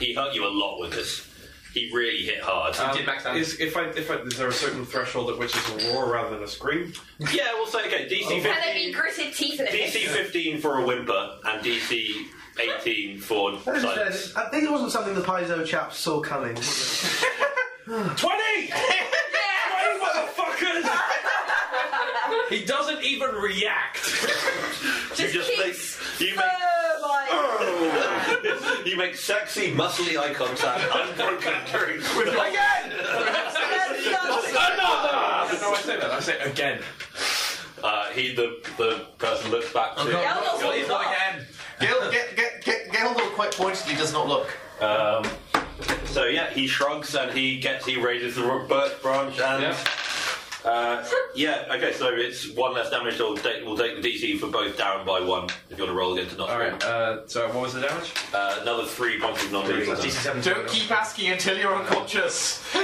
F: He hurt you a lot with this. He really hit hard.
E: Um, is, if I, if I, is there a certain threshold at which it's a roar rather than a scream?
F: yeah, we'll say okay. DC
C: Can it be
F: 15,
C: gritted teeth in it?
F: DC 15 for a whimper, and DC 18 (laughs) for silence.
A: I think it wasn't something the Paizo chaps saw coming.
H: (laughs)
E: Twenty! motherfuckers! he doesn't even react.
F: You just make you
C: (laughs)
F: make
C: Oh
F: (laughs) you make sexy, muscly eye contact, (laughs) unbroken during with
E: no, no, I say that. I say again.
F: Uh, he the the person looks back to.
C: Gildor,
D: Again.
H: Gil, get, get, get, Gildor quite pointedly does not look.
F: Um, so yeah, he shrugs and he gets he raises the ro- birch branch and yeah. Uh, yeah. Okay, so it's one less damage. So we'll take, we'll take the DC for both down by one if you want to roll again to not. All right.
E: Uh, so what was the damage?
F: Uh, another three points of non-lethal. damage.
E: Don't keep asking until you're unconscious. so,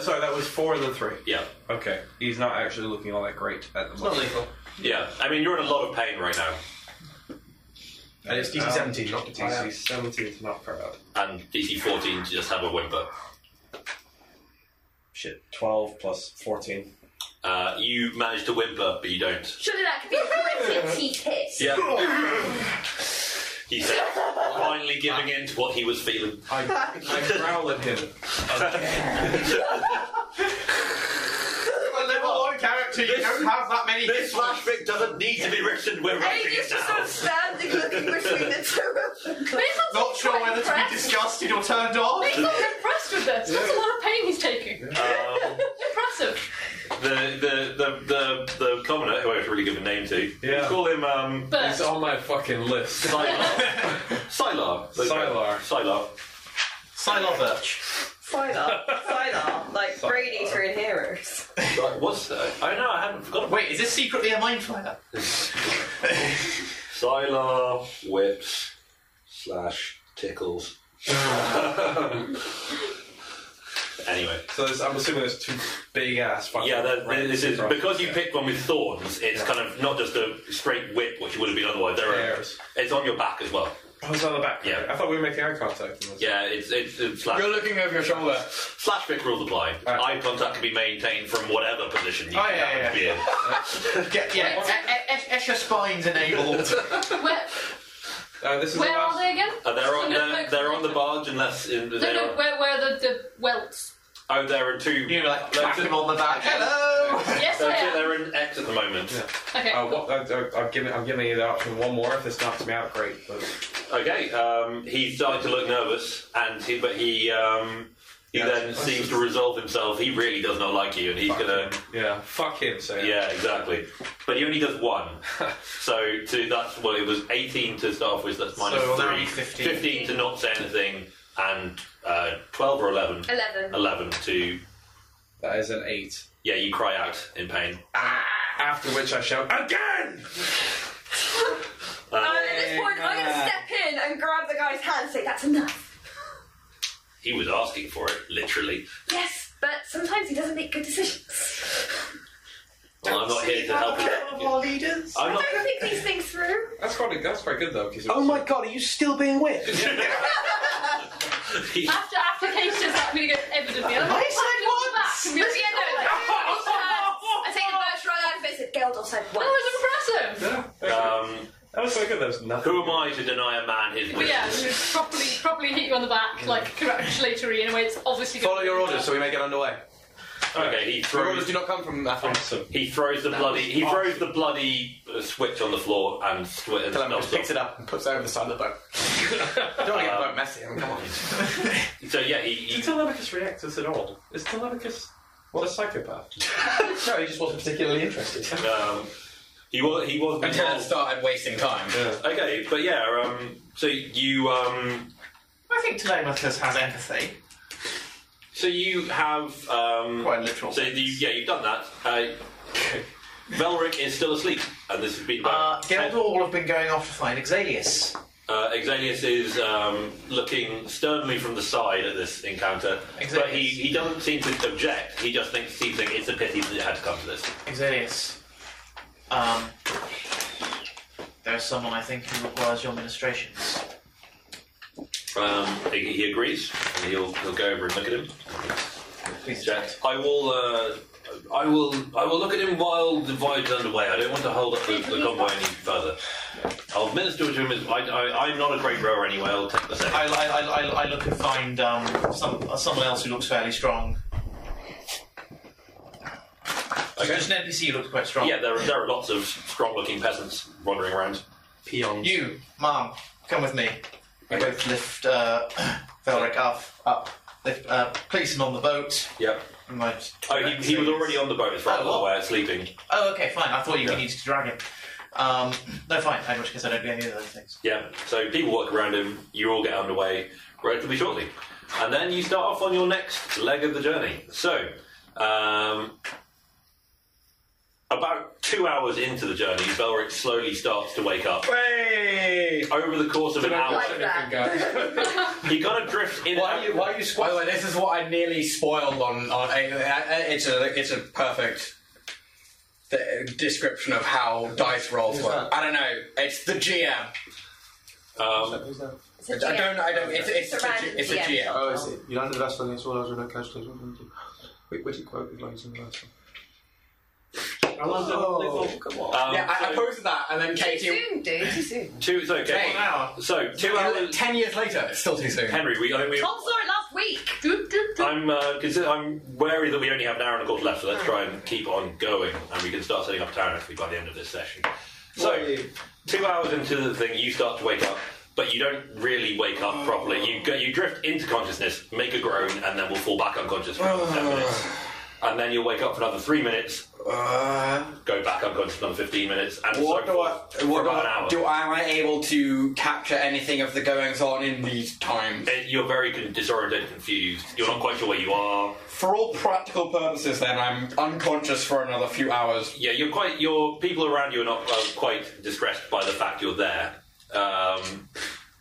E: sorry, that was four and then three.
F: Yeah.
E: Okay. He's not actually looking all that great at the moment. not lethal.
F: Yeah. I mean, you're in a lot of pain right now.
E: And it's
F: DC 17, not the
E: DC
F: DC.
E: 17 is not proud.
F: and DC 14 to just have a whimper.
E: Shit, 12 plus 14.
F: Uh, you manage to whimper, but you don't.
C: Surely that could be a pretty piss.
F: Yeah. (laughs) He said, finally giving in to what he was feeling.
C: I-
E: I growl at him.
H: character, you don't have that many. This flashback doesn't need to be written. We're
C: And he's just sort of standing looking between the two of them.
H: Not sure whether to be disgusted or turned on.
G: He's not impressed with this. That's a lot of pain he's taking. (laughs) Impressive.
F: The the the the, the commoner, who I was really give a name to, yeah. call him um
G: Bert. He's
F: on my fucking list. Sylar. Sylar. Sylar. Sylar.
H: Sylar Birch.
C: Sidearm, sidearm, like Brady's real heroes.
F: What's that? Oh no, I hadn't forgotten.
H: Wait, is this secretly a mind
E: (laughs)
H: flyer?
F: Sylar whips slash
E: (laughs)
F: tickles. anyway.
E: (laughs) So there's, I'm assuming there's two big ass fucking.
F: Yeah, that,
E: right,
F: this is
E: right.
F: because you picked one with thorns. It's kind of not just a straight whip, which it would have been otherwise. There are, it's on your back as well.
E: Oh, it's on the back.
F: Yeah.
E: I thought we were making eye contact.
F: Yeah, it's it's, it's slash. You're
E: looking over your shoulder.
F: Slash pick rules apply. Eye contact can be maintained from whatever position you
H: Oh,
F: happen
H: yeah, yeah,
F: to be in.
H: Get, yeah, e- e- e- extra spines enabled.
G: Where,
E: Uh, this
G: where are they again?
F: Uh, they're on
G: No,
F: they're,
G: no,
F: they're on the barge unless in,
G: No,
F: they're
G: no,
F: on-
G: where, where are the, the welts?
F: oh they're in two. You
H: like
F: clap them
H: on the back. Hello.
G: Yes,
F: they're,
G: I am.
F: they're in X at the moment.
G: Okay.
F: Oh,
E: Uh, what, I, I, I'm giving I'm giving you the option one more if this knocks me out. Great, but
F: Okay, um, he's starting to look nervous, and he, but he um, he then seems to resolve himself. He really does not like you, and he's gonna
E: yeah, fuck him. So
F: yeah, exactly. But he only does one, so to that's well, it was eighteen to start off with. That's minus
H: So that'll
F: three.
H: be 15.
F: to not say anything, and uh, twelve or eleven.
C: Eleven.
F: Eleven to.
E: That is an eight.
F: Yeah, you cry out in pain.
E: After which I shout again.
F: Uh,
C: And at this point, I'm gonna step in and grab the guy's hand and say, "That's enough."
F: He was asking for it, literally.
C: Yes, but sometimes he doesn't make good decisions.
F: Well, I'm not here to help him.
H: Our leaders.
F: I'm
C: I
F: not.
C: don't think these things through.
E: That's quite that's quite good though.
A: Oh my god, are you still being whipped?
G: After after Kate's just like me to get evidently.
C: I said
G: once.
C: But yeah, no, like,
F: (laughs)
C: I take the birch right out of it. Geldor said once.
G: That was impressive.
F: Um,
E: that was quite good. That was nothing.
F: Who am I to deny a man his
G: But
F: wishes?
G: yeah, it was properly properly hit you on the back, like congratulatory in a way. It's obviously
N: Follow your orders
G: (laughs)
N: so we may get underway.
F: Okay, he throws.
N: Your orders do not come from Athens.
F: He throws the
N: That
F: bloody.
N: was
F: He
N: awesome.
F: throws the bloody uh, switch on the floor and swi- and
N: Columbus
F: stops off.
N: picks it up and puts it over the side of the
D: (laughs)
N: boat. Don't want to get the boat messy. I mean, come on.
F: So yeah, he. he
E: Did Telemachus react to this at all? Is Telemachus what a psychopath?
A: no, he just wasn't particularly interested.
F: um, he was. He was.
N: Until it started wasting time.
F: Okay, but yeah. Um, so you. Um,
H: I think Telemachus has empathy.
F: so you have. Um,
H: Quite literal.
F: So you, yeah, you've done that. Uh, (laughs) Velric is still asleep, and this has been
H: Uh,
F: about.
H: Geldor will have been going off to find Exalius.
F: Uh, Exalius is um, looking sternly from the side at this encounter, but he, he doesn't seem to object. He just thinks he thinks it's a pity that it had to come to this.
H: Exalius. Um, there's someone I think who requires your ministrations.
F: Um, he, he agrees. And he'll he'll go over and look at him. Jack, I will. Uh, I will. I will look at him while the voyage's underway. I don't want to hold up the, the convoy any further. I'll minister to him. As, I, I, I'm not a great rower anyway. I'll take the second.
H: I, I, I, I- I look and find um, some, uh, someone else who looks fairly strong. Okay. Just an NPC who looks quite strong.
F: Yeah, there are, there are lots of strong-looking peasants wandering around.
H: Peons. You, Mom, come with me. We both lift uh, (clears throat) Velric up. up. Lift, uh, place him on the boat.
F: Yep.
H: Right.
F: Oh, he, he was already on the boat as far as I'm aware, sleeping.
H: Oh, okay, fine. I thought you needed to drag him. Um, no, fine. In which case, I don't do any of those things.
F: Yeah, so people walk around him, you all get underway relatively shortly. And then you start off on your next leg of the journey. So, um, about two hours into the journey, Belric slowly starts to wake up. Over the course of an hour, he kind of drifts in.
D: Why are you, why are you By the way, this is what I nearly spoiled on. on I- I- it's, a, it's a perfect uh, description of how dice rolls
A: Who's
D: work. I don't know. It's the GM.
F: Um,
D: I don't know. I don't. It's, it's, the, G- it's the GM.
A: Oh, is it? You landed the best one against all those with no cash days, didn't you? Which, which quote did you use in the last one?
H: Oh.
F: Um,
D: yeah, I, I
F: so-
D: posted that, and then Katie.
C: Too soon, dude. Too soon.
F: Two, it's okay.
D: Hey.
F: So two hours.
D: Ten years later, it's still too soon.
F: Henry, we. I think we.
C: Tom saw it last week.
F: I'm uh, consider- I'm wary that we only have an hour and a quarter left, so let's try and keep on going, and we can start setting up town actually by the end of this session. So, two hours into the thing, you start to wake up, but you don't really wake up properly. You go, you drift into consciousness, make a groan, and then we'll fall back unconscious for another
D: (sighs)
F: ten minutes, and then you'll wake up for another three minutes, go back unconscious for another fifteen minutes, and
D: What
F: so
D: do I?
F: forth for
D: Uh, What do
F: about an
D: I?
F: hour.
D: Do I? Am I able to capture anything of the goings on in these times?
F: Uh, You're very con- disoriented, confused. You're not quite sure where you are.
D: For all practical purposes, then I'm unconscious for another few hours.
F: Yeah, you're quite. Your people around you are not uh, quite distressed by the fact you're there. Um,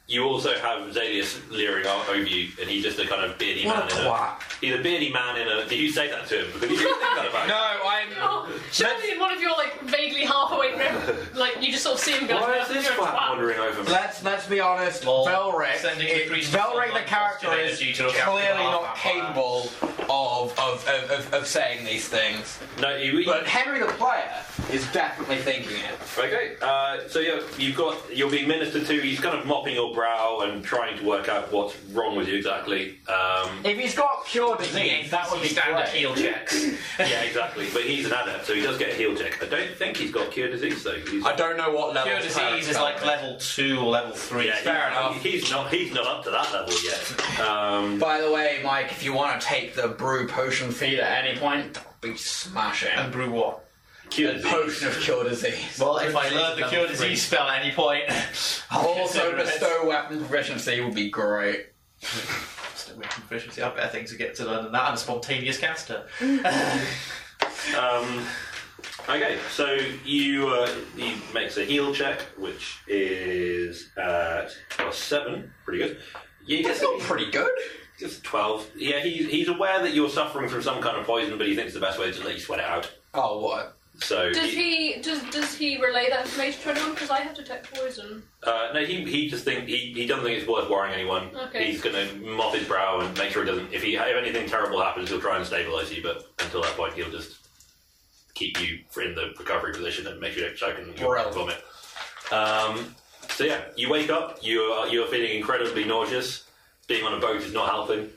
F: you also have Zalius leering o- over you, and he's just a kind of beardy
D: What a
F: man. In a, he's a beardy man in a. Did you say that to him? Because you didn't think that
G: (laughs)
F: about him.
D: I'm.
G: Oh, surely in one of your like vaguely half awake, mem- like you just sort of see him go.
F: Why
G: "Yeah,
F: is this
G: you're a
F: flat
G: twat."
F: wandering over me?
D: Let's let's be honest. Velric, is, Velric the character is clearly not capable of of, of, of of saying these things.
F: No,
D: but Henry the player is definitely thinking it.
F: Okay, uh, so yeah, you've got you're being ministered to. He's kind of mopping your brow and trying to work out what's wrong with you exactly. Um,
D: If he's got cure disease, that would be standard
F: heal checks. yeah, exactly. But he's an adept, so he does get a heal check. I don't think he's got cure disease though. He's-
D: I don't know what (laughs) level.
H: Cure disease is like level two or level three.
F: Yeah, he- He's not. He's not up to that level yet. Um,
D: By the way, Mike, if you want to take the brew potion feed at any point, that would be smashing. And
H: brew what?
F: Cure
D: disease. Potion of cure disease.
H: Well, if I learn the cure disease spell at any point, (laughs) I'll
D: also
H: (laughs) consider it.
D: bestow weapon proficiency would be great.
H: Still with proficiency. I have better things to get to learn than that. I'm a spontaneous caster.
A: Mm.
F: um, okay, so you uh, he makes a heal check, which is at plus seven. Pretty good. Yeah, that's not
D: pretty good.
F: Just twelve. Yeah, he's he's aware that you're suffering from some kind of poison, but he thinks the best way is to let you sweat it out.
D: Oh, what?
F: So
G: Does
F: he-
G: he does does he relay that information to anyone? Because I have to detect poison.
F: Uh, no, he, he just think he, he doesn't think it's worth worrying anyone.
G: Okay.
F: He's going to mop his brow and make sure he doesn't. If he if anything terrible happens, he'll try and stabilize you. But until that point, he'll just keep you in the recovery position and make you don't choke and you'll vomit. Um, so yeah, you wake up. You are you are feeling incredibly nauseous. Being on a boat is not helping.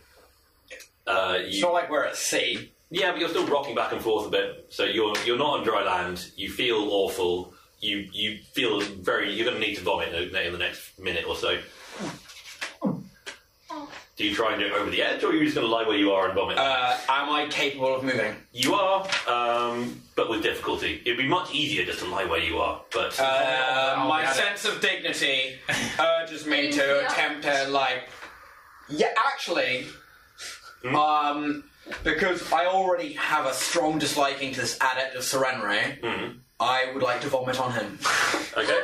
F: Uh, you,
D: Sort of like we're at sea.
F: Yeah, but you're still rocking back and forth a bit. So you're you're not on dry land. You feel awful. You you feel very. You're going to need to vomit in the in the next minute or so. Do you try and do it over the edge, or are you just going to lie where you are and vomit?
D: Uh, am I capable of moving?
F: You are, um, but with difficulty. It'd be much easier just to lie where you are. But
D: Uh, my sense of dignity urges me to attempt to, like. Yeah, actually, um, because I already have a strong disliking to this adept of Serenre, I would like to vomit on him.
F: Okay.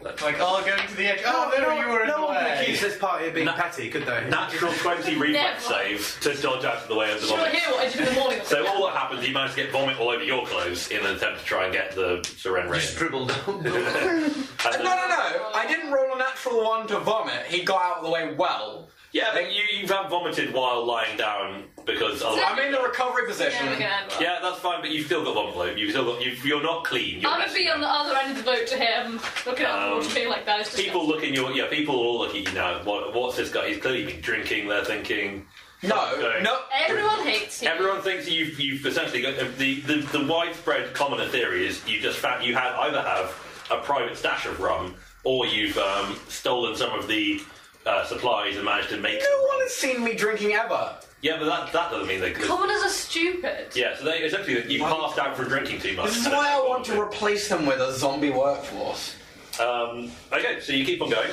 H: like, oh, going to the edge.
A: Oh, no, you were in
D: the
A: No one would
D: way.
A: accuse this party of being petty, could they?
D: (laughs)
F: Natural 20 reflex
G: Never.
F: save to dodge out of the way of the
G: Do you want
F: vomit.
G: to hear what I did in the morning?
F: So all that happens, you manage to get vomit all over your clothes in an attempt to try and get the surrender. You
H: scribbled.
F: (laughs)
D: Uh, no, no, no! I didn't roll a natural one to vomit. He got out of the way well.
F: Yeah, but you, you have vomited while lying down because otherwise.
D: I'm in the recovery position.
G: Yeah, we can add one.
F: Yeah, that's fine, but you've still got vomit loop. You've still got. You've, you're not clean. You're
G: I'm gonna
F: messy.
G: be on the other end of the boat to him, looking at the
F: Um,
G: water, being like that. It's just
F: People look in your. Yeah, people all look at you now. What, what's this guy? He's clearly been drinking. They're thinking.
D: No, no.
G: everyone hates him.
F: Everyone thinks that you've, you've essentially got um, the, the, the widespread commoner theory is you just found you had either have a private stash of rum or you've um, stolen some of the uh, supplies and managed to make.
D: No one has seen me drinking ever.
F: Yeah, but that, that doesn't mean they could.
G: Commoners are stupid.
F: Yeah, so they essentially you passed out for drinking too much.
D: This is why I
F: (laughs)
D: want to replace them with a zombie workforce.
F: Um, okay, so you keep on going.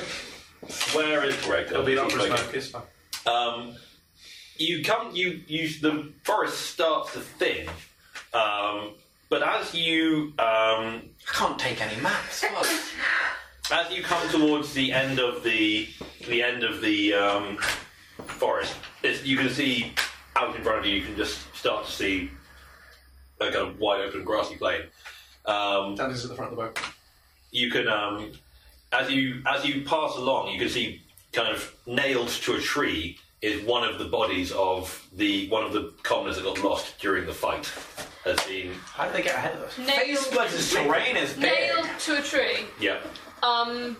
F: Where is Greg?
D: It'll be up for smoke,
F: It's fine. Um, you come. You you. The forest starts to thin. Um, but as you, um, I
D: can't take any maps.
G: (laughs)
F: as you come towards the end of the the end of the um, forest, it's, you can see out in front of you. You can just start to see a kind of wide open grassy plain. Um,
E: That is at the front of the boat.
F: you can um, as you as you pass along, you can see kind of nailed to a tree is one of the bodies of the one of the commoners that got lost during the fight. Has been
D: how did they get ahead of us?
G: Nailed- Face
D: splinters, terrain is big.
G: Nailed to a tree.
F: Yeah,
G: Um,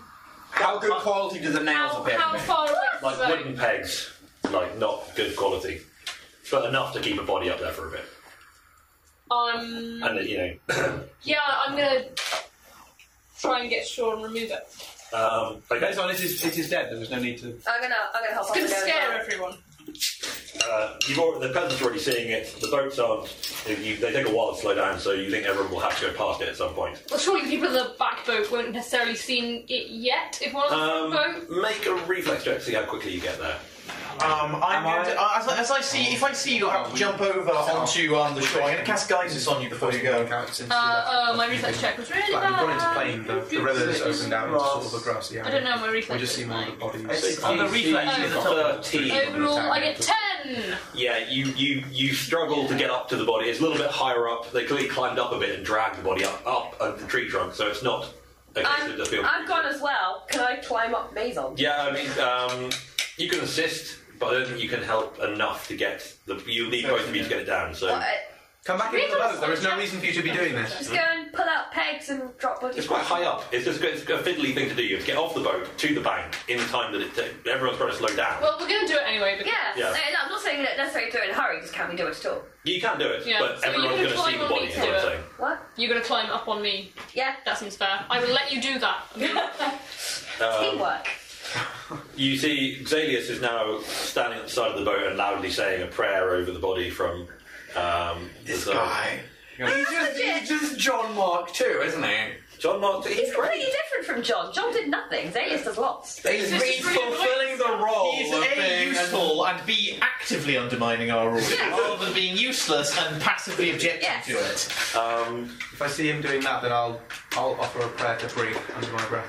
D: How good quality do the nails
G: how,
F: bit,
G: how
F: mate.
G: far away is
F: like
G: the boat?
F: wooden pegs, like not good quality, but enough to keep a body up there for a bit.
G: Um,
F: And you know, (clears throat)
G: yeah, I'm gonna try and get Shaw and remove it.
F: um, okay,
E: so it is, it is dead. There was no need to.
C: I'm gonna, I'm gonna help.
G: It's gonna
C: off the boat.
G: scare everyone.
F: uh, you've already, the peasants are already seeing it. The boats aren't. You, they take a while to slow down, so you think everyone will have to go past it at some point.
G: Well, surely the people in the back boat won't necessarily seen it yet. If one on
F: Um,
G: the front boat,
F: make a reflex check to see how quickly you get there.
H: Um, I'm going to, uh, as, I- as I see, if I see you, I have to jump over onto um, the shore. I'm going to cast guidance on you before you go.
G: uh, uh, my reflex check was really
A: Like, we've gone into
G: bad.
A: playing the, uh, the river's opened out into sort of a grassy area.
G: I don't know my reflex.
A: We just see more of the bodies.
F: It's On the reflex,
A: They've
F: it's
A: got
F: a
A: three attacking
G: Overall, I get ten.
F: Yeah, you, you, you struggle to get up to the body. It's a little bit higher up. They clearly climbed up a bit and dragged the body up up of the tree trunk, so it's not a case of just being.
C: I've gone as well. Can I climb up Maison?
F: Yeah, I mean, um, you can assist, but I don't think you can help enough to get the. You need both of you to get it down. So
A: Come back into the boat. There is no reason for you to be doing this.
C: Just go and pull out pegs and drop bodies.
F: it's quite high up. It's just it's a fiddly thing to do. You have to get off the boat to the bank in time that it ta- everyone's trying to slow down.
G: Well, we're gonna do it anyway. Because
C: Yeah.
F: Yeah.
C: No, no, I'm not saying that necessarily do it in a hurry. Just can we do it at all?
F: You can do it,
G: Yeah,
F: but
G: so you're
F: everyone's
G: gonna
F: going to see
G: climb
F: the
G: on me
F: body. Is what I'm
G: to do it.
F: saying.
C: What?
G: You're gonna climb up on me.
C: Yeah.
G: That seems fair. I will let you do (laughs) that.
F: Um, You see, Xalius is now standing at the side of the boat and loudly saying a prayer over the body from um, this guy.
D: He's just, he's just John Mark too, isn't he?
F: John Mark. He's
C: completely different from John. John did nothing. Zayus does lots.
D: He's he's fulfilling the role
H: He's
D: of
H: A,
D: being
H: useful, and B, actively undermining our rules, rather than being useless and passively objecting to it.
F: Um,
A: if I see him doing that, then I'll I'll offer a prayer to breathe under my breath.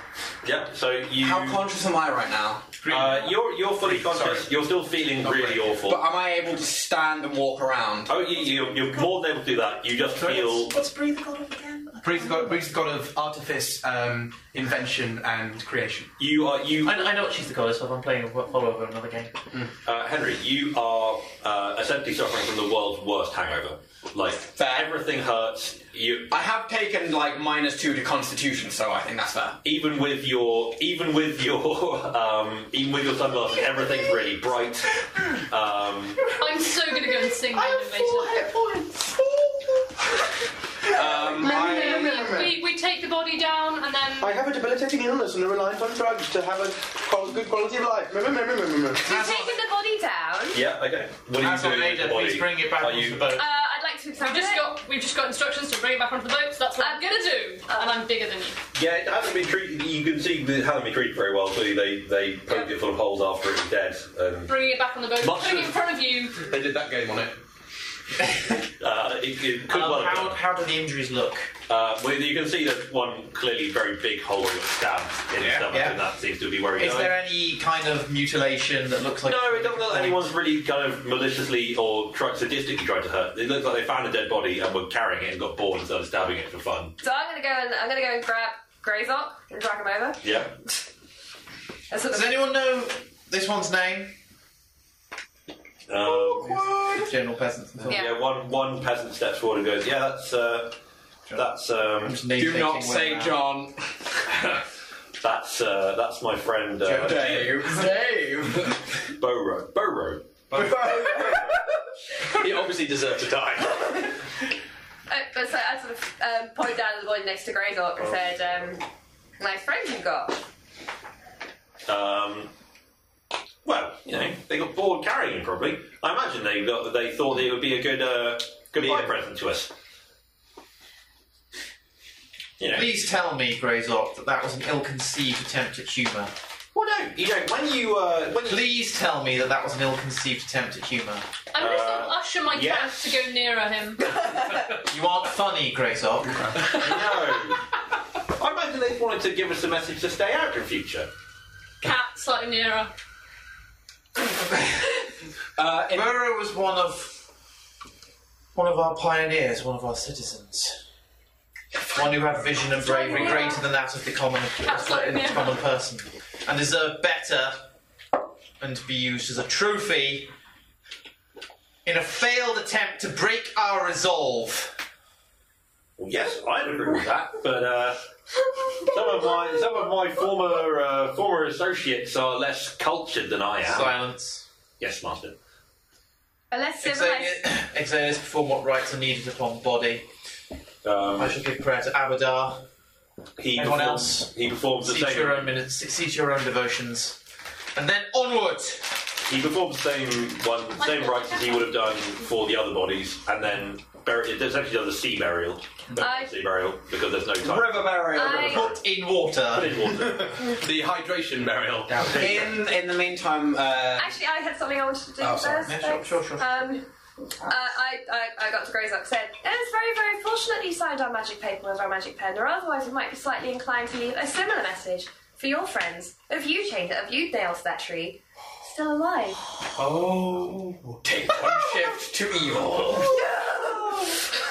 F: Yeah. So you.
D: How conscious am I right now?
F: Uh, you're you're fully conscious. You're still feeling really awful.
D: But am I able to stand and walk around?
F: Oh, you, you, you're more than able to do that. You just feel.
W: What's breathe the god of again?
A: Breathe the god, breathe the god of artifice, um, invention, and creation.
F: You are you.
W: I, I know what she's the goddess of. I'm playing a follow over another game.
F: Uh, Henry, you are uh, essentially suffering from the world's worst hangover. Like everything hurts. You.
D: I have taken like minus two to Constitution, so I think that's fair.
F: even with your even with your (laughs) um, even with your sunglasses, everything's really bright. Um,
G: I'm so gonna go and sing. I have four hit points.
D: Um,
G: we, we take the body down and then
A: I have a debilitating illness and a reliance on drugs to have a qual- good quality of life. Remember, remember, remember.
C: You've taken the body down.
F: yeah, okay. What are you doing with the body?
H: bring it back
F: Are you?
H: boat.
C: Uh, I'd like to
G: We've
C: examine
G: just
C: it.
G: got we've just got instructions to bring it back onto the boat, so that's what I'm gonna do. And I'm bigger than you.
F: Yeah, it hasn't been treated. You can see that it hasn't been treated very well. Clearly, they they poked it full of holes after it was dead. And,
G: Bringing it back on the boat,
F: Much
G: putting it in
F: as-
G: front of you.
F: they did that game on it.
H: (laughs)
F: uh, it, it could
H: Um,
F: well have
H: how-
F: been.
H: how do the injuries look?
F: Uh, well, you can see that one clearly very big hole that was stabbed in the
H: Yeah,
F: stomach,
H: yeah.
F: and that seems to be where he
H: Is
F: died.
H: there any kind of mutilation that looks like?
F: No, it doesn't look like anyone's really kind of maliciously or tri- sadistically tried to hurt. It looks like they found a dead body and were carrying it and got bored and started stabbing it for fun.
C: So I'm gonna go and I'm gonna go and grab Grayzock and drag him over.
F: Yeah.
C: That's what
H: Does anyone know this one's name?
F: Um,
H: General peasants.
F: yeah. One one peasant steps forward and goes, "Yeah, that's uh, that's um,
D: Do not say John.
F: that's uh, that's my friend uh,
D: Dave. (laughs) Dave.
F: Boro. Boro.
M: He obviously deserved to
F: (laughs)
M: die.
C: Uh, but so I sort of um, point down at the body next to Grayzock and
F: Oh.
C: said, um, "Nice friend you got."
F: Um, Well, you know, they got bored carrying him. Probably, I imagine they got, they thought it would be a good uh, goodbye present to us.
H: Please tell me, Greyzok, that that was an ill-conceived attempt at humour.
F: Well, no, you don't. When you, uh, when
H: Please tell me that that was an ill-conceived attempt at humour.
G: I'm going to sort of usher my
H: yes.
G: cat to go nearer him.
H: You aren't funny, Greyzok. (laughs)
F: no. I imagine they wanted to give us a message to stay out in future.
G: cat slightly nearer.
H: Uh, Murderer was one of one of our pioneers, one of our citizens, one who had vision and bravery greater than that of the common
G: Absolutely.
H: the common person, and deserved better, and to be used as a trophy in a failed attempt to break our resolve.
F: Well, yes, I agree with that, but uh, some of my some of my former uh, former associates are less cultured than I am.
H: Silence.
F: Yes, master.
C: Unless civilized.
H: (laughs) Exiles perform what rites are needed upon body.
F: Um,
H: I shall give prayer to Abadar.
F: He
H: Anyone
F: performs-
H: else?
F: he performs the
H: see
F: same-
H: To your own minutes, see to your own devotions. And then onward!
F: He performs the same one, the same rites as he would have done for the other bodies, and then bur- it essentially does a sea burial, No,
C: I-
F: sea burial because there's no time.
H: River
D: burial.
F: (laughs)
C: I-
H: Put in water.
F: Put in water.
M: the hydration burial.
D: In in the meantime, uh,
C: Actually, I had something I wanted to do
D: Oh, sorry.
C: first.
D: Yeah, sure,
C: thanks.
D: sure, sure.
C: Um, uh, I, I, I got to Grey's up said, It was very, very fortunate you signed our magic paper with our magic pen, or otherwise we might be slightly inclined to leave a similar message for your friends. If you change it, if you nail statue, still alive.
D: oh, take one shift to evil.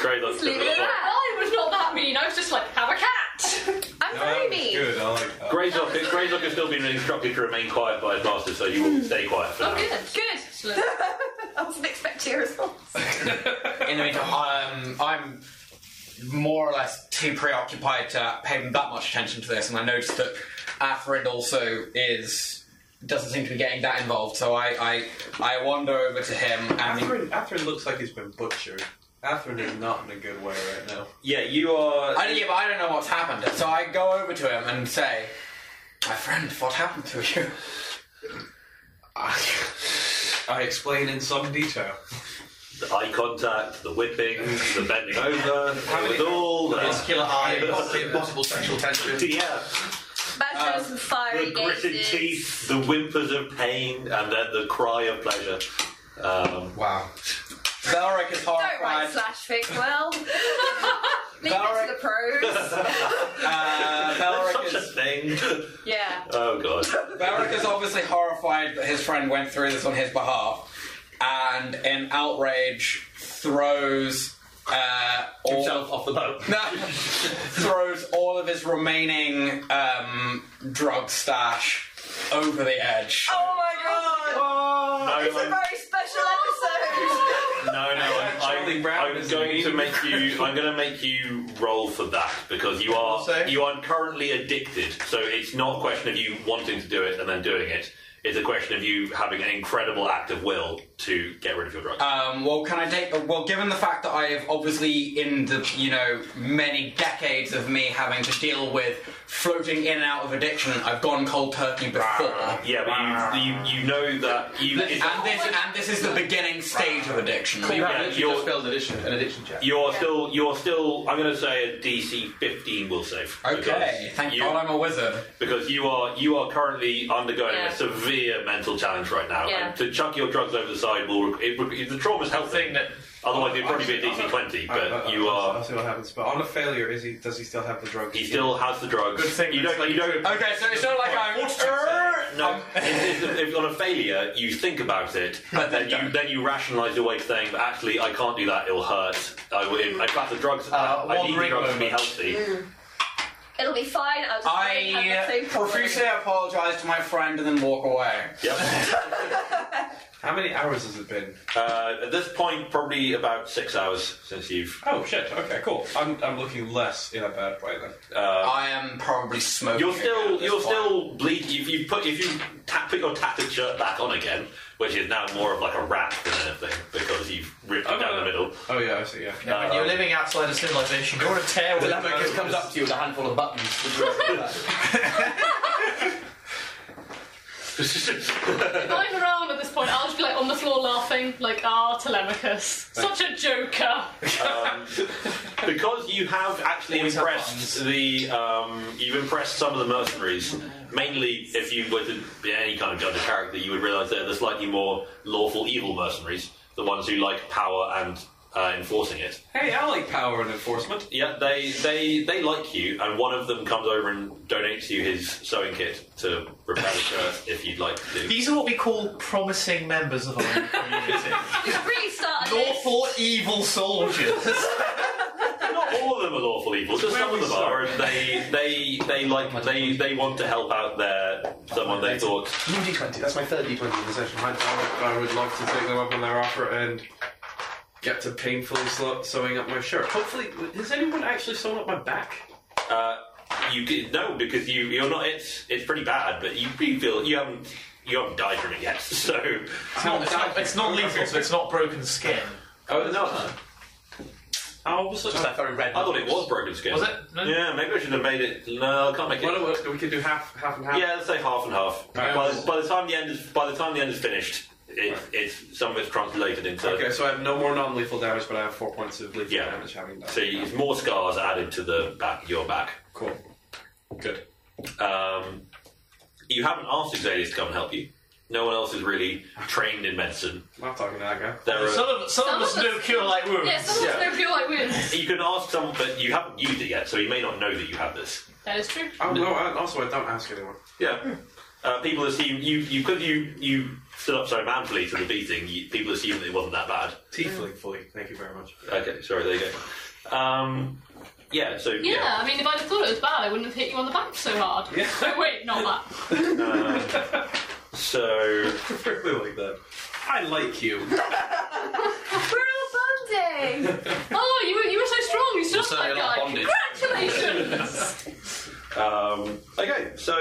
F: Great, that's
G: Just leave it at that. I was not that mean. I was just like, have a (laughs) cat.
C: I'm very mean.
F: I like that. Greyzock, Greyzock has still been instructed to remain quiet by his master, so you will stay quiet for
G: Oh,
F: now.
G: good. Good. Excellent.
C: I wasn't expecting a response.
D: In the meantime, um, I'm more or less too preoccupied to pay that much attention to this, and I noticed that Alfred also is doesn't seem to be getting that involved. So I I, I wander over to him and.
E: Atherin, Atherin looks like he's been butchered. Atherin is not in a good way right now.
F: Yeah, you are.
D: I, yeah, but I don't know what's happened. So I go over to him and say, "My friend, what happened to you?"
E: (laughs) I explain in some detail.
F: The eye contact, the whipping, the bending over, the withal, the
H: muscular
F: (laughs)
H: eye, possibly
F: impossible sexual tension. Yeah,
C: Badger's some fiery
F: the gritted
C: gazes.
F: teeth, the whimpers of pain, and then the cry of pleasure. Um,
D: wow. Valric is
C: Don't write
D: horrified.
C: slash fic well. (laughs) Leave it to the pros.
D: Uh, Valric
F: (laughs) Such a
D: is
F: thing.
C: yeah.
F: Oh god.
D: Barrick is obviously horrified that his friend went through this on his behalf, and in outrage throws uh, all
M: Himself
D: off the boat. throws all of his remaining um, drug stash over the edge.
C: Oh my god!
F: No,
C: it's a
F: I'm-
C: very special episode.
F: No, no, I'm, I'm, I'm going to make you. I'm going to make you roll for that because you are you are currently addicted. So it's not a question of you wanting to do it and then doing it. It's a question of you having an incredible act of will to get rid of your
M: Ah.
F: drugs.
D: Um, well, can I take? Well, given the fact that I've obviously, in the you know many decades of me having to deal with floating in and out of addiction, I've gone cold turkey before.
F: Ah, yeah, but you, you you know that you it's-
D: and this and this is the beginning stage of addiction.
F: Cool. Yeah, you're-
M: failed addiction, an addiction check.
F: you're still you're still. I'm going to say a DC 15 will save.
D: Okay,
F: because
D: thank
F: you-
D: God I'm a wizard.
F: because you are you are currently undergoing
C: Yeah.
F: a severe mental challenge right now,
C: Yeah.
F: and to chuck your drugs over the side will re- it, re- the trauma's helping. Otherwise, it'd probably be a DC twenty, but you are.
E: uh, I'll see what happens. But on a failure, is he? Does he still have the drug?
F: He still has the drugs. Good thing you don't. you don't.
D: Okay, so it's not like I'm.
F: No, if, if, if on a failure, you think about (laughs) it, and then you then you rationalise your way to saying, "But actually, I can't do that. It'll hurt. I, will- I've got the drugs. I need the
H: wandering
F: drugs to be
H: moment.
F: healthy."
C: Mm. It'll be fine. I'll just
D: I uh,
C: have the same problem.
D: profusely apologise to my friend and then walk away.
E: How many hours has it been?
F: Uh, at this point, probably about six hours since you've.
E: Oh shit. Okay, cool. I'm, I'm looking less in a bad way then.
F: Uh,
D: I am probably smoking.
F: You're
D: again at
F: still
D: this
F: you're
D: point.
F: still bleeding. If you put if you ta put your tattered shirt back on again, which is now more of like a wrap than anything because you've ripped it down the middle.
E: Oh yeah, I see. Yeah.
H: Now, when you're living outside of civilization, you're on a tear with
D: The lamborghini comes up to you with a handful of buttons.
G: If I'm around at this point, I'll just be like on the floor laughing, like, ah, Telemachus. Such a joker.
F: Um, because you have actually impressed the um, you've impressed some of the mercenaries. Mainly, if you were to be any kind of judge of character, you would realise they're the slightly more lawful evil mercenaries, the ones who like power and uh, enforcing it.
E: Hey, I like power and enforcement.
F: Yeah, they, they they like you, and one of them comes over and donates you his sewing kit to repair the shirt if you'd like
E: (laughs)
F: to.
H: These are what we call promising members of our community.
O: You should really started this.
H: Lawful evil soldiers.
F: Not all of them are lawful evil, just some of them are, and they they they like they they want to help out their someone they thought.
A: New D20. That's my third D20 in the session.
E: I, I, would, I would like to take them up on their offer and get to painfully slo- sewing up my shirt. Hopefully, has anyone actually sewn up my back?
F: Uh, you did no because you you're not. It's it's pretty bad, but you, you feel you haven't you haven't died from it yet, (laughs) so
H: It's not, it's not, it's not lethal, so it's not broken skin.
F: Oh, it's not.
E: I was
H: just that very red.
F: I thought it was broken skin.
H: Was it? No.
F: Yeah, maybe I should have made it. No, I can't make it.
E: Well, we could do half, half and half.
F: Yeah, let's say half and half.
E: Right.
F: By, the, by the time the end is by the time the end is finished, it, it's some of it's translated into.
E: Okay, so I have no more non-lethal damage, but I have four points of lethal damage having done.
F: So you, more scars added to the back, your back.
E: Cool. Good.
F: Um, you haven't asked Exalius to come and help you. No one else is really trained in medicine.
E: I'm not talking to that guy.
F: There are,
H: Some of, some
G: Some
H: of us
G: of us-
H: know cure like wounds.
G: Yeah, someone's no pure like wounds.
F: you can ask someone, but you haven't used it yet, so he may not know that you have this.
G: That is true.
E: Oh no! I, also, I don't ask anyone.
F: Yeah. Uh, people assume you you because you you stood up so manfully to the beating. You, people assume that it wasn't that bad.
E: Tiefling fully. Thank you very much.
F: Okay, sorry. There you go. Um, yeah. So
G: Yeah, I mean, if I'd have thought it was bad, I wouldn't have hit you on the back so hard. (laughs)
F: Yeah.
G: Oh, wait, not that.
F: Uh, So
E: really like that. I like you.
C: We're all bonding.
G: Oh, you were, you were so strong, you stood up to
F: Sorry,
G: that guy.
F: I'm bonded.
G: Congratulations!
F: Um, okay, so.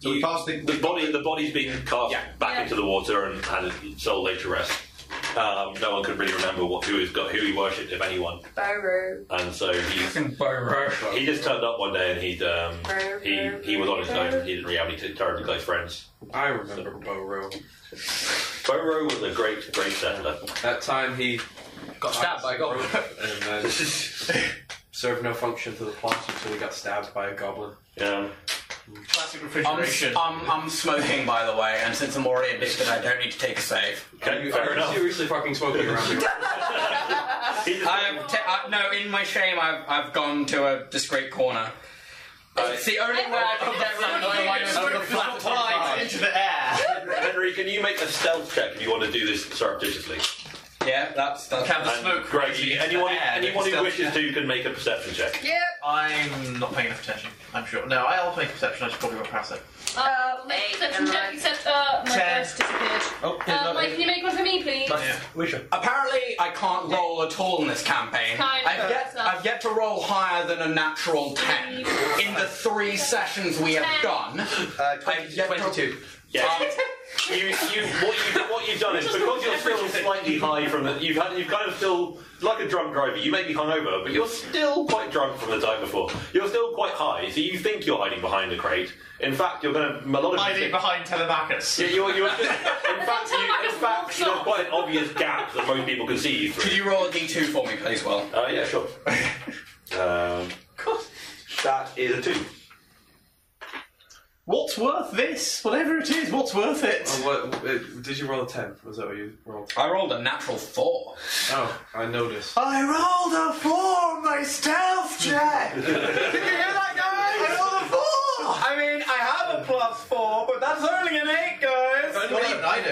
F: you- the, body, the body's been cast back into the water and had its soul laid to rest. Um, no one could really remember what who has got who he worshipped, if anyone.
C: Boro.
F: And so he's he just turned up one day and he'd um, he he was on his own. He didn't really have any t- terribly close friends.
E: I remember Boro.
F: Boro was a great great settler.
E: That time he
F: Got stabbed by a goblin.
E: and (laughs) then served no function to the plot until he got stabbed by a goblin.
F: Yeah.
H: Classic
N: I'm, s-
H: refrigeration.
N: I'm, I'm smoking, by the way, and since I'm already addicted, I don't need to take a save.
F: Okay,
E: fair enough. Seriously, fucking smoking around me.
N: I have ta- I, no, in my shame, I've, I've gone to a discreet corner. it's the only way I can get around the line of the Uh, flat tide.
H: into the air.
F: Henry, can you make a stealth check if you want to do this surreptitiously?
N: Yeah, that's that's.
H: Can the smoke
F: Great.
H: crazy into
F: Anyone,
H: the air,
F: anyone
H: it's
F: who
H: stealth
F: wishes to can make a perception check.
C: Yep.
H: I'm not paying enough attention, I'm sure. No, I'll make a perception, I should probably won't pass it.
G: Uh, make a perception check, except uh, my
H: Ten.
G: first disappeared.
N: Oh, here's
G: Uh,
N: another-
G: Mike, can you make one for me, please?
N: Apparently, I can't roll at all in this campaign.
G: Kind of
N: I've yet,
G: stuff.
N: I've yet to roll higher than a natural 10. In the three sessions we have done, I've yet Um, 22.
F: Yeah. you, you, what, you, what you've done is because you're still slightly high from the, you've had, you've kind of still like a drunk driver. You may be hungover, but you're still quite drunk from the time before. You're still quite high, so you think you're hiding behind a crate. In fact, you're going to a lot of
H: Hiding behind Telemachus.
F: Yeah, you're, you're, in fact, you, in fact, there's quite an obvious gap that most people can see you through.
N: Could you roll a d2 for me, please, Will?
F: Uh, yeah, sure. um, that is a two.
H: What's worth this? Whatever it is, what's worth it?
E: Oh, what, it- did you roll a ten? Was that what you rolled?
N: I rolled a natural four.
E: Oh, I noticed.
W: I rolled a four on my stealth check. Did you hear that, guys? I rolled a four. I mean, I have a plus four, but that's only an eight, guys.
D: Uh,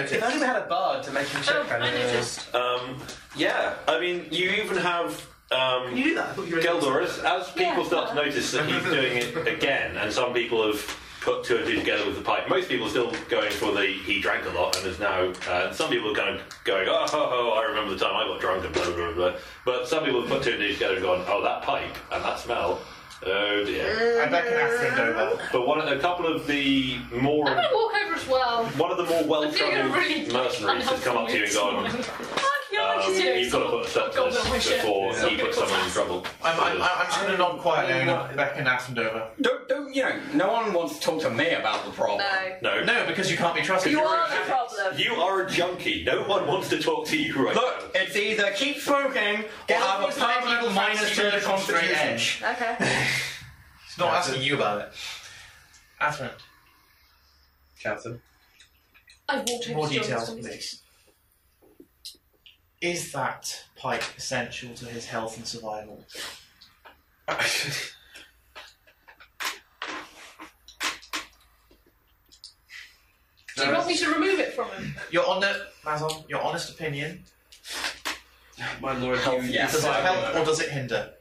A: If only we had a bard to make him check.
G: Oh,
A: that.
G: I noticed.
F: Um, yeah, I mean, you even have. Um,
A: you do that? I thought you were-
F: Geldor, as, as people
A: Yeah. uh-huh.
F: start to notice that he's doing it again, and some people have put two and two together with the pipe, most people are still going for the he drank a lot and is now. Uh, some people are kind of going, oh, ho, ho, I remember the time I got drunk and blah, blah, blah, blah. But some people have put two and two together and gone, oh, that pipe and that smell. Oh dear.
H: And that can Catherine over.
F: But one, a couple of the more.
G: I'm gonna walk over as well.
F: One of the more well
G: I'm
F: travelled
G: feeling really
F: mercenaries has come up to you and gone, um, you've got to put a stop to
G: Goblin
F: this
G: wisher.
F: before he puts someone in trouble.
H: I'm, I'm, I'm just going to nod quietly and beckon Athendover.
N: Don't, don't
D: you know, no one wants to talk to me about the problem.
F: No.
D: No, because you can't be trusted.
F: You
D: You're
F: are
D: an
F: the
D: addict.
F: problem. You are a junkie. No one wants to talk to you right
D: Look, it's either keep smoking or have a permanent minus two to the constitution.
F: (laughs)
X: Okay.
A: It's not asking you about it.
H: Athrend.
E: Captain.
G: I've walked over
H: More
G: to John
H: details,
G: Stone's-
H: please. Is that pipe essential to his health and survival?
G: Do you want me to remove it from him?
H: Your honor, Mazon, your honest opinion.
E: My lord,
H: Help,
E: you,
H: yes. Does it help or does it hinder?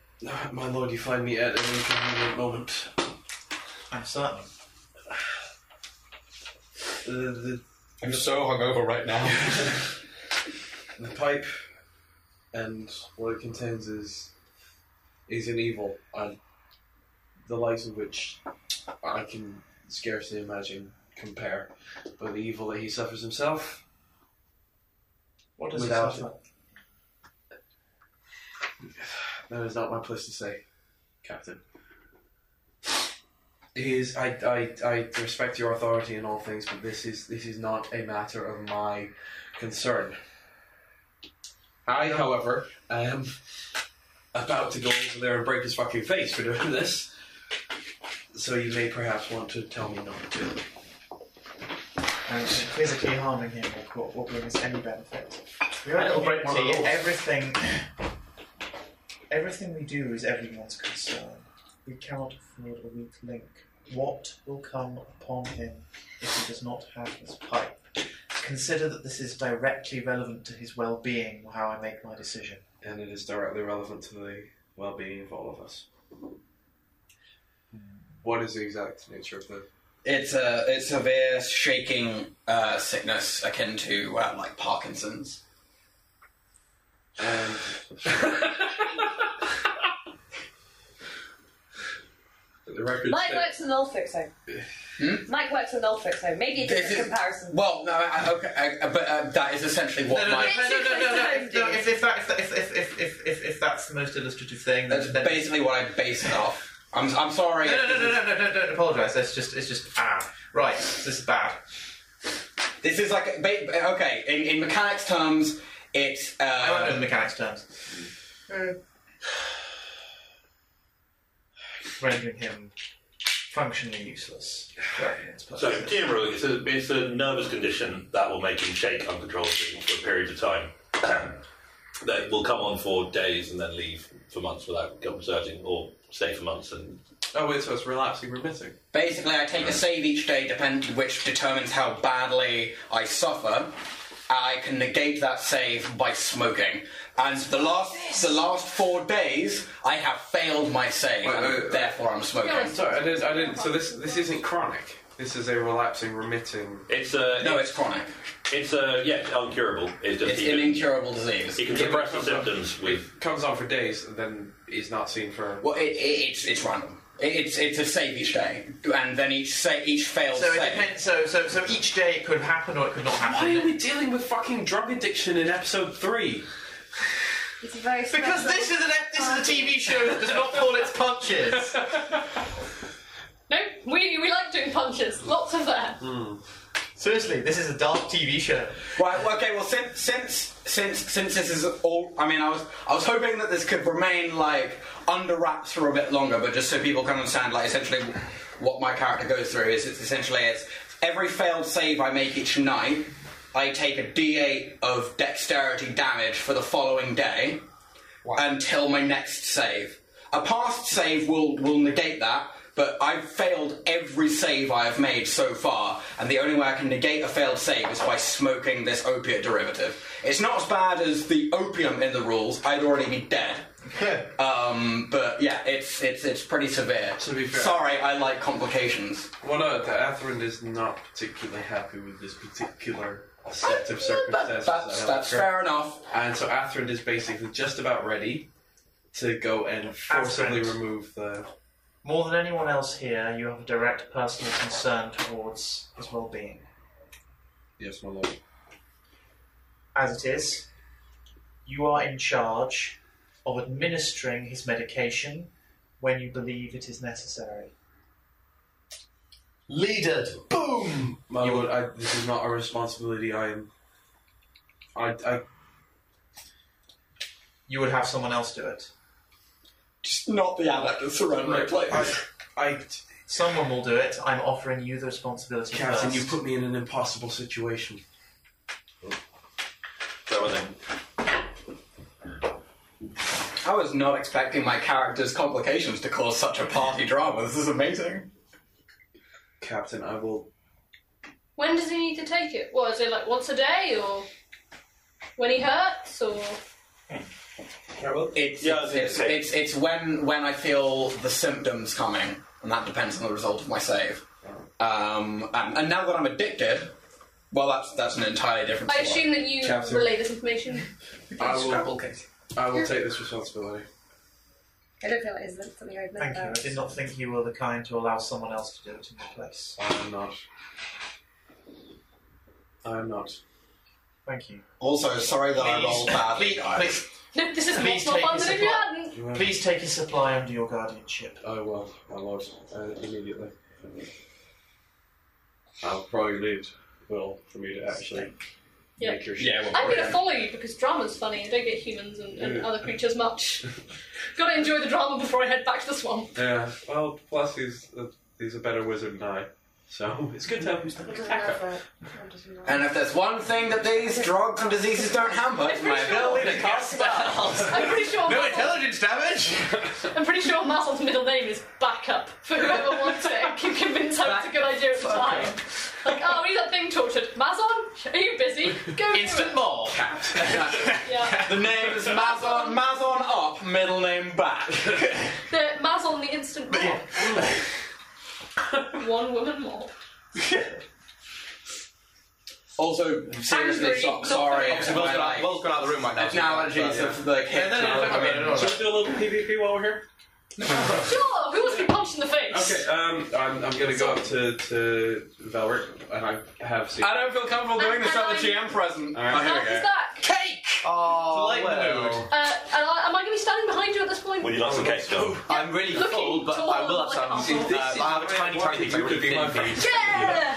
E: My lord, you find me at an inconvenient moment.
H: I'm certain.
E: The, the,
D: I'm so hungover right now.
E: the pipe and what it contains is is an evil, and the likes of which I can scarcely imagine compare. But the evil that he suffers himself.
H: What does he
E: without
H: suffer?
E: That is not my place to say, Captain. He is. I, I, I respect your authority in all things, but this is this is not a matter of my concern. I, however, am about to go over there and break his fucking face for doing this. So you may perhaps want to tell me not to.
H: And physically harming him will, will bring us any benefit. We
A: A
H: are
A: little
H: a
A: break
H: community,
A: more rules.
H: everything, everything we do is everyone's concern. We cannot afford a weak link. What will come upon him if he does not have his pipe? Consider that this is directly relevant to his well-being, how I make my decision.
E: And it is directly relevant to the well-being of all of us. What is the exact nature of the
D: It's a it's severe shaking uh, sickness akin to uh, like Parkinson's.
E: And (laughs) the record?
C: Mike works in Ulfric, so. Mike works in Ulfric, so maybe a different
D: This is-
C: comparison.
D: Well, no, I, okay, I, but uh, that is essentially what
H: No, no,
D: my
H: no, no, no, no, no, if- no, if- if that- if that- if- if- if- if- if- if that's the most illustrative thing, then,
D: That's
H: then
D: basically what I base it off. I'm, I'm sorry.
H: No, no, no, no, no, no, no, (laughs) don't apologise. That's just, it's just ah, right. This is bad.
D: This is like ba- okay in, in mechanics terms. It's uh, I
H: won't know the mechanics terms. (sighs) Rendering him functionally useless.
F: So, DM ruling, it's a, it's a nervous condition that will make him shake uncontrollably for periods of time. (clears throat) that will come on for days and then leave for months without concerting, or stay for months and.
E: Oh, wait, so it's relapsing, remitting.
D: Basically, I take a save each day, depend- which determines how badly I suffer. I can negate that save by smoking, and the last the last four days I have failed my save,
E: Wait,
D: and
E: wait, wait.
D: therefore I'm smoking.
E: Sorry, I didn't. I didn't. So this this isn't chronic. This is a relapsing, remitting.
F: It's a.
D: No, it's chronic.
F: It's a. Yeah, it's uncurable. It's, just
D: It's
F: he
D: an
F: can-
D: incurable disease.
F: He can suppress the symptoms with.
E: Comes on for days and then is not seen for.
D: Well, it, it, it's it's random. It, it's it's a save each day, and then each sa- each failed
H: So it
D: save.
H: depends. So, so, so each day it could happen or it could not happen.
E: Why are we dealing with fucking drug addiction in episode three?
X: It's a very
H: Because
X: special-
H: this is an ep- this is a TV show that does not pull its punches. (laughs)
G: No, we, we like doing punches. Lots of that.
F: Hmm.
H: Seriously, this is a dark TV show.
D: Right. well, Okay. Well, since since since since this is all, I mean, I was I was hoping that this could remain like under wraps for a bit longer, but just so people can understand, like essentially what my character goes through is it's essentially it's every failed save I make each night, I take a D8 of dexterity damage for the following day until my next save. A past save will will negate that, but I've failed every save I have made so far, and the only way I can negate a failed save is by smoking this opiate derivative. It's not as bad as the opium in the rules. I'd already be
E: (laughs)
D: dead. um, but yeah, it's it's it's pretty severe. To
E: be fair-
D: Sorry, I like complications.
E: Well, no, the Athrend is not particularly happy with this particular set of circumstances.
D: that's-
E: that
D: that's
E: have occurred.
D: fair enough.
E: And so Athrend is basically just about ready to go and forcibly remove the.
H: More than anyone else here, you have a direct personal concern towards his well-being.
E: Yes, my lord.
H: As it is, you are in charge of administering his medication when you believe it is necessary.
E: Leadered. Boom. My lord, I, this is not a responsibility. I am. I. I
W: you would have someone else do it.
E: Just not the adept that's around my place. I, I,
W: Someone will do it. I'm offering you the responsibility
P: Captain,
W: first.
P: you put me in an impossible situation.
D: I was not expecting my character's complications to cause such a party drama. This is amazing.
E: Captain, I will.
G: When does he need to take it? What is it like once a day or when he hurts or
D: It's, it's, it's, it's, it's when when I feel the symptoms coming, and that depends on the result of my save. Um, and, and now that I'm addicted, well, that's that's an entirely different.
G: I
D: story.
G: assume that you
E: Captain.
G: relay this information.
E: I will.
D: case.
E: I will take this responsibility.
O: I don't feel it is. That's something I remember.
W: Thank you. I did not think you were the kind to allow someone else to do it in your place.
E: I'm not. I'm not.
W: Thank you.
D: Also, sorry that I
W: Please,
D: rolled bad.
W: Please, please,
G: No, this is
W: Please
G: much more
W: take
G: fun
W: this
G: than if you
W: apart.
G: hadn't.
W: please take his supply under your guardianship.
E: I will, my lord, uh, immediately. I'll probably lead Will for me to actually
G: Yeah.
E: make your shit. Yeah,
G: I'm going to follow you because drama's funny. I don't get humans and, and
E: Yeah.
G: other creatures much.
F: (laughs)
G: Got to enjoy the drama before I head back to the swamp.
E: Yeah, well, plus he's uh, he's a better wizard than I, so it's good to have him.
D: (laughs) And if there's one thing that these drugs and diseases don't hamper, it's my ability to cast (laughs) spells.
G: I'm pretty sure-
D: No intelligence damage.
G: I'm pretty sure Mazel's middle name is Backup for whoever wants it and can convince her it's a good idea at the time. Like, oh, we need that thing tortured. Mazon, are you busy? Go Instant
W: more.
G: Yeah.
D: the name is Mazon. Mazon up. Middle name back. (laughs)
G: The Mazon the instant mob. One woman mob. (laughs)
D: also, seriously,
G: Angry,
D: so,
G: not
D: sorry. am
G: Obviously,
D: I,
M: Will's gone out-
D: like,
M: Will's gone out of the room right now, so
D: Analogies
M: yeah.
D: of like.
M: Yeah, no, no, no, no, no, no, no.
E: Should we do a little PvP while we're here?
G: Sure, who wants to be punched in the face?
E: Okay,
D: uh,
E: um, I'm, I'm gonna go up to to Valric, and I have seen.
D: I don't feel comfortable doing this at the GM present.
E: All right,
G: How is that?
D: Cake!
W: Oh,
D: Lighten the mood.
G: Uh, and I- am I going to be standing behind you at this point?
F: Would you like some cake, John?
D: I'm really
G: Looking
D: full, but
G: tall
D: I will have
G: like
D: some.
G: a
D: Uh,
G: castle.
D: I have a tiny, tiny piece. I really thin piece.
G: Yeah!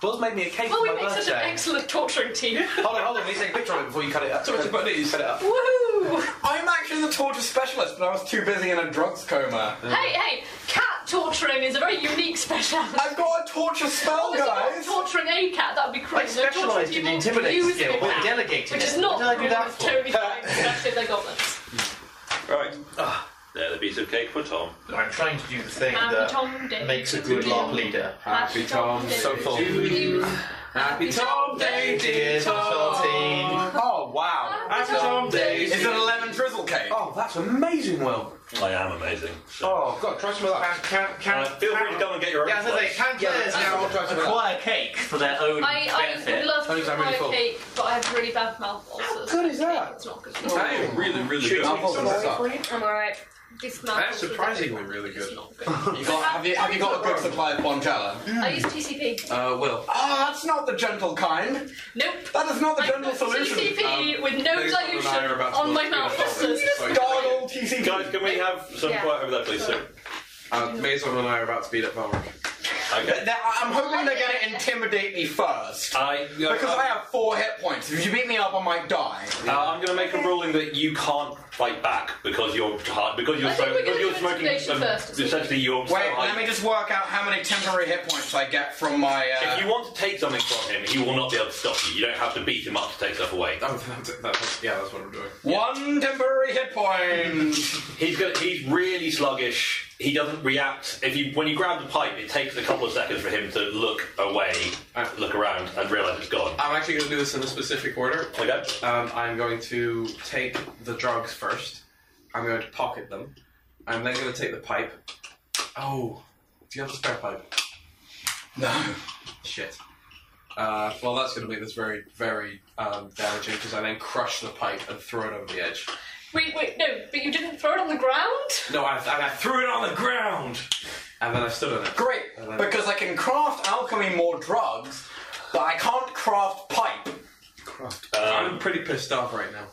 W: Will's made me a cake
G: Well, we
W: for my
G: make
W: birthday.
G: such an excellent torturing team.
D: (laughs)
W: hold on, hold on. We need to take a picture of it before you cut it up. Sorry, but you set it up.
G: Woohoo!
D: I'm actually the torture specialist, but I was too busy in a drugs coma.
G: Hey, hey, cat torturing is a very unique speciality.
D: I've got a torture spell,
G: Obviously not
D: guys.
G: torturing a cat, that would be
W: Oh,
G: crazy.
W: I specialised in
G: people
W: intimidate
G: using
W: skill,
G: a
W: but
G: cat,
W: delegating
G: Which
W: it.
G: is
W: What
G: not
W: did I do that
G: it's
W: for? (laughs)
G: terribly fine, that's it, they're goblins.
F: Right. There, Ah, the piece of cake for Tom.
W: I'm trying to do the thing
G: Happy
W: that
G: Tom Day.
W: uh, makes a good LARP leader.
G: Happy Tom Day.
W: So full.
D: Happy Tom Day,
W: Dear Tom.
D: Oh, wow.
W: Happy Tom Day.
D: Is it a lemon drizzle cake?
W: Oh, that's amazing, Will.
F: I am amazing.
W: Oh, God, try some of that. Can, can,
F: Uh, feel free to come and get your own.
W: yeah, so they
F: slice.
W: can players now acquire cake for their own
G: I, I
W: benefit.
G: would love to
W: Because I'm
G: try
W: really full.
G: a cake, but I have really bad mouth ulcers.
W: good is that?
G: It's not good.
E: I am really, really good.
G: I'm alright. This mouth
E: I am
G: ulcer is a bit
E: surprisingly really good.
D: You got, have, you, have you got a good supply of Bonjela?
G: bad. I use TCP.
E: Uh, Will.
D: Ah, that's not the gentle kind.
G: Nope.
D: That is not the
G: I
D: gentle
G: put
D: solution.
G: TCP
B: Um,
G: with no
E: Nathan and I are
G: dilution
E: about to
G: on
E: look
G: my
E: at the
G: mouth
E: results.
G: ulcers.
D: Gargle TCP.
F: Guys, can we have some
G: Yeah.
F: quiet over there, please? Sir?
E: Uh, Mason and I are about to beat up Valric.
F: Okay.
D: Now, I- I'm hoping they're going to intimidate me first.
F: I,
D: Because I have four hit points. If you beat me up, I might die.
F: Uh, I'm going to make a ruling that you can't fight back because you're hard because you're
G: I
F: so
G: think we're
F: because
G: gonna
F: you're
G: do
F: smoking.
G: intimidation first.
F: essentially, you're so
D: Wait,
F: high.
D: let me just work out how many temporary hit points I get from my. Uh,
F: If you want to take something from him, he will not be able to stop you. You don't have to beat him up to take stuff away.
E: Oh, (laughs) that, that, yeah, that's what I'm doing.
D: One temporary hit point.
F: He's gonna, he's really sluggish. He doesn't react. If you when you grab the pipe, it takes a couple of seconds for him to look away, look around, and realise it's gone.
E: I'm actually going to do this in a specific order.
F: Okay.
E: Um, I'm going to take the drugs first. I'm going to pocket them. I'm then going to take the pipe. Oh, do you have a spare pipe?
D: no.
E: Shit. Uh, well, that's going to make this very, very um, damaging because I then crush the pipe and throw it over the edge.
G: Wait, wait, no, but you didn't throw it on
B: (laughs)
G: the ground?
E: No, I, and I threw it on the ground, and then I stood on it.
D: Great, because I can craft alchemy more drugs, but I can't craft pipe.
E: I'm pretty pissed off right now.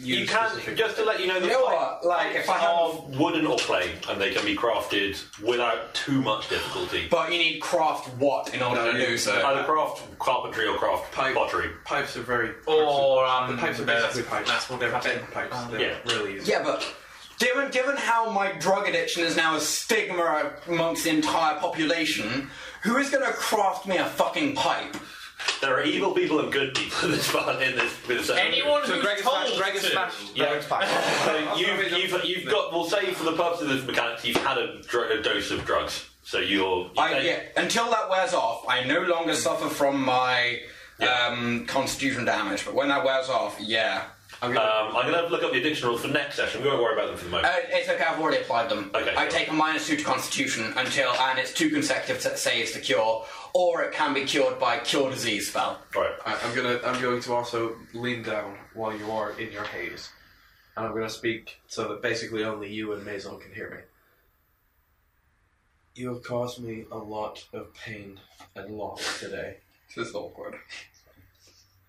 B: you, can just to let you know the
E: You know
B: type-
E: what, like, if I
B: types are wooden or plain, and they can be crafted without too much difficulty.
D: But you need craft what in order to do so?
B: Either craft carpentry or craft pottery.
E: Pipes are very.
B: Or
W: um,
E: the pipes are basically pipes. That's what they're pipes. They're
B: yeah.
E: really easy.
D: Yeah, but given given how my drug addiction is now a stigma amongst the entire population, who is going to craft me a fucking pipe?
B: There are evil people and good people (laughs) in this part in this. With
D: Anyone So who's Greg is told smashed- Greg is to- smashed-
B: Yeah.
D: Greg
B: (laughs)
D: is smashed.
B: so you've, you've, you've got. We'll say for the purpose of this mechanics, you've had a, dr- a dose of drugs, so you're. You
D: I, yeah, until that wears off, I no longer suffer from my um, constitution damage. But when that wears off, yeah.
B: I'm gonna, um, I'm gonna have to look up the addiction rules for next session. We won't worry about them for the moment.
D: Uh, it's okay. I've already applied them.
B: Okay,
D: I
B: sure.
D: take a minus two to Constitution until, and it's two consecutive sa- saves to cure, or it can be cured by cure disease spell.
B: Right.
D: uh,
E: I, I'm gonna. I'm going to also lean down while you are in your haze, and I'm gonna speak so that basically only you and Maison can hear me. You have caused me a lot of pain and loss today.
D: This is awkward.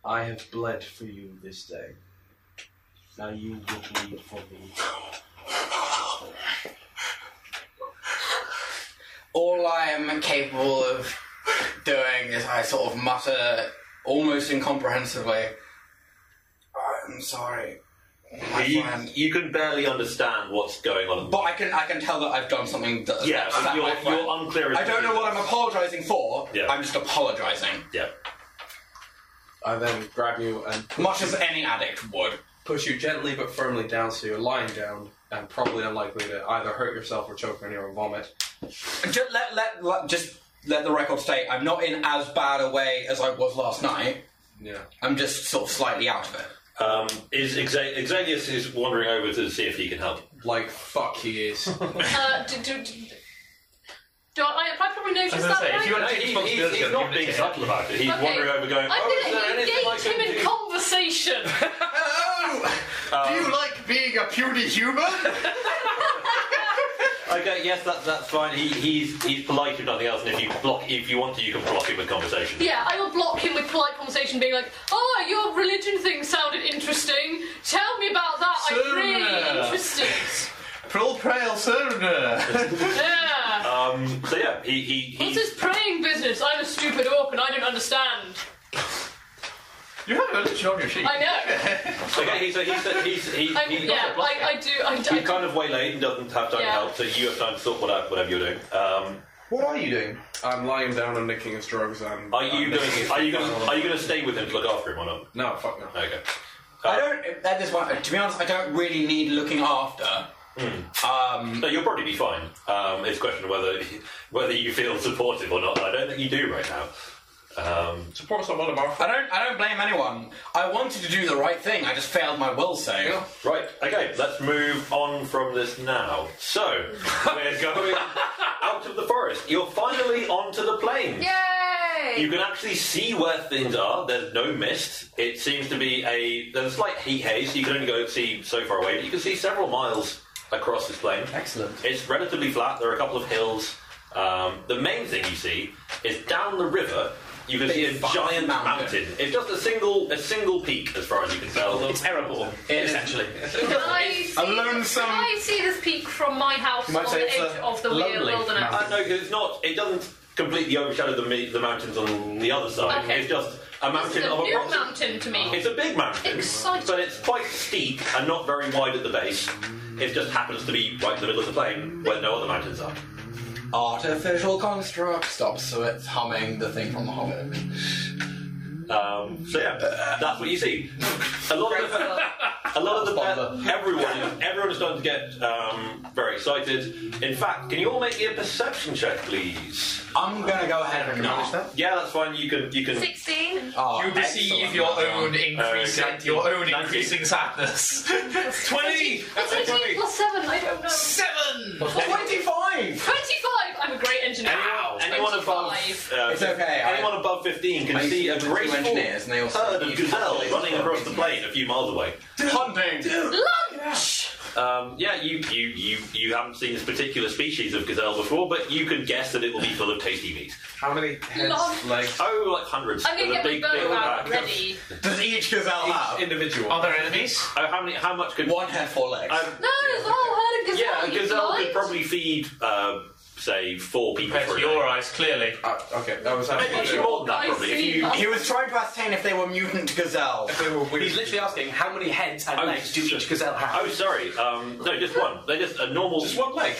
E: I have bled for you this day. Now you will bleed for me.
D: All I am capable of doing is I sort of mutter almost incomprehensibly. I'm sorry.
B: you, you can barely understand what's going on.
D: But I can I can tell that I've done something that
B: Yeah,
D: upset
B: you're-
D: my friend.
B: you're unclear as
D: I
B: to
D: don't
B: what
D: know
B: it
D: what I'm apologising for.
B: Yeah.
D: I'm just apologising.
B: Yeah.
E: I then grab you and
D: much as any addict would
E: push you gently but firmly down so you're lying down and probably unlikely to either hurt yourself or choke on your own vomit.
D: Just let, let, let just let the record state I'm not in as bad a way as I was last night.
E: Yeah.
D: I'm just sort of slightly out of it.
B: Um, is Exa- Exalius is wandering over to see if he can help.
E: Like fuck, he is.
G: Uh, do, do, do, do I, I probably noticed that right?
B: he's, he's not being subtle about it. He's
G: Okay.
B: wandering over, going,
G: I'm
B: "Oh, is there
G: going to
B: anything I
G: engage
B: can
G: him in
B: do?"
G: conversation.
B: (laughs) Um,
D: like being a
B: (laughs)
D: puny human?
B: Okay, yes, that, that's fine. He, he's he's polite if nothing else, and if you block, if you want to, you can block him with conversation.
G: yeah, I will block him with polite conversation, being like, "Oh, your religion thing sounded interesting. Tell me about that. I'm really
B: Sooner.
G: interested."
B: (laughs) Prul prail
H: (laughs)
G: yeah.
B: Um. So yeah, he he. he
G: What's this praying business? I'm a stupid orc and I don't understand.
B: you have a religion on your sheet. (laughs)
G: I know.
B: okay, so he's he's he,
G: I'm,
B: he,
G: yeah, (laughs) I, I do. I,
B: he
G: do.
B: kind of waylaid and doesn't have time to
G: Yeah.
B: help, so you have time to sort what out whatever you're doing. Um,
E: what are you doing? I'm lying down and nicking his drugs and
B: are you going? Are you going? Are you going to stay with him to look after him or not?
E: No, fuck no.
B: Okay. Uh,
D: I don't. At this point, to be honest, I don't really need looking after.
B: Um, no, you'll probably be fine. Um, it's a question of whether (laughs) whether you feel supportive or not. I don't think you do right now. Um,
E: Support someone tomorrow.
D: I don't. I don't blame anyone. I wanted to do the right thing. I just failed my will save.
B: Right, okay, let's move on from this now. So, we're going out of the forest. You're finally onto the plains.
C: Yay!
B: You can actually see where things are. There's no mist. It seems to be a there's a slight heat haze. You can only go see so far away, but you can see several miles across this plain. Excellent. It's relatively flat. There are a couple of hills. Um, the main thing you see is down the river. You can see a giant mountain. It's just a single a single peak, as far as you can tell. It's Erebor, (laughs) essentially.
G: Can I see, can I see this peak from my house on the edge of the wilderness?
B: Uh, no, 'cause it's not. It doesn't completely overshadow the, me- the mountains on the other side.
G: Okay.
B: It's just a
G: This
B: mountain
G: is a
B: of
G: new
B: approximately.
G: mountain to me.
B: It's a big mountain,
G: Exciting.
B: but it's quite steep and not very wide at the base. It just happens to be right in the middle of the plain where no other mountains are.
D: Artificial construct stops, so it's humming the thing from the Hobbit.
B: Um, so yeah, that's what you see. A lot of the, a lot of the everyone everyone is starting to get um, very excited. In fact, can you all make me a perception check, please?
D: I'm gonna go ahead and Ah,
B: manage that. Yeah, that's fine. You can you can.
C: 16.
B: Oh,
H: you perceive your own increasing, your own
B: (laughs)
H: increasing sadness. Twenty. That's
G: 20
H: a twenty.
G: plus 7, I don't know. 7!
H: Plus 25.
G: 25! I'm a great engineer.
B: Anyone, anyone above, uh,
D: It's okay, I-
B: Anyone above fifteen can
D: I
B: see a
D: speak to two
B: graceful
D: engineers and they all
B: herd
D: say-
B: of gazelle running across the plain a few miles away.
D: Hunting.
G: Lunch!
F: Um, yeah, you, you, you, you haven't seen this particular species of gazelle before, but you can guess that it will be full of tasty meat.
A: How many
G: heads, Lot.
A: legs?
F: Oh, like hundreds.
G: I'm gonna
F: With a
G: get my bow out
F: pack.
G: ready.
F: Does each gazelle have individual? Are there enemies? Oh, how many? How much could one head, four legs?
G: No, there's a whole herd of gazelles.
F: yeah, a
G: you
F: gazelle
G: blind.
F: could probably feed, uh, say, four people.
D: Compared
F: for
D: to
F: a
D: your
F: day.
D: eyes, clearly.
H: Uh,
E: Ah, okay, that was
F: Maybe actually- more than that, I probably. If see. you-
D: he was trying to ascertain if they were mutant gazelle.
A: He's literally asking how many heads and
F: Oh,
A: legs do each gazelle have?
F: Oh, sorry. Um, no, just one. They're just a normal. Just one leg.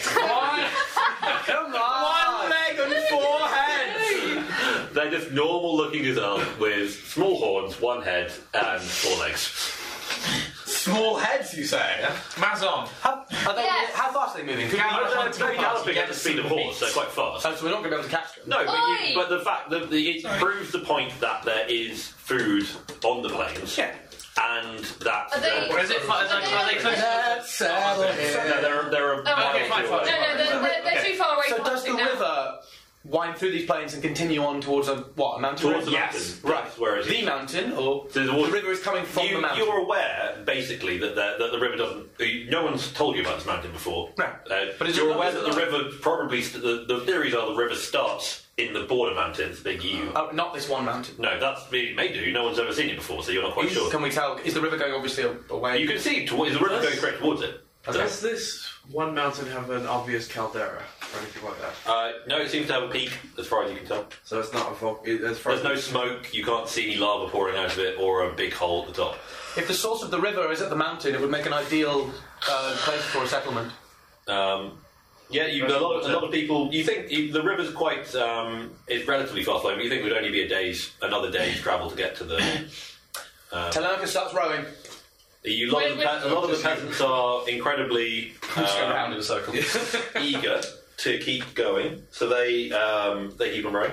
A: Come
D: One leg and four heads.
F: (laughs) They're just normal looking gazelle with small horns, one head, and four legs.
D: Small heads, you say?
W: Mazon.
A: How, are they,
W: Yes.
A: how fast are they moving?
F: They're galloping at the speed of horse, they're quite fast.
A: So we're not going to be able to catch them.
F: No, but,
A: Oi!
F: you, but the fact that the, it proves the point that there is food on the plains. Yeah. And that.
G: Are they- Or is it- are they- are they close? Let's
F: settle No, they're, they're a-
G: Oh, okay, fine, fine. No, no, they're, they're, they're too far away.
A: So
G: from
A: does the
G: hunting now.
A: river wind through these plains and continue on towards a what? A mountain?
F: Towards the
A: yes.
F: mountain.
A: Right.
F: Where is
A: the mountain or
F: the,
A: river is coming from
F: you,
A: the mountain.
F: You're aware, basically, that the, that the river doesn't. you- No one's told you about this mountain before. No. but you're aware that the river probably. St- the, the theories are the river starts in the border mountains, the EU.
A: Oh, not this one mountain.
F: No, that's it may do. No one's ever seen it before, so you're not quite
A: Is-
F: sure.
A: Can we tell? Is the river going obviously a- away?
F: You can see towards the river going correct towards it.
E: Does this one mountain have an obvious caldera or anything like that?
F: Uh, no, it seems to have a peak, as far as you can tell.
E: So it's not a volcano. As far
F: There's no smoke. You can't see any lava pouring out of it, or a big hole at the top.
A: If the source of the river is at the mountain, it would make an ideal uh, place for a settlement.
F: Um, yeah, you, a, lot, a lot of people. You think you, the river's quite um, is relatively fast flowing. but You think it would only be a day's another day's travel to get to the. Um,
A: Telemachus starts rowing.
F: You, a lot, of, the, pe- a lot of the peasants are incredibly
A: (laughs) Just go round
F: in a circle, (laughs)
A: (laughs)
F: eager to keep going. So they um, they keep on rowing.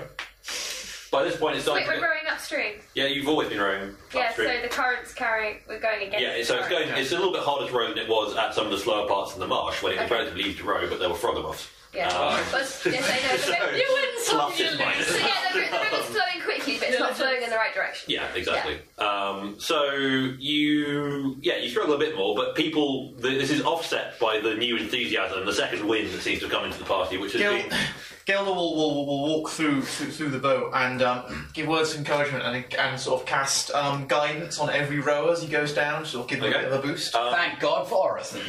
F: By this point, it's
O: Wait,
F: starting. to
O: we're
F: get-
O: rowing upstream.
F: yeah, you've always been rowing.
O: Yeah, so
F: upstream.
O: the current's carrying. We're going against.
F: Yeah,
O: the
F: so it's
O: current.
F: going. It's a little bit harder to row than it was at some of the slower parts in the marsh when it was
O: Okay.
F: relatively easy to row, but there were frog offs.
O: Yeah,
F: Ah.
O: but yes, I know.
F: so-
O: The
F: (laughs)
O: river, you win some,
F: Plus
O: you
F: and
O: lose.
F: minus.
O: So yeah, the, ri- the river's flowing quickly, but it's not flowing in the right direction.
F: Yeah, exactly. Um, so you, yeah, you struggle a bit more, but people, th- this is offset by the new enthusiasm, the second wind that seems to come into the party, which has
H: Gil-
F: been.
H: Gilda will, will, will walk through, through through the boat and um, give words of encouragement and, and sort of cast um, guidance on every row as he goes down, sort of give him a
F: Okay.
H: bit of a boost.
A: Uh,
Y: Um,
F: Thank
H: God for Orison.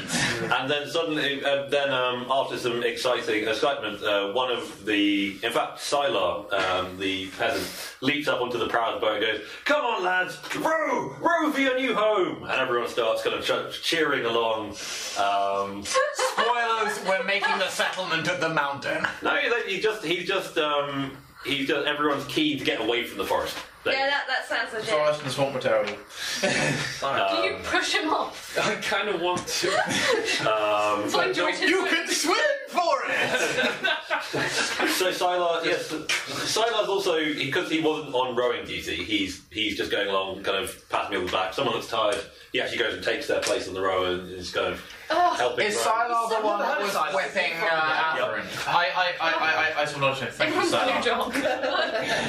F: and then suddenly, uh, then um, after some exciting excitement, uh, one of the, in fact, Sylar, um, the peasant, leaps up onto the prow of the boat and goes, "Come on, lads, row, row for your new home!" And everyone starts kind of ch- cheering along. Um,
D: Spoilers, we're making the settlement at the mountain.
F: no, he, he just, he's just, um, he's just. Everyone's keen to get away from the forest.
O: Yeah, that, that sounds legit.
H: Forest and the swamp were terrible.
G: Do you push him off?
E: I kind of want to.
G: (laughs)
F: Um,
G: It's like George's You
H: can swim for
F: so Sylar, yes, Sylar's also because he wasn't on rowing duty. He's he's just going along, kind of patting me on the back. Someone that's tired, he actually goes and takes their place on the row and is kind of helping.
H: Is
F: row.
H: Sylar the one that was
F: Sylar.
H: whipping uh, Atherin? I, I, I, I, I, I just want to thank you, Sylar.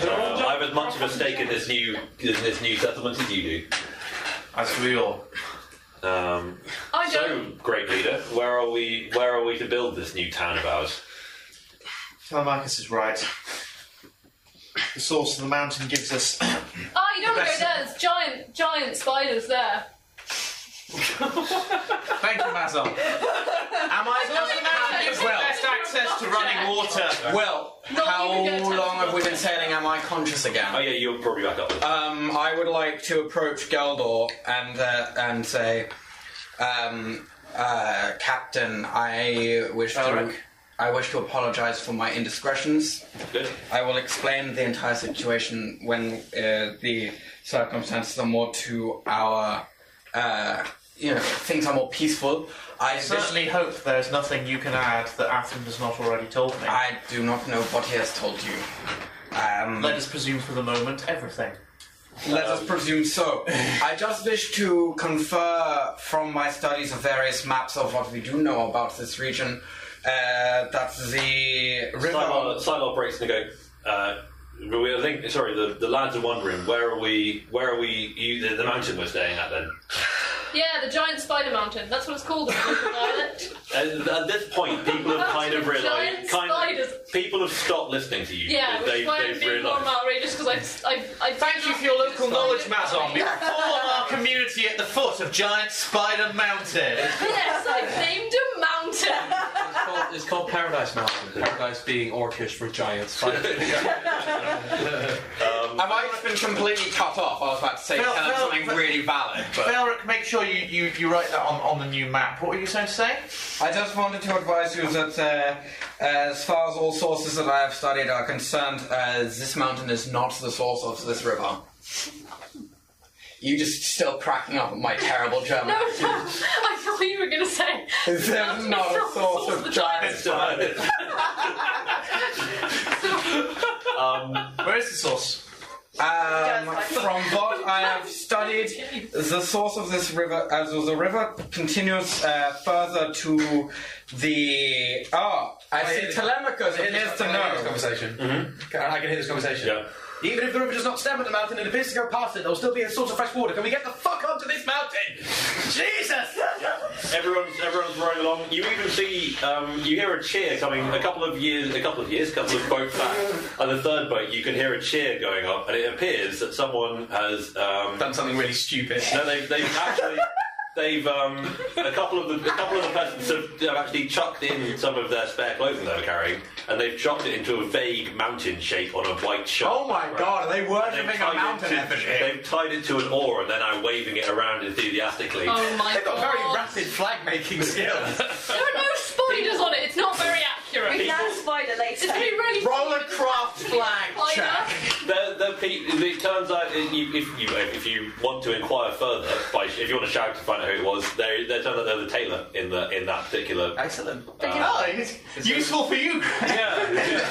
F: Uh, I'm as much of a stake in this new in this new settlement as you do.
H: As we all.
F: Um,
G: I
F: so, great leader, where are we? Where are we to build this new town of ours?
H: Telemachus is right. The source of the mountain gives us.
G: Oh, you don't want to go there. There's giant, giant spiders there.
H: Thank
D: (laughs)
H: you, Mazar. Am I
G: Well,
H: does the mountain give us
G: well.
H: best access to running water?
D: Well, how long have we been sailing? Am I conscious again? Oh
F: yeah, you're probably back up.
H: Uh,
D: Um, I would like to approach Galdor and uh, and say, um, uh, Captain, I wish to. I wish to apologize for my indiscretions.
F: Good.
D: I will explain the entire situation when uh, the circumstances are more to our, uh, you know, things are more peaceful. I
H: I certainly hope there's nothing you can add that Athen has not already told me.
D: I do not know what he has told you. Um,
H: Let us presume for the moment everything.
D: Let us presume so. I just wish to confer from my studies of various maps of what we do know about this region uh, that the river.
F: Sidebar, sidebar breaks and they go. Uh, we, I think. Sorry, the, the lads are wondering where are we? Where are we? You, the, the mountain we're staying at then.
G: Yeah, the giant spider mountain. That's what it's called in the local dialect.
F: At, at this point, people have kind of
G: Giant
F: realised. Kind
G: spiders.
F: of, people have stopped listening to you.
G: Yeah, which
F: they,
G: is why I'm
F: have
G: being more
F: realised.
G: outrageous because I, I, I. Thank you for
H: your local
G: knowledge,
H: Mazon, we form our community at the foot of Giant Spider Mountain.
G: Yes, I've named a mountain. (laughs)
E: Well, It's called Paradise Mountain. Paradise being Orcish for giants.
D: Have I just been completely cut off? I was about to say,
H: Phil-
D: tell them
H: Phil-
D: something really valid. But
H: Velric, make sure you, you, you write that on, on the new map. What were you saying to say?
D: I just wanted to advise you that, uh, as far as all sources that I have studied are concerned, uh, this mountain is not the source of this river. You just still cracking up at my terrible German.
G: No, no, I thought you were going to say.
D: Is there not a source
G: (laughs)
D: of giant
F: giants?
W: Um,
H: Where is the source?
D: Um, from what I have studied, the source of this river, as uh, the river continues uh, further to the. Oh, I see Telemachus. It is to know.
W: Conversation. Can- I can hear this conversation.
F: Yeah.
W: Even if the river does not stem at the mountain and appears to go past it, there will still be a source of fresh water. Can we get the fuck onto this mountain? Jesus!
F: Everyone's everyone's running along. You even see um, you hear a cheer coming. A couple of years, a couple of years, a couple of boats back, and the third boat you can hear a cheer going up, and it appears that someone has um,
W: done something really stupid.
F: No, they've, they've
W: (laughs)
F: actually. They've um, a couple of the a couple of the peasants have, have actually chucked in some of their spare clothing they were carrying, and they've chucked it into a vague mountain shape on a white shark.
W: Oh my god, are they worshipping a mountain effigy?
F: They've tied it to an oar and they're now waving it around enthusiastically.
G: Oh my
W: They've got
G: god.
W: very rapid flag making
H: (laughs)
W: skills.
G: There are no spiders on it. It's not very accurate.
F: We can People-
G: spider later. It's
O: (laughs)
G: gonna be really
W: roller craft flag
G: check.
F: The, the, pe- it turns out that you, if you if you want to inquire further, by, if you want to shout to find out who it was, they they turn out they're the tailor in the in that particular.
W: Excellent.
H: oh, it's useful for you.
F: yeah.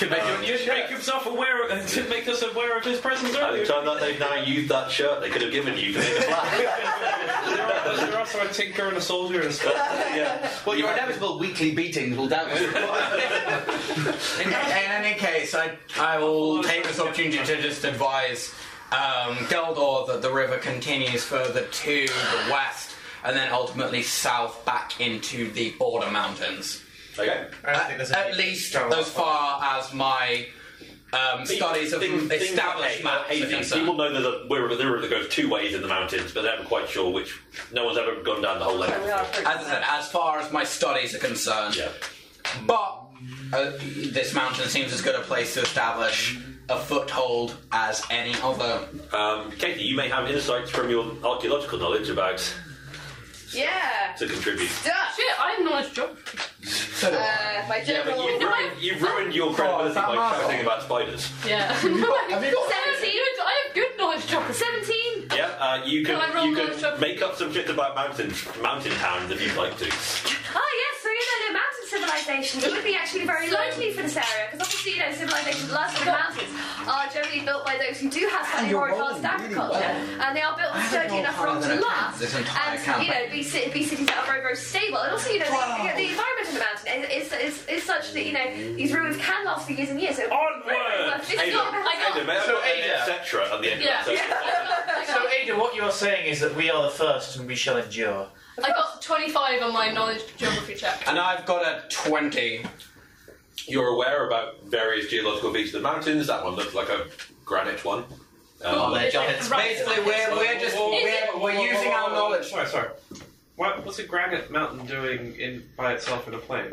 E: make, him, you should make himself aware. Of, (laughs) to make us aware of his presence
F: And
E: earlier.
F: it turned out they've now used that shirt they could have given you to
D: (laughs)
F: make a flag.
E: You're also a tinker and a soldier and stuff.
F: yeah.
H: Well, your inevitable weekly beatings will doubtless.
D: In, in any case, I, I will take this opportunity to just advise um, Geldor that the river continues further to the west and then ultimately south back into the border mountains.
F: Okay.
D: At, at least as far as my um, studies of
F: Things- things
D: established
F: like
D: maps
F: hazing.
D: are concerned.
F: People know there's a river, the river that goes two ways in the mountains, but they're never quite sure which. No one's ever gone down the whole length.
D: As I said, as far as my studies are concerned. But uh, this mountain seems as good a place to establish a foothold as any other.
F: Um, Katie, you may have insights from your archaeological knowledge about
C: Yeah.
F: to contribute.
C: Stuff.
G: Shit, I have knowledge job.
C: Uh, my
F: Yeah, but
C: general.
F: you've ruined, you've ruined your credibility by shouting about spiders.
G: Yeah. (laughs)
C: Have you got-
G: Seventeen. I have good knowledge job. Seventeen.
F: Yeah, uh, you
G: Can I
F: could
G: roll
F: you
G: knowledge check?
F: could make up some shit about mountains, mountain towns if you'd like to.
C: Oh yes, so you know the mountain civilizations would be actually very likely for this area because obviously you know civilizations last in the mountains are generally built by those who do have slightly
D: Ah, you're
C: more advanced
D: rolling really
C: agriculture
D: well.
C: and they are built
D: I haven't
C: sturdy
D: rolled
C: enough for
D: higher
C: them to
D: than a ten
C: last
D: this entire
C: and you
D: campaign.
C: know be, ci- be cities that are very very stable and also you know the, the, the environment of the mountain is, is, is, is such that you know these ruins can last for years and years. So
F: Onward!
C: It's
F: Ada,
C: not- I got- (laughs)
F: Ada, may I
H: So
F: put an
H: Ada-
F: etc. at the end of that sentence?
H: so, Ada, what you are saying is that we are the first and we shall endure.
G: I got twenty-five on my knowledge geography check.
D: And I've got a 20.
F: You're aware about various geological features of the mountains. That one looks like a granite one.
D: Oh, they're giant spiders. Basically, we're- we're just- we're- we're using our knowledge.
E: Sorry, sorry. What, what's a granite mountain doing in by itself in a plane?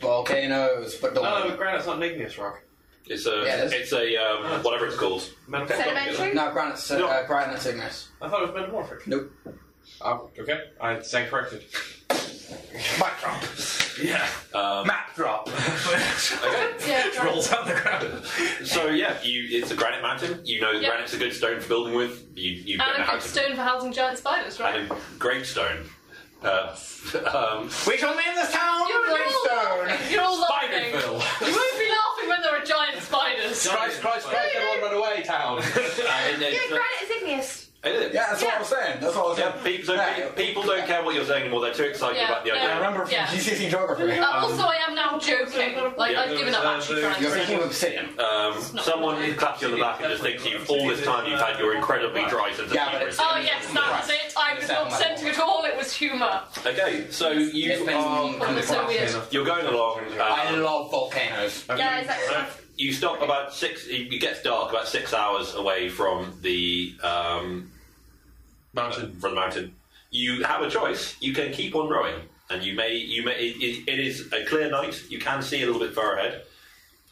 D: Volcanoes, but don't.
E: No, granite's not an igneous rock.
F: It's a,
D: Yeah, it is.
F: it's a um, whatever it's called.
C: Sedimentary?
D: No, granite,
E: No.
D: Uh, granite igneous.
E: I thought it was metamorphic.
D: Nope.
E: Oh, okay, I stand corrected.
D: Mic drop.
E: Yeah.
F: Um,
E: Map drop.
G: Yeah,
E: It rolls out the ground.
F: So yeah, you it's a granite mountain. You know
G: Yeah.
F: granite's a good stone for building with. You you don't
G: And
F: know
G: a
F: how
G: good
F: to
G: stone for housing giant spiders, right?
F: and a great stone. Uh, (laughs) um,
D: We shall name this town
G: You're all
D: Greystone.
G: laughing. You're all laughing.
F: Spiderville.
G: You won't be laughing when there are giant spiders.
F: Christ, Christ,
G: Christ, everyone
F: run away,
D: (laughs)
F: town.
C: Yeah, granite is igneous.
D: Yeah, that's what I was saying. That's what I was saying.
F: people, so pe- people don't care what you're saying anymore. They're too excited
G: Yeah,
F: about the
G: yeah.
F: idea.
G: I remember from Yeah.
D: GCSE geography.
O: Oh.
G: Uh, also, I am now joking. Like I've given
D: uh,
G: up actually trying.
D: You're
G: to
D: thinking of obsidian.
F: Um, someone claps you on the back and just thinks you've all this time you've had your incredibly dry sense of
D: Yeah, but
F: humour.
G: Oh yes, that's it. I I was not scenting at all, it was humour.
F: Okay, so you
G: on the
F: are
G: Soviet.
F: you're going along. I love volcanoes.
G: Yeah, exactly.
F: You stop about six. It gets dark about six hours away from the um, mountain. From the mountain, you have a choice. You can keep on rowing, and you may. You may. It, it- it is a clear night. You can see a little bit far ahead,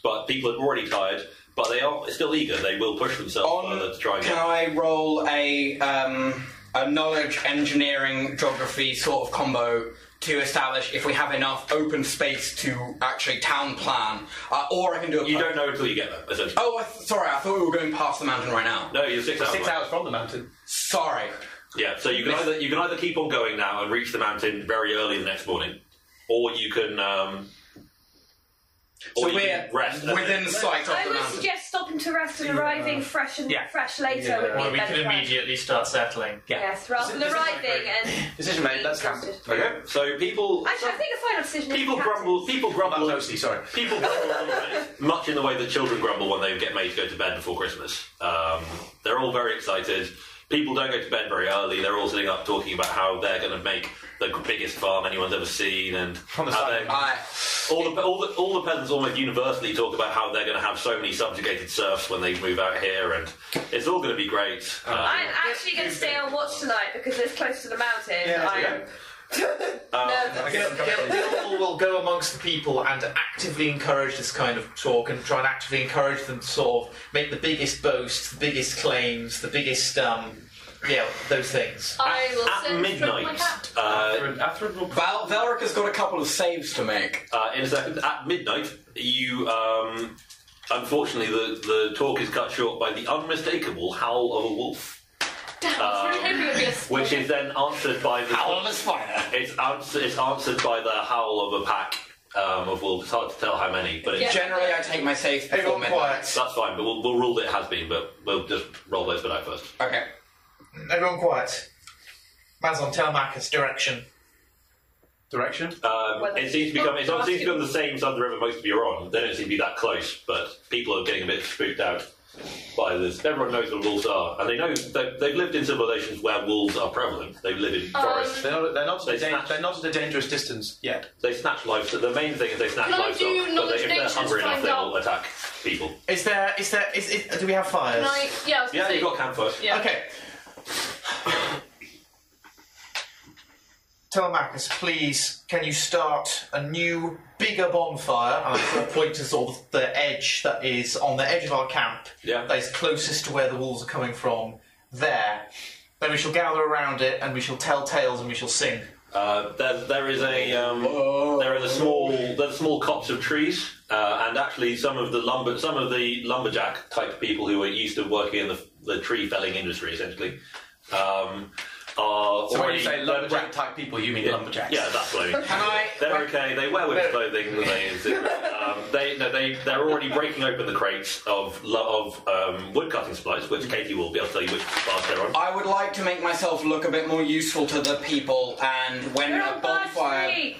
F: but people are already tired. But they are still eager. They will push themselves further to try and
D: Can
F: get.
D: I roll a um, a knowledge engineering geography sort of combo to establish if we have enough open space to actually town plan, uh, or I can do a. You don't
F: know until you get there. Essentially.
D: Oh, I th- sorry. I thought we were going past the mountain right now.
F: No, you're six hours. away.
D: from the mountain. Sorry.
F: Yeah, so you can either you can either keep on going now and reach the mountain very early the next morning, or you can um, or you can rest and then-
O: I would suggest stopping to rest and arriving fresh and
W: Yeah.
O: fresh later would be
W: Well,
O: a
W: we
O: better
W: can
O: plan.
W: immediately start settling.
O: Yes, rather than arriving and
W: Decision made. Let's camp.
F: Okay. So people.
O: Actually, I think a final decision.
F: People
O: is
F: grumble. People grumble. sorry. (laughs) People grumble much in the way that children grumble when they get made to go to bed before Christmas. Um, they're all very excited. People don't go to bed very early. They're all sitting up talking about how they're going to make the biggest farm anyone's ever seen, and how they're- all, the, all the all the peasants almost universally talk about how they're going to have so many subjugated serfs when they move out here, and it's all going to be great. Um,
O: I'm actually going to stay on watch tonight because it's close to the mountain. I am.
H: Gil will go amongst the people and actively encourage this kind of talk and try and actively encourage them to sort of make the biggest boasts, the biggest claims, the biggest, um, yeah, those things.
G: I will
H: at
G: send
H: midnight.
G: my cat.
F: Uh,
D: Val- Valric has got a couple of saves to make.
F: Uh, in a second, at midnight, you um, unfortunately the, the talk is cut short by the unmistakable howl of a wolf,
G: Damn,
H: um,
G: I was really hoping it would be a
F: which is then answered by the howl
D: of a spider.
F: It's ans- it's answered by the howl of a pack um, of wolves. It's hard to tell how many, but it's
D: Generally, I take my saves before midnight.
F: That's fine, but we'll, we'll rule that it has been. But we'll just roll those for now first.
D: Okay.
H: Everyone quiet. Mazon, tell Marcus direction.
F: Direction? Um, it seems to become it seems to become the same side of the river most of you are on. They don't seem to be that close, but people are getting a bit spooked out by this. Everyone knows what wolves are, and they know they've, they've lived in civilizations where wolves are prevalent. They live in
G: Um,
F: forests.
G: They're
F: not, they're, not they snatch, they're not at a dangerous distance yet. They snatch livestock. The main thing is they snatch
G: Can I
F: livestock,
G: do
F: but
G: knowledge
F: they, if they're
G: nature to
F: hungry enough,
G: find
F: they
G: out?
F: will attack people.
H: Is there, is there, is it, do we have fires?
G: Can I? Yeah, I was gonna
F: Yeah,
G: say-
F: you've got campfires.
G: Yeah.
H: Okay. Telemachus, please, can you start a new, bigger bonfire? And I sort of point to sort of the edge that is on the edge of our camp.
F: Yeah.
H: That is closest to where the wolves are coming from. There. Then we shall gather around it and we shall tell tales and we shall sing.
F: Uh, there, there is a um, there is a small there's a small copse of trees, uh, and actually some of the lumber some of the lumberjack type people who are used to working in the, the tree felling industry essentially um, are
M: So when
F: already
M: you say lumberjack type people, you mean
F: yeah,
M: lumberjacks?
F: Yeah, that's what I mean.
M: Can I-
F: They're okay. They wear women's clothing. (laughs) They, um, they, no, they, they're already breaking open the crates of lo- of um, wood cutting supplies, which Katie will be able to tell you which bars they're on.
D: I would like to make myself look a bit more useful to the people, and when
O: You're
D: the
O: on Bard
D: bonfire,
O: Street.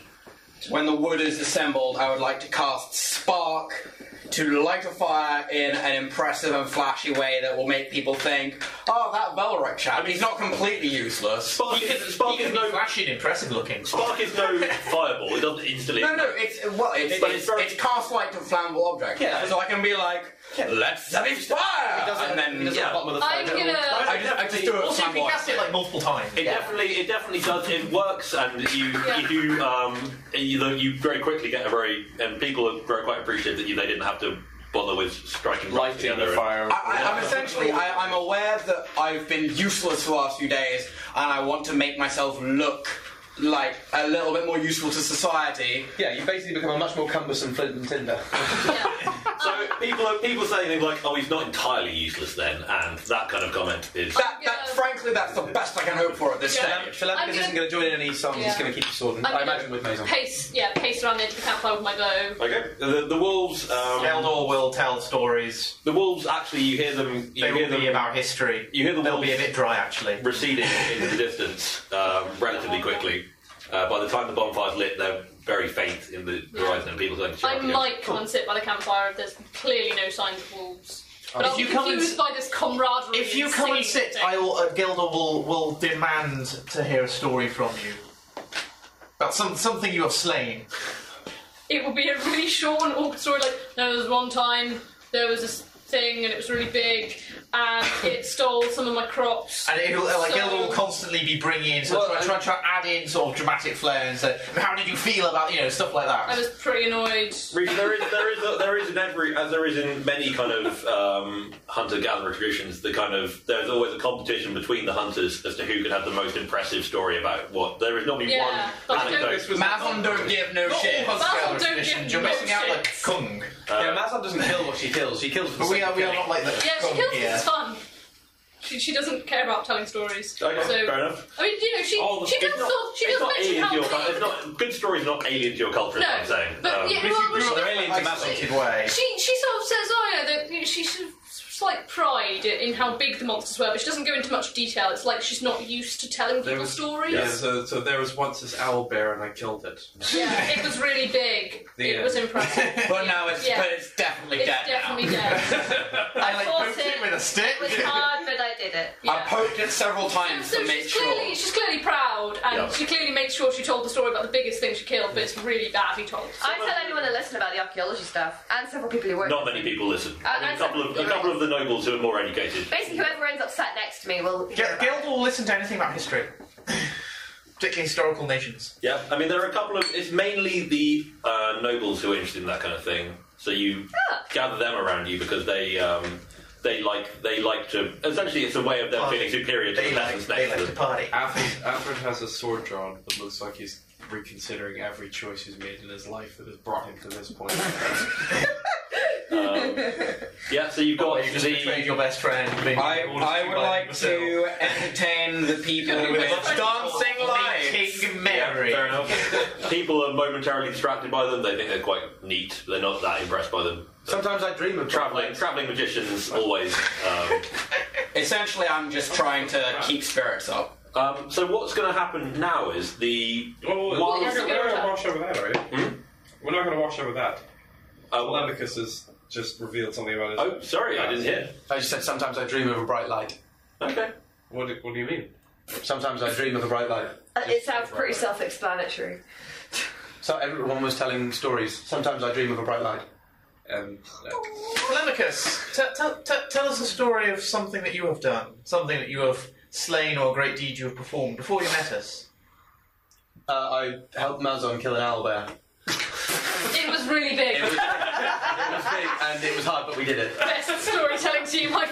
D: when the wood is assembled, I would like to cast spark to light a fire in an impressive and flashy way that will make people think, "Oh, that Belric chap, he's not completely useless."
F: Spark is, spark is no
H: flashy and impressive looking.
F: Spark is no fireball. It doesn't instantly.
D: No, no, it's well, it's
F: But
D: it's, it's, cast light to flammable object.
F: Yeah.
D: so I can be like, "Let's have a fire,"
F: It
D: uh,
F: doesn't-
D: and
F: it
D: then
F: doesn't have bottom of the fire, I'm don't gonna- it?
D: I just, I just do it
H: Also, if you
D: flamboyant.
H: cast it like multiple times.
F: It definitely, it definitely does. It works, and you,
H: Yeah.
F: you, um, you, know, you very quickly get a very, and people are very quite appreciative that you, they didn't have to bother with striking lights together. and-
D: I, I'm essentially, I, I'm aware that I've been useless for the last few days, and I want to make myself look like a little bit more useful to society.
P: Yeah, you basically become a much more cumbersome flint and tinder.
H: (laughs)
F: so people, are, people say things like, "Oh, he's not entirely useless then," and that kind of comment is.
D: That, that, frankly, that's the best I can hope for at this
G: Yeah.
D: stage.
G: Philanthrop I'm gonna- isn't
P: going to join in any songs.
G: he's Yeah. gonna
P: keep the sword.
G: and- I'm I gonna- imagine
P: with
G: Pace, yeah, pace around the edge of the campfire with my bow.
F: Okay. The, the wolves. Um,
H: Eldor will tell stories.
F: The wolves actually, you hear them. You
H: They
F: hear
H: will
F: them
H: be about history.
F: You hear the
H: They'll
F: wolves
H: be a bit dry actually.
F: Receding into the distance um, relatively quickly. Uh, by the time the bonfire's lit, they're very faint in the horizon, and people are starting to show
G: I
F: up again.
G: might come and sit by the campfire if there's clearly no signs of wolves. But
H: If
G: I'm
H: you come and
G: confused by this camaraderie.
H: If you come and
G: singing
H: sit,
G: thing.
H: I will. Uh, Gilda will will demand to hear a story from you about some something you have slain.
G: It would be a really short and awkward story. Like, there was one time there was this thing and it was really big and it stole some of my crops.
H: And it will, uh, like,
G: So-
H: Gilda will constantly be bringing in, so
G: Well,
H: try, try, try to add in sort of dramatic flair and say, how did you feel about, you know, stuff like that.
G: I was pretty annoyed.
F: Really, there is, there is, there is in every, as there is in many kind of um, hunter-gatherer traditions, the kind of there's always a competition between the hunters as to who can have the most impressive story about what. There is normally
G: Yeah,
F: one
G: but
F: anecdote.
G: don't- Mazon
F: don't give
G: no Not shit. all Mazon hunter-gatherer don't traditions. give You're no missing out shit. like
H: Kung.
F: yeah,
D: Mazan doesn't kill what she kills. She kills.
H: But we are we are not like that.
G: Yeah, she kills because it's fun. She, she doesn't care about telling stories.
F: Okay,
G: so,
F: fair enough. Oh,
G: I mean, you know, she, she does
F: it's
G: sort
F: not,
G: of, she
F: it's
G: does
F: not
G: mention
F: alien
G: how
F: to your
G: big-
F: culture. It's not good stories. Not alien to your culture. is
G: No,
F: what I'm saying. Um,
G: but yeah, If you well, grew she up does- alien to
H: Mazon Kid way.
G: She she sort of says, oh yeah, that you know, she sort of it's like pride in how big the monsters were, but she doesn't go into much detail. It's like she's not used to telling
E: There
G: people
E: was,
G: stories.
E: Yeah, so, so there was once this owl bear and I killed it.
G: Yeah, it was really big.
E: The
G: it
E: end.
G: was impressive.
E: But now it's-
G: yeah.
E: but it's
D: definitely
G: It's
D: dead now.
G: definitely dead.
H: I like
G: Fought
H: poked it with a stick.
C: It was
H: (laughs)
C: hard, but I did it.
D: I poked it several times
G: So
D: to make
G: she's
D: sure.
G: clearly she's clearly proud, and
D: Yeah.
G: she clearly makes sure she told the story about the biggest thing she killed, but it's really badly told.
C: I tell anyone that listen about the archaeology stuff, and several people who work.
F: Not many people listen.
C: Uh,
F: I mean, a
C: and-
F: couple of a couple of the nobles who are more educated.
C: Basically, whoever ends up sat next to me will.
H: G- Gilda will listen to anything about history, particularly historical nations.
F: Yeah, I mean, there are a couple of. It's mainly the uh, nobles who are interested in that kind of thing. So you gather them around you because they um, they like they like to. Essentially, it's a way of them feeling superior to the peasants next to them.
H: party.
E: Alfred, Alfred has a sword drawn that looks like he's reconsidering every choice he's made in his life that has brought him to this point.
F: yeah, so you've got
H: you just betrayed your best friend.
D: I, I would like to entertain the people with dancing lights.
H: King Mary.
F: fair (laughs) enough. People are momentarily distracted by them. They think they're quite neat. They're not that impressed by them.
D: Sometimes I dream of
F: traveling. Traveling magicians always. Um,
D: Essentially, I'm just trying to keep spirits up.
F: Um, so what's going to happen now is the uh,
E: Well,
F: while-
E: we're, not gonna, we're not gonna wash over that, are we? We're not going to wash over that.
F: Uh,
E: Lemnicus has just revealed something about his.
F: Oh, sorry, I didn't hear.
A: I just said sometimes I dream of a bright light.
F: Okay.
E: What do, what do you mean?
A: Sometimes I dream of a bright light.
C: Uh, It sounds pretty self-explanatory.
A: So everyone was telling stories. Sometimes I dream of a bright light.
E: Um,
H: Telemachus, t- t- t- tell us a story of something that you have done, something that you have slain or a great deed you have performed before you met us.
A: Uh, I helped Mazon kill an owl bear.
G: It was really big.
A: It was- and it was hard, but we did it.
G: Best storytelling team I've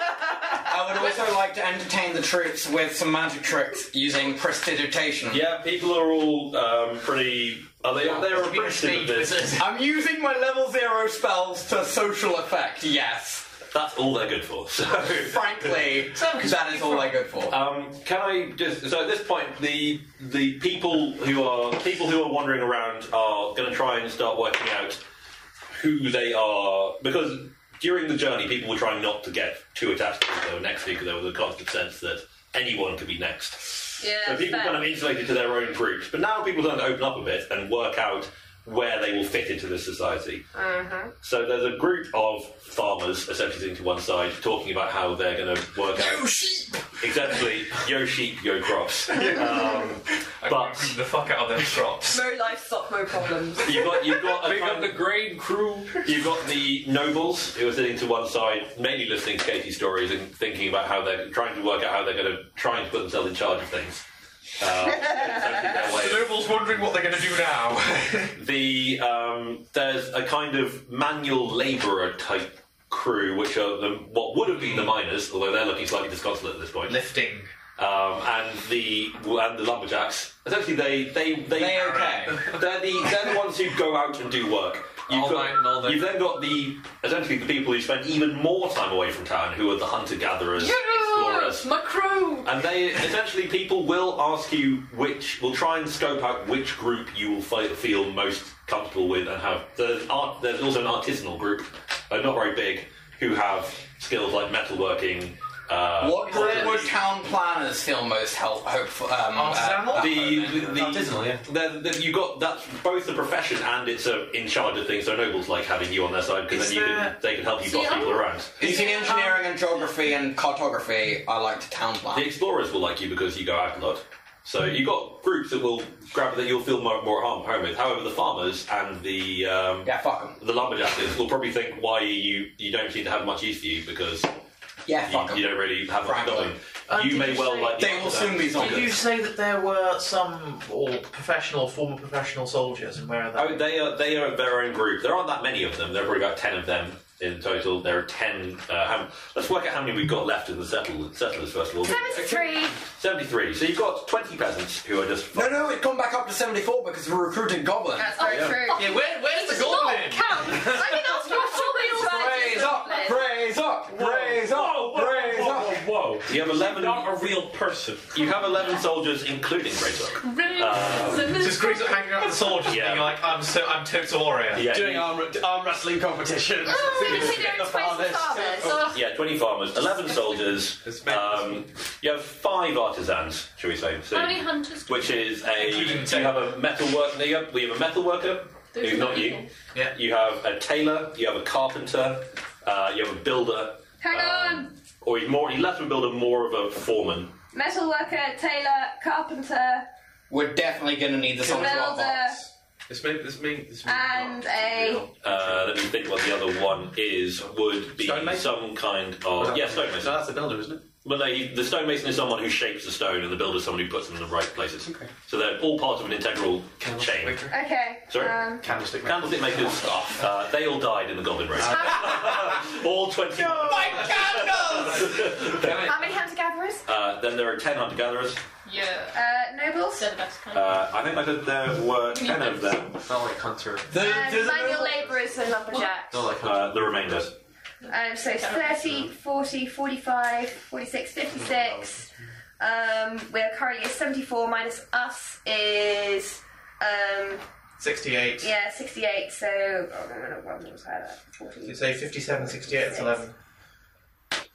D: I would also like to entertain the troops with some magic tricks using prestidigitation.
F: Yeah, Uh, people are all um, pretty. Are they? They're appreciative of
H: (laughs)
F: this.
D: I'm using my level zero spells to social effect. Yes.
F: That's all they're good for. (laughs) So
D: frankly, that is all they're good for.
F: Um, can I just? So at this point, the the people who are people who are wandering around are going to try and start working out who they are because during the journey, people were trying not to get too attached to who they were next to because there was a constant sense that anyone could be next.
C: Yeah.
F: So people
C: fair.
F: kind of insulated to their own groups, but now people are going to open up a bit and work out where they will fit into this society.
C: Uh-huh.
F: So there's a group of farmers essentially sitting to one side talking about how they're going to work out.
H: Oh,
F: Yo sheep! Exactly. Yo sheep, yo (laughs) crops. Um, but the fuck out of their crops.
C: No livestock, no problems.
F: You've got you've got a kind, the grain crew. You've got the nobles who are sitting to one side, mainly listening to Katie's stories and thinking about how they're trying to work out how they're going to try and put themselves in charge of things. Uh,
H: (laughs)
F: (laughs)
H: The nobles wondering what they're going to do now.
F: the um, there's a kind of manual labourer type crew, which are the, what would have been the miners, although they're looking slightly disconsolate at this point.
H: (laughs) Lifting.
F: Um, and the and the lumberjacks. Essentially, they they they
D: They're okay.
F: They're the they're the ones who go out and do work. You've, got, you've then got the essentially the people who spend even more time away from town, who are the hunter gatherers, explorers,
G: my crew.
F: and they essentially people will ask you which will try and scope out which group you will fi- feel most comfortable with and have. There's, art, there's also an artisanal group, uh, not very big, who have skills like metalworking, Uh,
D: what would, would town planners feel most help, hopeful? Um,
A: Oh,
F: Uh,
D: uh,
F: the, the, the, the- the- you got that's both the profession and it's a in charge of things. So nobles like having you on their side because
D: Is
F: then you can
D: there-
F: they can help you boss people around.
D: You see,
A: Um,
D: engineering and geography and cartography are like the town plan.
F: The explorers will like you because you go out a lot. So you got groups that will grab that you'll feel more, more harm home with. However, the farmers and the um,
D: yeah, fuck
F: the lumberjackers will probably think why you you don't seem to have much use for you because
D: yeah,
F: you, you don't really have much going. you may well like the lumberjacks.
H: Did you say that there were some or professional, former professional soldiers, and where are they?
F: Oh, they are they are their own group. There aren't that many of them. There are probably about ten of them in total. There are ten. Uh, how, let's work out how many we've got left in the settle, settlers first of all.
C: Three.
F: Seventy-three. So you've got twenty peasants who are just.
D: No, no, it's gone back up to 74 because we recruited goblins.
C: That's very
F: Yeah.
C: true.
F: Yeah, where- where's the
C: Stop,
F: goblin?
C: Count. I mean, that's what
D: Praise up, praise up, praise up, praise up.
F: Whoa! You have eleven. Not a real person. You have eleven soldiers, including Greystock.
G: Um,
H: Just Greeks are hanging out with soldiers, being like, I'm so, I'm total warrior,
F: Yeah. Doing
H: arm, arm wrestling competition.
F: Yeah, twenty farmers, eleven soldiers. Um, you have five artisans, shall we say? So
G: How many hunters?
F: which is a you have a metal worker. You have, we have a metal worker
G: Those
F: who's
G: are
F: not you.
G: people.
F: Yeah. You have a tailor. You have a carpenter. Uh, you have a builder,
C: Hang
F: Um,
C: on.
F: or he's more. He left a builder more of a foreman.
C: Metalworker, tailor, carpenter,
D: We're definitely gonna need this on the
C: builder,
F: This may, this may, this
C: and a.
F: Uh, let me think what the other one is. Would be some kind of yeah stonemason. No, that's a builder, isn't it? Well, no, he, the stonemason is someone who shapes the stone, and the builder is someone who puts them in the right places. Okay. So they're all part of an integral chain.
C: Okay.
F: Sorry?
C: Um,
F: Candlestick makers. Candlestick makers. Uh, they all died in the Goblin Race. all 20. My
C: how many hunter gatherers?
F: uh, then there are 10 hunter gatherers.
C: Yeah. Uh, nobles. They're the best kind.
F: Uh, I think I said there were 10 of them. Not like hunter.
C: and manual labourers and lumberjacks.
F: Not like hunter. Uh, the remainders.
C: Um, so 30, 40, 45, 46, 56. Um, we're currently at 74 minus us is. Um,
H: 68.
C: yeah, 68, so. Oh, no, no, no, one was higher.
H: You say 57, 68, it's 11.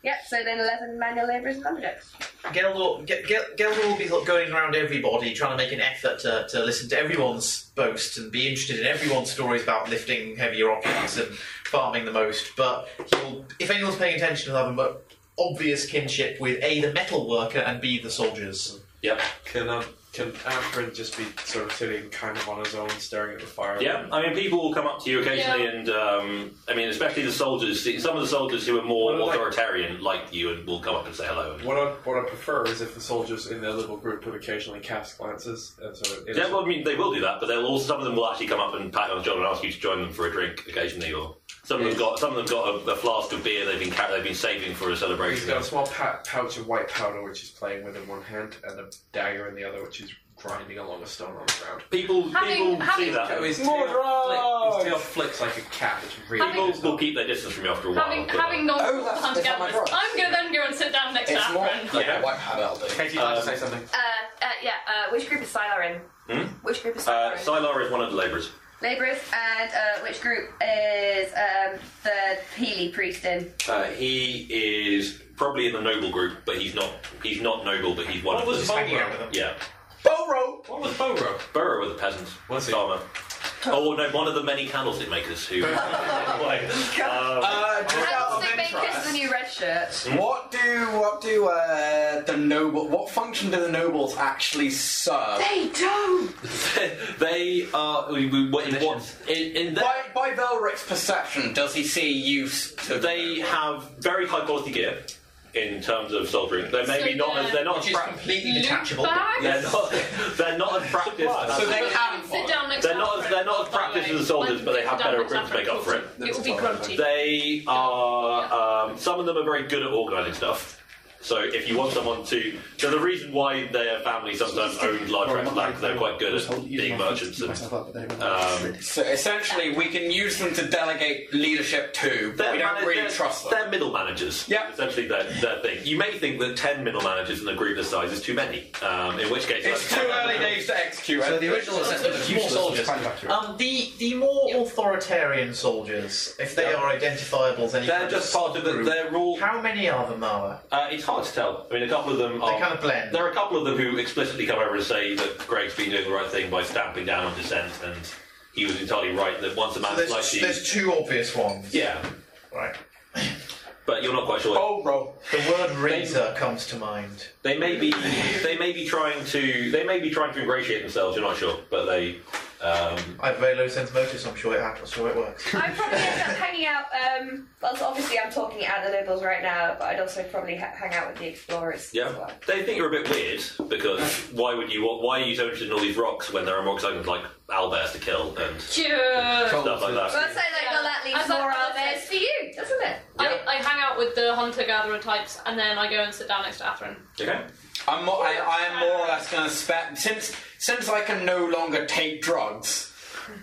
C: Yep, so then 11 manual labourers and lumberjacks.
H: Geldor, Ge- Ge- Geldor will be going around everybody, trying to make an effort to, to listen to everyone's boast and be interested in everyone's stories about lifting heavier objects and farming the most. But he'll, if anyone's paying attention, he'll have an obvious kinship with A, the metal worker, and B, the soldiers.
F: Yep.
E: Can um, can Alfred just be sort of sitting kind of on his own, staring at the fire?
F: Yeah, I mean, people will come up to you occasionally,
E: Yeah.
F: and um, I mean, especially the soldiers. see- Some of the soldiers who are more authoritarian, like you, and will come up and say hello. And,
E: What I what I prefer is if the soldiers in their little group would occasionally cast glances, and so it-
F: yeah, well, I mean, they will do that, but they'll also some of them will actually come up and pat you on the shoulder and ask you to join them for a drink occasionally, or some of them got some of them got a, a flask of beer they've been car- they've been saving for a
E: he's
F: celebration.
E: got a small pat, pouch of white powder which he's playing with in one hand, and a dagger in the other, which is grinding along a stone on the ground.
F: People,
G: Having-
F: Uh, people see
G: having-
F: that.
E: His tail,
G: More
E: flick- his tail flicks like a cat. It's really
G: Having-
F: People will keep their distance from you after a while.
G: Having,
F: but-
G: having gone
F: Oh,
G: to
F: that's-
G: hunter
F: that's not my
G: gatherers,
F: price.
G: I'm going to then go and sit down next to Afrin.
F: yeah. white
H: Katie,
F: would like to say something?
C: Uh, uh, yeah, uh, which group is Silar in? Which group is
F: Uh, Sylar is one of the labourers.
C: Labourers, and uh, which group is um, the Healy priest in?
F: Uh, he is probably in the noble group, but he's not. He's not noble, but he's one
M: What
F: of
M: was
F: the
M: Hanging out with them.
F: Yeah.
H: Boro.
F: What was Boro? Boro were the peasants. Was he? Farmer. Oh no, one of the many candlestick makers who.
D: Uh, just out of
C: Candlestick makers is the new red shirt.
D: interest, What do what do uh, the noble what function do the nobles actually serve?
C: They don't.
F: they are. We, we, what, in what, in, in their,
D: by by Velric's perception, does he see use?
F: They have very high quality gear in terms of soldering. They're maybe
D: So
F: not. As, they're not
H: Which
F: as
H: is
F: prac-
H: completely detachable.
F: They're not. They're not as practiced.
H: Surprise.
F: as-
H: So they
G: can Sit down next
F: They're
G: to
F: not. As,
G: Alfred,
F: they're not as
G: by the
F: practiced
G: way.
F: as the soldiers, but they
G: Sit
F: have
G: down
F: better
G: next to
F: equipment to make up for
G: Alfred.
F: it.
G: It will be grunty.
F: They are. Um, some of them are very good at organising stuff. So if you want someone to, so the reason why their family sometimes owned large tracts of land because they're quite good at being merchants. And, um,
D: So essentially, we can use them to delegate leadership to, but we don't
F: manag-
D: really
F: they're-
D: trust them.
F: They're middle managers. Yeah, essentially their, their thing. You may think that ten middle managers in a group this size is too many. Um, in which case,
D: It's too early days to execute.
H: So the original assessment of small soldiers. Um, the the more authoritarian soldiers, if they are identifiable as any,
F: They're
H: kind
F: just part of the-
H: group,
F: they're all.
H: How many are there, Mara?
F: Uh, it's hard to tell. I mean, a couple of them are.
H: kind of blend.
F: There are a couple of them who explicitly come over and say that Greg's been doing the right thing by stamping down on dissent, and he was entirely right that once a
H: So
F: man's
H: there's,
F: slightly.
H: there's two obvious ones.
F: Yeah.
H: Right.
F: But you're not quite sure.
H: Oh,
D: bro.
H: The word razor comes to mind.
F: They may be. They may be trying to. They may be trying to ingratiate themselves. You're not sure, but they. Um,
H: I have very low sense of motives. I'm sure it happens. I'm sure it works.
C: I probably end up hanging out. Um, well, so obviously, I'm talking at the nobles right now, but I'd also probably ha- hang out with the explorers.
F: Yeah, they think you're a bit weird because why would you? Why are you so interested in all these rocks when there are more exciting like owlbears to kill and stuff like
C: Well, so like,
F: that?
C: well, that leaves
G: As I-
C: more
G: as I
C: out there for you, doesn't it?
G: I, I hang out with the hunter gatherer types and then I go and sit down next to Atherin.
F: Okay.
D: I'm more, I, I am more or less going to spend since since I can no longer take drugs,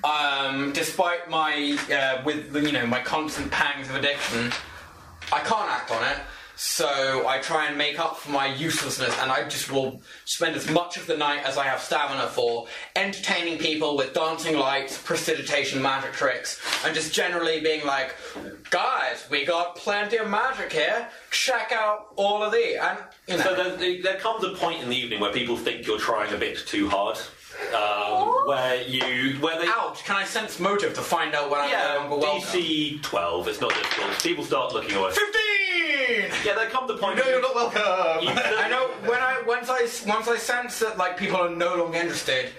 D: um, despite my uh, with the, you know my constant pangs of addiction, I can't act on it. So I try and make up for my uselessness, and I just will spend as much of the night as I have stamina for entertaining people with dancing lights, prestidigitation, magic tricks, and just generally being like, "Guys, we got plenty of magic here. Check out all of these." And you know,
F: So there- there, there comes a point in the evening where people think you're trying a bit too hard. Um, where you, where they.
D: Ouch! Can I sense motive to find out when I'm
F: yeah,
D: no longer welcome?
F: DC 12. It's not difficult. People start looking away.
D: Fifteen.
F: Yeah, there comes the point. No,
H: you're not welcome.
D: (laughs) I know when I once I once I sense that like people are no longer interested,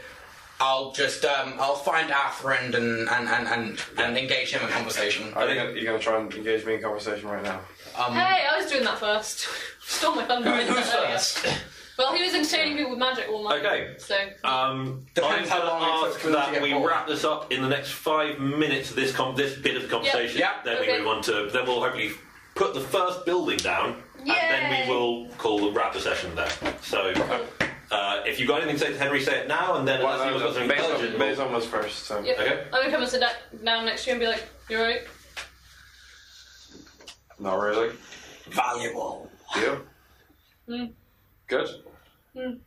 D: I'll just um I'll find Athrend and and and and, and engage him in conversation.
E: I think you're going to try and engage me in conversation right now.
D: Um,
G: hey, I was doing that first. (laughs) Stole my thunder.
E: Who's
G: earlier. Well, he was entertaining people with magic all night.
F: Okay.
G: So,
F: Um, Depends I'm going to ask that we wrap this up in the next five minutes. This com- this bit of conversation.
G: Yep.
F: Then
G: Okay.
F: we move on to. Then we'll hopefully put the first building down, and then
G: Yay.
F: we will call the wrap the session there. So. Uh, if you've got anything to say to Henry, say it now, and then
E: Well,
F: unless
E: no,
F: you've got something
E: Maison-
F: intelligent, we'll-
E: Maison was first, so.
G: yeah. I'm going to come and sit da- down next to you and be like, you're right.
E: Not really.
D: Valuable.
E: You?
G: Mm,
E: Good.
G: mm.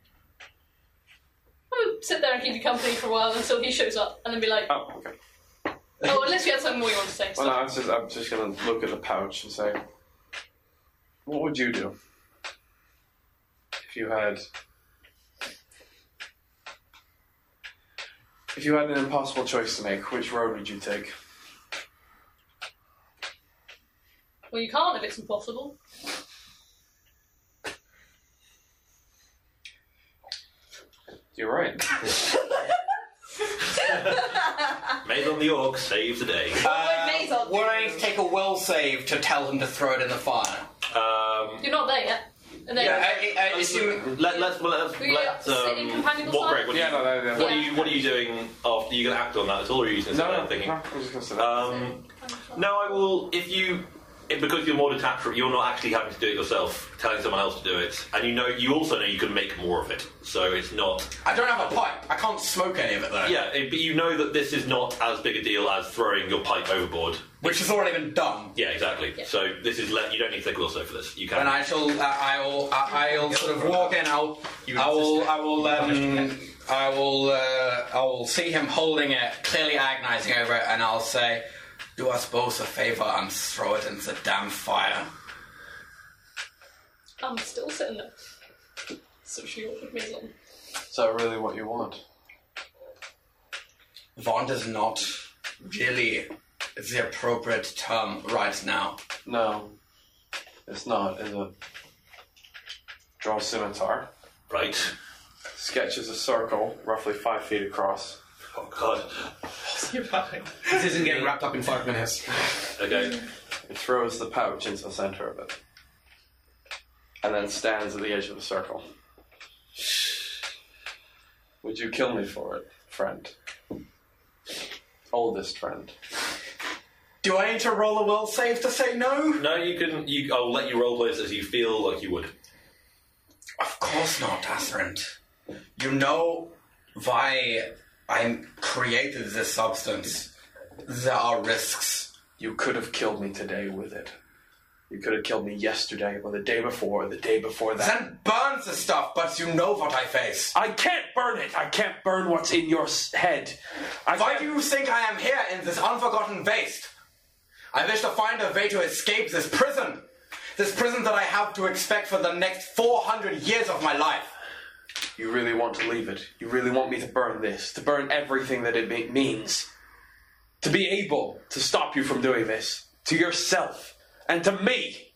G: I'm going to sit there and keep you company for a while until he shows up and then be like,
E: oh, okay.
G: oh unless you had something more you want to say.
E: Well, uh, no, I'm just, I'm just going to look at the pouch and say, what would you do if you had. If you had an impossible choice to make, which road would you take?
G: Well, you can't if it's impossible.
E: You're right.
F: Maid on the Orc save the day.
D: Uh, would I need to take a will save to tell him to throw it in the fire?
F: Um,
G: You're not there yet. And then
D: I, I assume.
F: let, let's well, let's,
G: We
F: let's
G: sit in
F: um,
G: companion
F: what
G: side?
F: Greg? What,
E: Yeah,
F: do you,
E: no, no, no,
F: what
E: no.
F: are you what are you doing after? Are you going to act on that at all, or are you just
E: No,
F: going
E: no,
F: to thinking?
E: no, I'm just going to say that.
F: Um, no, I will. If you, if, because you're more detached, from- you're not actually having to do it yourself. Telling someone else to do it, and you know, you also know you can make more of it. So it's not.
D: I don't have a pipe. I can't smoke any of it though.
F: Yeah, it, but you know that this is not as big a deal as throwing your pipe overboard.
D: Which has already been done.
F: Yeah, exactly. So this is le- you don't need thick will so for this. You can.
D: And I shall, uh, I will, I, I'll sort of walk in. I'll, I will, I will, um, I will, uh, I will see him holding it, clearly agonising over it, and I'll say, "Do us both a favour and throw it into the damn fire."
G: I'm still sitting there. So she awkward maison.
E: Is that really what you want?
D: Vaunt is not really the appropriate term right now.
E: No, it's not, is it? Draw a scimitar.
F: Right.
E: Sketches a circle roughly five feet across.
F: Oh god.
Z: This isn't getting wrapped up in five
E: (laughs)
Z: minutes.
F: Okay.
E: It throws the pouch into the center of it. And then stands at the edge of the circle. Would you kill me for it, friend? Oldest friend.
D: Do I need to roll a will save to say no?
F: No, you can. You, I'll let you roll places as you feel like you would.
D: Of course not, Asrind. You know why I created this substance. There are risks.
Y: You could have killed me today with it. You could have killed me yesterday, or the day before, or the day before that.
D: Then burn the stuff, but you know what I face.
Y: I can't burn it. I can't burn what's in your s- head. I
D: Why do you think I am here in this unforgotten waste? I wish to find a way to escape this prison. This prison that I have to expect for the next 400 years of my life.
Y: You really want to leave it. You really want me to burn this, to burn everything that it ma- means. To be able to stop you from doing this, to yourself, and to me.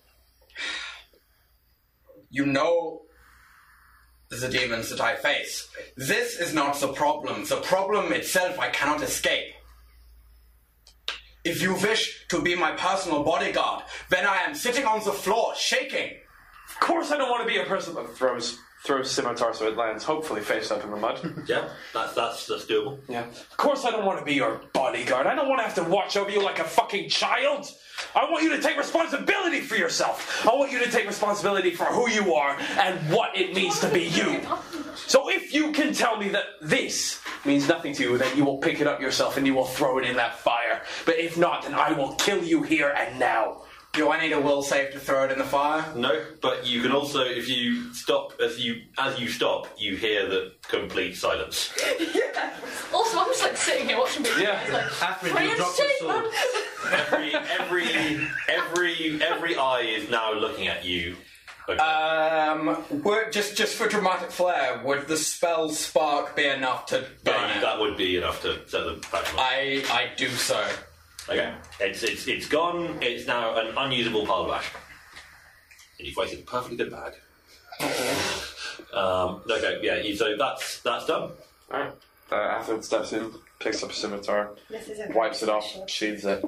D: You know the demons that I face. This is not the problem. The problem itself I cannot escape. If you wish to be my personal bodyguard, then I am sitting on the floor shaking.
Y: Of course, I don't want to be a person that throws throws scimitar so it lands, hopefully face up in the mud.
F: Yeah, that's that's that's doable.
Y: Yeah. Of course, I don't want to be your bodyguard. I don't want to have to watch over you like a fucking child. I want you to take responsibility for yourself. I want you to take responsibility for who you are and what it means to be you. So if you can tell me that this means nothing to you, then you will pick it up yourself and you will throw it in that fire. But if not, then I will kill you here and now.
D: Do I need a will save to throw it in the fire?
F: No, but you can also, if you stop, as you as you stop, you hear the complete silence.
G: Also, I'm just like sitting here watching people.
F: Yeah.
G: It's like,
F: After you
G: "Free and
F: drop the
G: safe,
F: sword."
G: man."
F: Every every every every eye is now looking at you.
D: Um, would, just just for dramatic flair, would the spell spark be enough to burn
F: Yeah, you-
D: it?
F: that would be enough to set them back.
D: I I do so.
F: Okay, it's it's it's gone. It's now an unusable pile of ash. And you've wasted a perfectly good bag. um, okay, yeah. you- So that's that's done.
Y: Alright. Uh, Athen steps in, picks up a scimitar,
F: This is a
Y: wipes it off, sheathes it,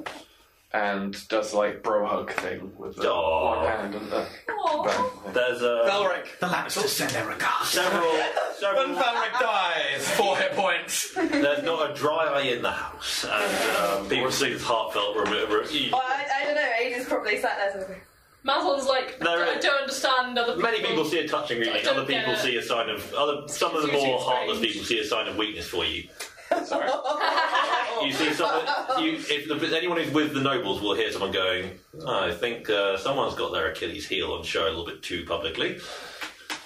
Y: and does the, like bro hug thing with the one hand and the
G: Oh.
Y: back.
F: Oh, There's a
D: Valric.
Y: The laps to send their regards.
F: Several. several
D: when Valric dies, four hit points.
F: There's not a dry eye in the house, and um, people see this heartfelt. Re- re-
C: Well, I, I don't know. Aiden's probably sat there somewhere.
G: Mazel's like,
F: There
G: I
F: is.
G: don't understand other people.
F: Many people see a touching
G: I
F: weakness.
G: don't
F: Other people
G: get it.
F: see a sign of other. Some of the
G: Excuse
F: more
G: me,
F: heartless people see a sign of weakness for you. You see someone. You, if the, anyone who's with the nobles will hear someone going, "Oh, "I think uh, someone's got their Achilles heel on show a little bit too publicly."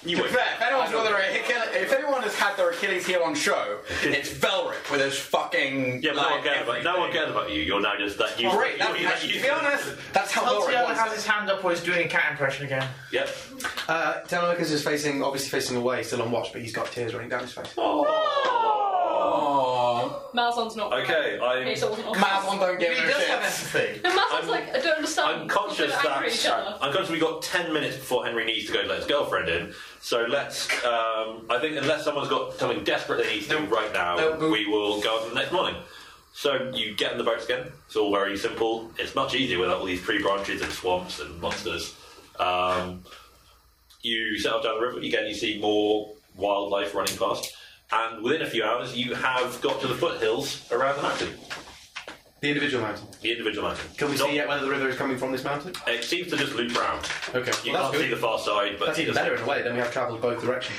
F: You
D: To
F: won't.
D: be fair, if, anyone's got their Achilles, if anyone has had their Achilles heel on show, it's Velric with his fucking.
F: Yeah, but no one cares about no one cares about you. You're now just that. You,
D: Great, that- actually, to be honest, that's how
F: Velric
W: Altiel
F: was.
W: has his hand up or is doing a cat impression again.
F: Yep.
A: Uh, Telemachus is facing, obviously facing away, still on watch, but he's got tears running down his face.
F: Oh.
G: Mazel's not.
F: Okay, I'm.
G: Hazel wasn't on-
F: empathy.
G: No, Mazel's like, I don't understand.
F: I'm conscious
G: People get angry at each
F: that
G: other.
F: I'm conscious we got ten minutes before Henry needs to go to let his girlfriend in. So let's. Um, I think unless someone's got something desperate they need to do right now, we will go up the next morning. So you get in the boats again. It's all very simple. It's much easier without all these tree branches and swamps and monsters. Um, you set off down the river again. You see more wildlife running past, and within a few hours, you have got to the foothills around the mountain.
A: The individual mountain.
F: The individual mountain.
A: Can we see yet whether the river is coming from this mountain?
F: It seems to just loop round.
A: Okay.
F: You
A: Well, that's
F: can't see
A: good.
F: the far side, but
A: That's even better in a way. Then we have travelled both directions.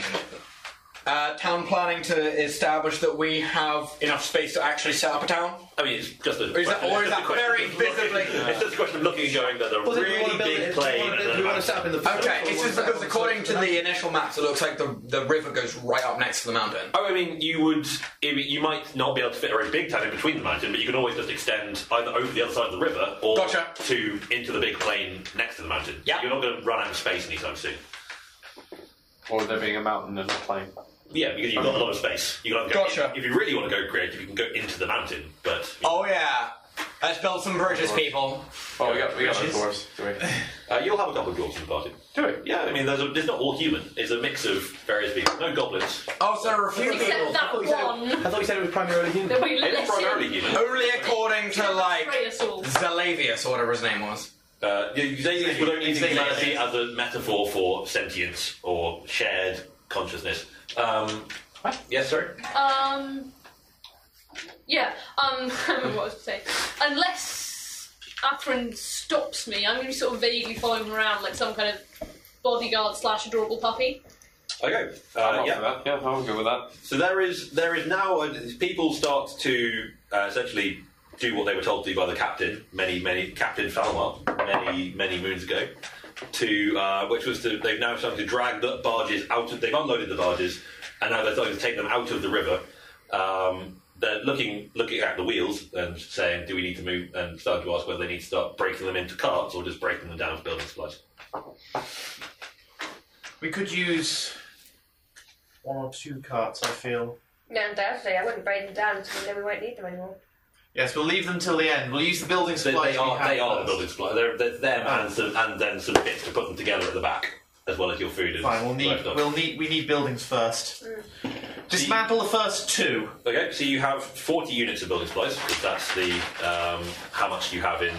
D: Uh, town planning to establish that we have enough space to actually set up a town.
F: I mean, it's just a.
D: Or is that,
F: question-
D: or is
F: it's just
D: that
F: a question
D: very
F: of looking-
D: visibly?
F: (laughs) It's just a question of looking and going. There's a
D: Well, then we
F: really
D: wanna build
F: big
D: it-
F: plain.
D: we wanna-
F: and
D: we
F: then
D: wanna
A: set up in the
D: Okay, it's just because according to the initial maps, it looks like the, the river goes right up next to the mountain.
F: Oh, I mean, you would. I mean, you might not be able to fit a very big town in between the mountain, but you can always just extend either over the other side of the river or to into the big plain next to the mountain. Yeah. You're not going to run out of space anytime soon.
Y: Or there being a mountain and a plain.
F: Yeah, because you've got a lot of space. You can go gotcha. If you really want to go creative, you can go into the mountain. But
D: Oh yeah, let's build some bridges, people.
F: Oh,
Y: we got- we got
F: Bridges.
Y: doors, do
F: Uh, you'll have a couple of dwarves in the party. Do it. Yeah, I mean, there's, a, there's not all human. It's a mix of various people. No goblins.
D: Oh, so there are a few
G: Except
D: people.
G: that one.
A: I thought you said it was primarily human.
G: No, wait,
F: It's
G: let's see.
F: primarily human.
D: Only according to like
G: Freya's all.
D: Zalavius or whatever his name was.
F: Uh, you- they would only use
D: They-
F: humanity as a metaphor for sentience or shared consciousness. Um, yes, sorry.
G: Um. Yeah. Um. I don't know what I was saying. Unless Atherin stops me, I'm going to be sort of vaguely following him around like some kind of bodyguard slash adorable puppy.
F: Okay. Uh, yeah. yeah, I'll go with that. So there is there is now a, people start to uh, essentially do what they were told to do by the captain many many Captain Falmar many many moons ago. To uh, which was to they've now started to drag the barges out of they've unloaded the barges and now they're starting to take them out of the river. Um, they're looking looking at the wheels and saying, "Do we need to move?" and starting to ask whether they need to start breaking them into carts or just breaking them down to building supplies.
H: We could use one or two carts, I feel.
C: No, undoubtedly, I wouldn't break them down until we know we won't need them anymore.
H: Yes, we'll leave them till the end. We'll use the building
F: They,
H: supplies.
F: they
H: we
F: are
H: have
F: they are the
H: first.
F: building supplies. They're, they're them and some and then some bits to put them together at the back, as well as your food. And
H: Fine, we'll need
F: stuff.
H: we'll need we need buildings first. Dismantle the first two.
F: Okay, so you have forty units of building supplies. 'cause That's the um, how much you have in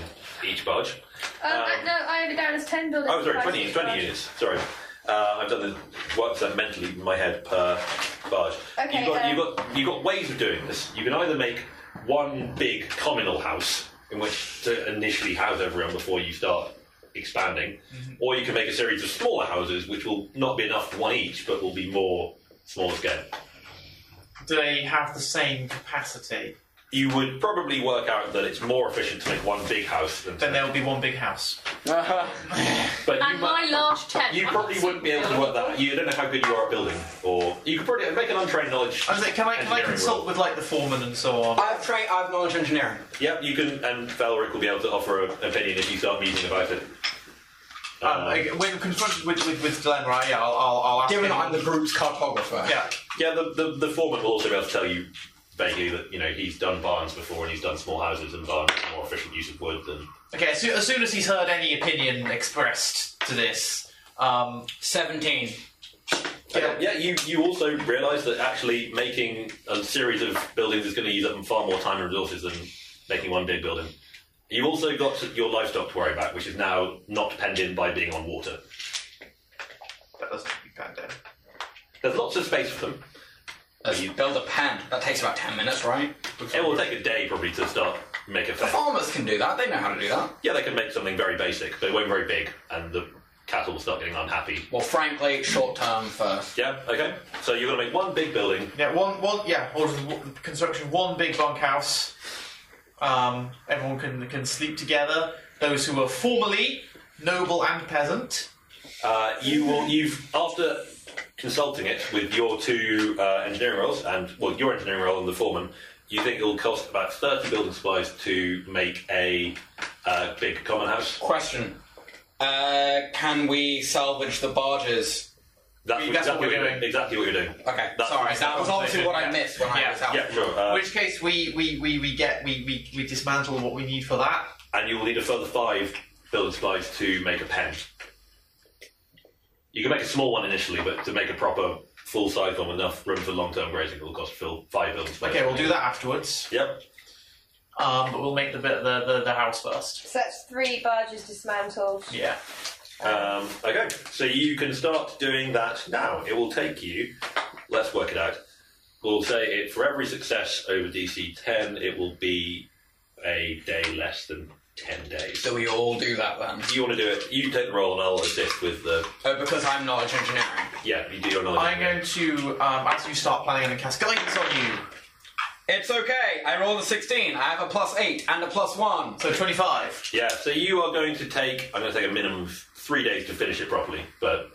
F: each barge.
C: Um, uh, no, I had it down as 10 buildings.
F: Oh, sorry,
C: supplies
F: 20,
C: each
F: 20
C: barge.
F: units. Sorry. Uh, I've done the worked that mentally in my head per barge.
C: Okay,
F: you've, got,
C: um,
F: you've, got, you've got ways of doing this. You can either make one big communal house in which to initially house everyone before you start expanding, or you can make a series of smaller houses which will not be enough for one each but will be more smaller scale.
H: Do they have the same capacity?
F: You would probably work out that it's more efficient to make one big house than Then
H: there will be one big house.
F: but you
G: And my large tent.
F: You probably wouldn't be able to work that. out. You don't know how good you are at building, or you could probably make an untrained knowledge.
H: I was like, can I can I
F: engineering
H: consult
F: roll.
H: with like the foreman and so on?
F: I've trained. I've knowledge engineering. Yep, you can, and Valric will be able to offer an opinion if you start meeting about it.
H: Um, I- when confronted with with, with Glenra, yeah, I'll I'll, I'll ask.
F: Given
H: him.
F: I'm the
H: group's cartographer. Yeah.
F: Yeah, the, the the foreman will also be able to tell you vaguely that you know he's done barns before and he's done small houses and barns are more efficient use of wood than
H: Okay. As soon, as soon as he's heard any opinion expressed to this, um, seventeen.
F: Yeah, yeah. You you also realise that actually making a series of buildings is going to use up far more time and resources than making one big building. You've also got your livestock to worry about, which is now not penned in by being on water.
H: That doesn't be penned in.
F: There's lots of space for them.
D: Oh, You build a pen. That takes about ten minutes, right?
F: It will take a day probably to start make a fence.
D: farmers can do that. They know how to do that.
F: Yeah, they can make something very basic, but it won't be very big, and the cattle will start getting unhappy.
D: Well, frankly, short term first.
F: Yeah. Okay. So you're going to make one big building.
H: Yeah, one, one, yeah, or just w- construction of one big bunkhouse. Um, everyone can can sleep together. Those who were formerly noble and peasant.
F: Uh, you will. You've after consulting it with your two uh, engineering roles and well, your engineering role and the foreman. You think it will cost about thirty building supplies to make a uh, big common house?
D: Question. Uh, can we salvage the barges?
F: That's,
D: That's what
F: exactly
D: we're
F: what you're
D: doing. Uh,
F: Exactly what you're doing.
D: Okay. Sorry, that was obviously what I missed when I was out.
F: Yeah, sure. Uh,
H: In which case, we we, we, we get we, we, we dismantle what we need for that.
F: and you will need a further five building supplies to make a pen. You can make a small one initially, but to make a proper full size one with enough room for long term grazing, it will cost fill five building supplies.
H: Okay, we'll do that afterwards.
F: Yep.
H: Um, but we'll make the bit the, the, the house first.
C: So that's three barges dismantled.
H: Yeah.
F: Um, okay, so you can start doing that now. It will take you. Let's work it out. We'll say it for every success over DC ten, it will be a day less than ten days. So
D: we all do that then.
F: You want to do it? You take the roll, and I'll assist with the.
D: Oh, because I'm knowledge engineering.
F: Yeah, you do your knowledge.
H: I'm going to um, as you start planning and cascading this on you.
D: It's okay. I rolled a 16. I have a plus 8 and a plus 1.
H: So 25.
F: Yeah, so you are going to take. I'm going to take a minimum of three days to finish it properly, but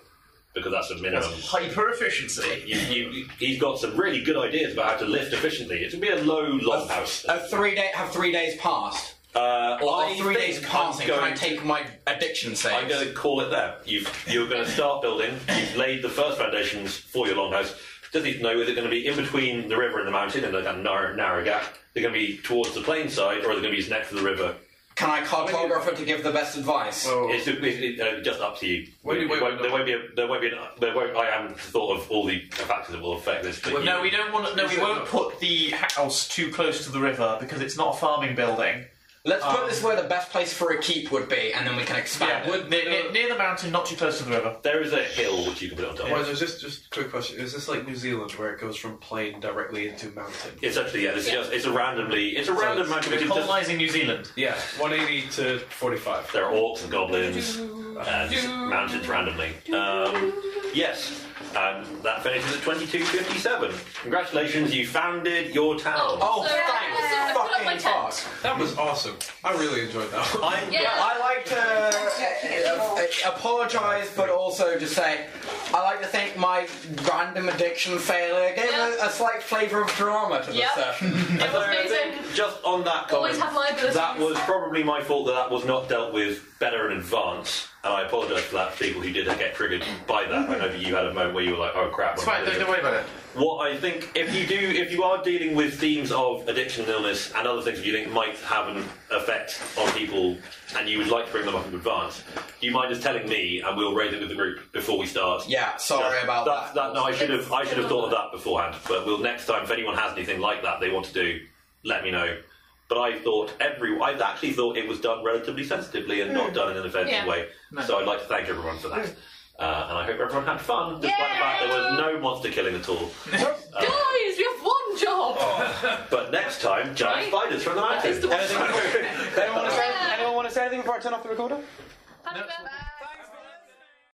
F: because that's a minimum.
H: hyper efficiency.
F: You, you, he's got some really good ideas about how to lift efficiently. It's going to be a low longhouse.
D: A three day, have three days passed?
F: Uh,
D: or,
F: I
D: or three days
F: think
D: passing?
F: I'm
D: Can I
F: going-
D: take my addiction save?
F: I'm going to call it there. You've, you're going to start building. You've laid the first foundations for your longhouse. Doesn't need to know is it going to be in between the river and the mountain in a kind of narrow, narrow gap? They're going to be towards the plain side, or are they going to be next to the river?
D: Can I cartographer to give the best advice?
H: Oh.
F: It's, it's, it's, uh, just up to you. It won't- there won't be. A, there won't be. An, there won't. I haven't thought of all the factors that will affect this. But
H: Well,
F: you-
H: no, we don't want to. No, we won't put the house too close to the river because it's not a farming building.
D: Let's put
F: um,
D: this where the best place for a keep would be, and then we can expand.
H: Yeah, near, near, near the mountain, not too close to the river.
F: There is a hill which you can put on top.
E: Well, there's just just a quick question. Is this like New Zealand where it goes from plain directly into mountain?
F: It's actually yeah. It's just. It's a randomly. It's a random
E: So it's-
F: magic.
E: we're colonising
H: New Zealand.
F: Yeah, 180 to 45. uh, There are orcs and goblins and mountains randomly. Um, yes, And that finishes at 2257. Congratulations, you founded your town.
G: Oh, So, thank yeah, I put up fucking my tent. fuck.
E: That was awesome. I really enjoyed that.
F: I,
G: Yeah.
D: I like to uh, uh, apologise, but also just say I like to think my random addiction failure gave a, a slight flavour of drama to the
G: Yep.
D: session. (laughs)
F: It was amazing. Just on that
G: Always
F: comment,
G: have liabilities.
F: that was probably my fault that that was not dealt with better in advance. And I apologise for that to people who did get triggered by that. I know that you had a moment where you were like, oh crap.
H: It's
F: what am
H: fine,
F: I
H: don't-
F: doing?
H: don't worry about it.
F: What I think, if you do, if you are dealing with themes of addiction and illness and other things that you think might have an effect on people and you would like to bring them up in advance, do you mind just telling me and we'll raise it with the group before we start?
D: Yeah, sorry about
F: that. No, I should have, I should have thought of that beforehand. But we'll next time, if anyone has anything like that they want to do, let me know. But I thought every, I actually thought it was done relatively sensitively and not done in an offensive
G: Yeah.
F: way. So I'd like to thank everyone for that. Uh, and I hope everyone had fun, despite the fact there was no monster killing at all. uh,
G: Guys, we have one job.
F: But next time, giant spiders from the mountain.
G: Anything-
F: (laughs)
A: anyone, want to say, anyone want to say anything before I turn off the recorder?
G: Happy birthday.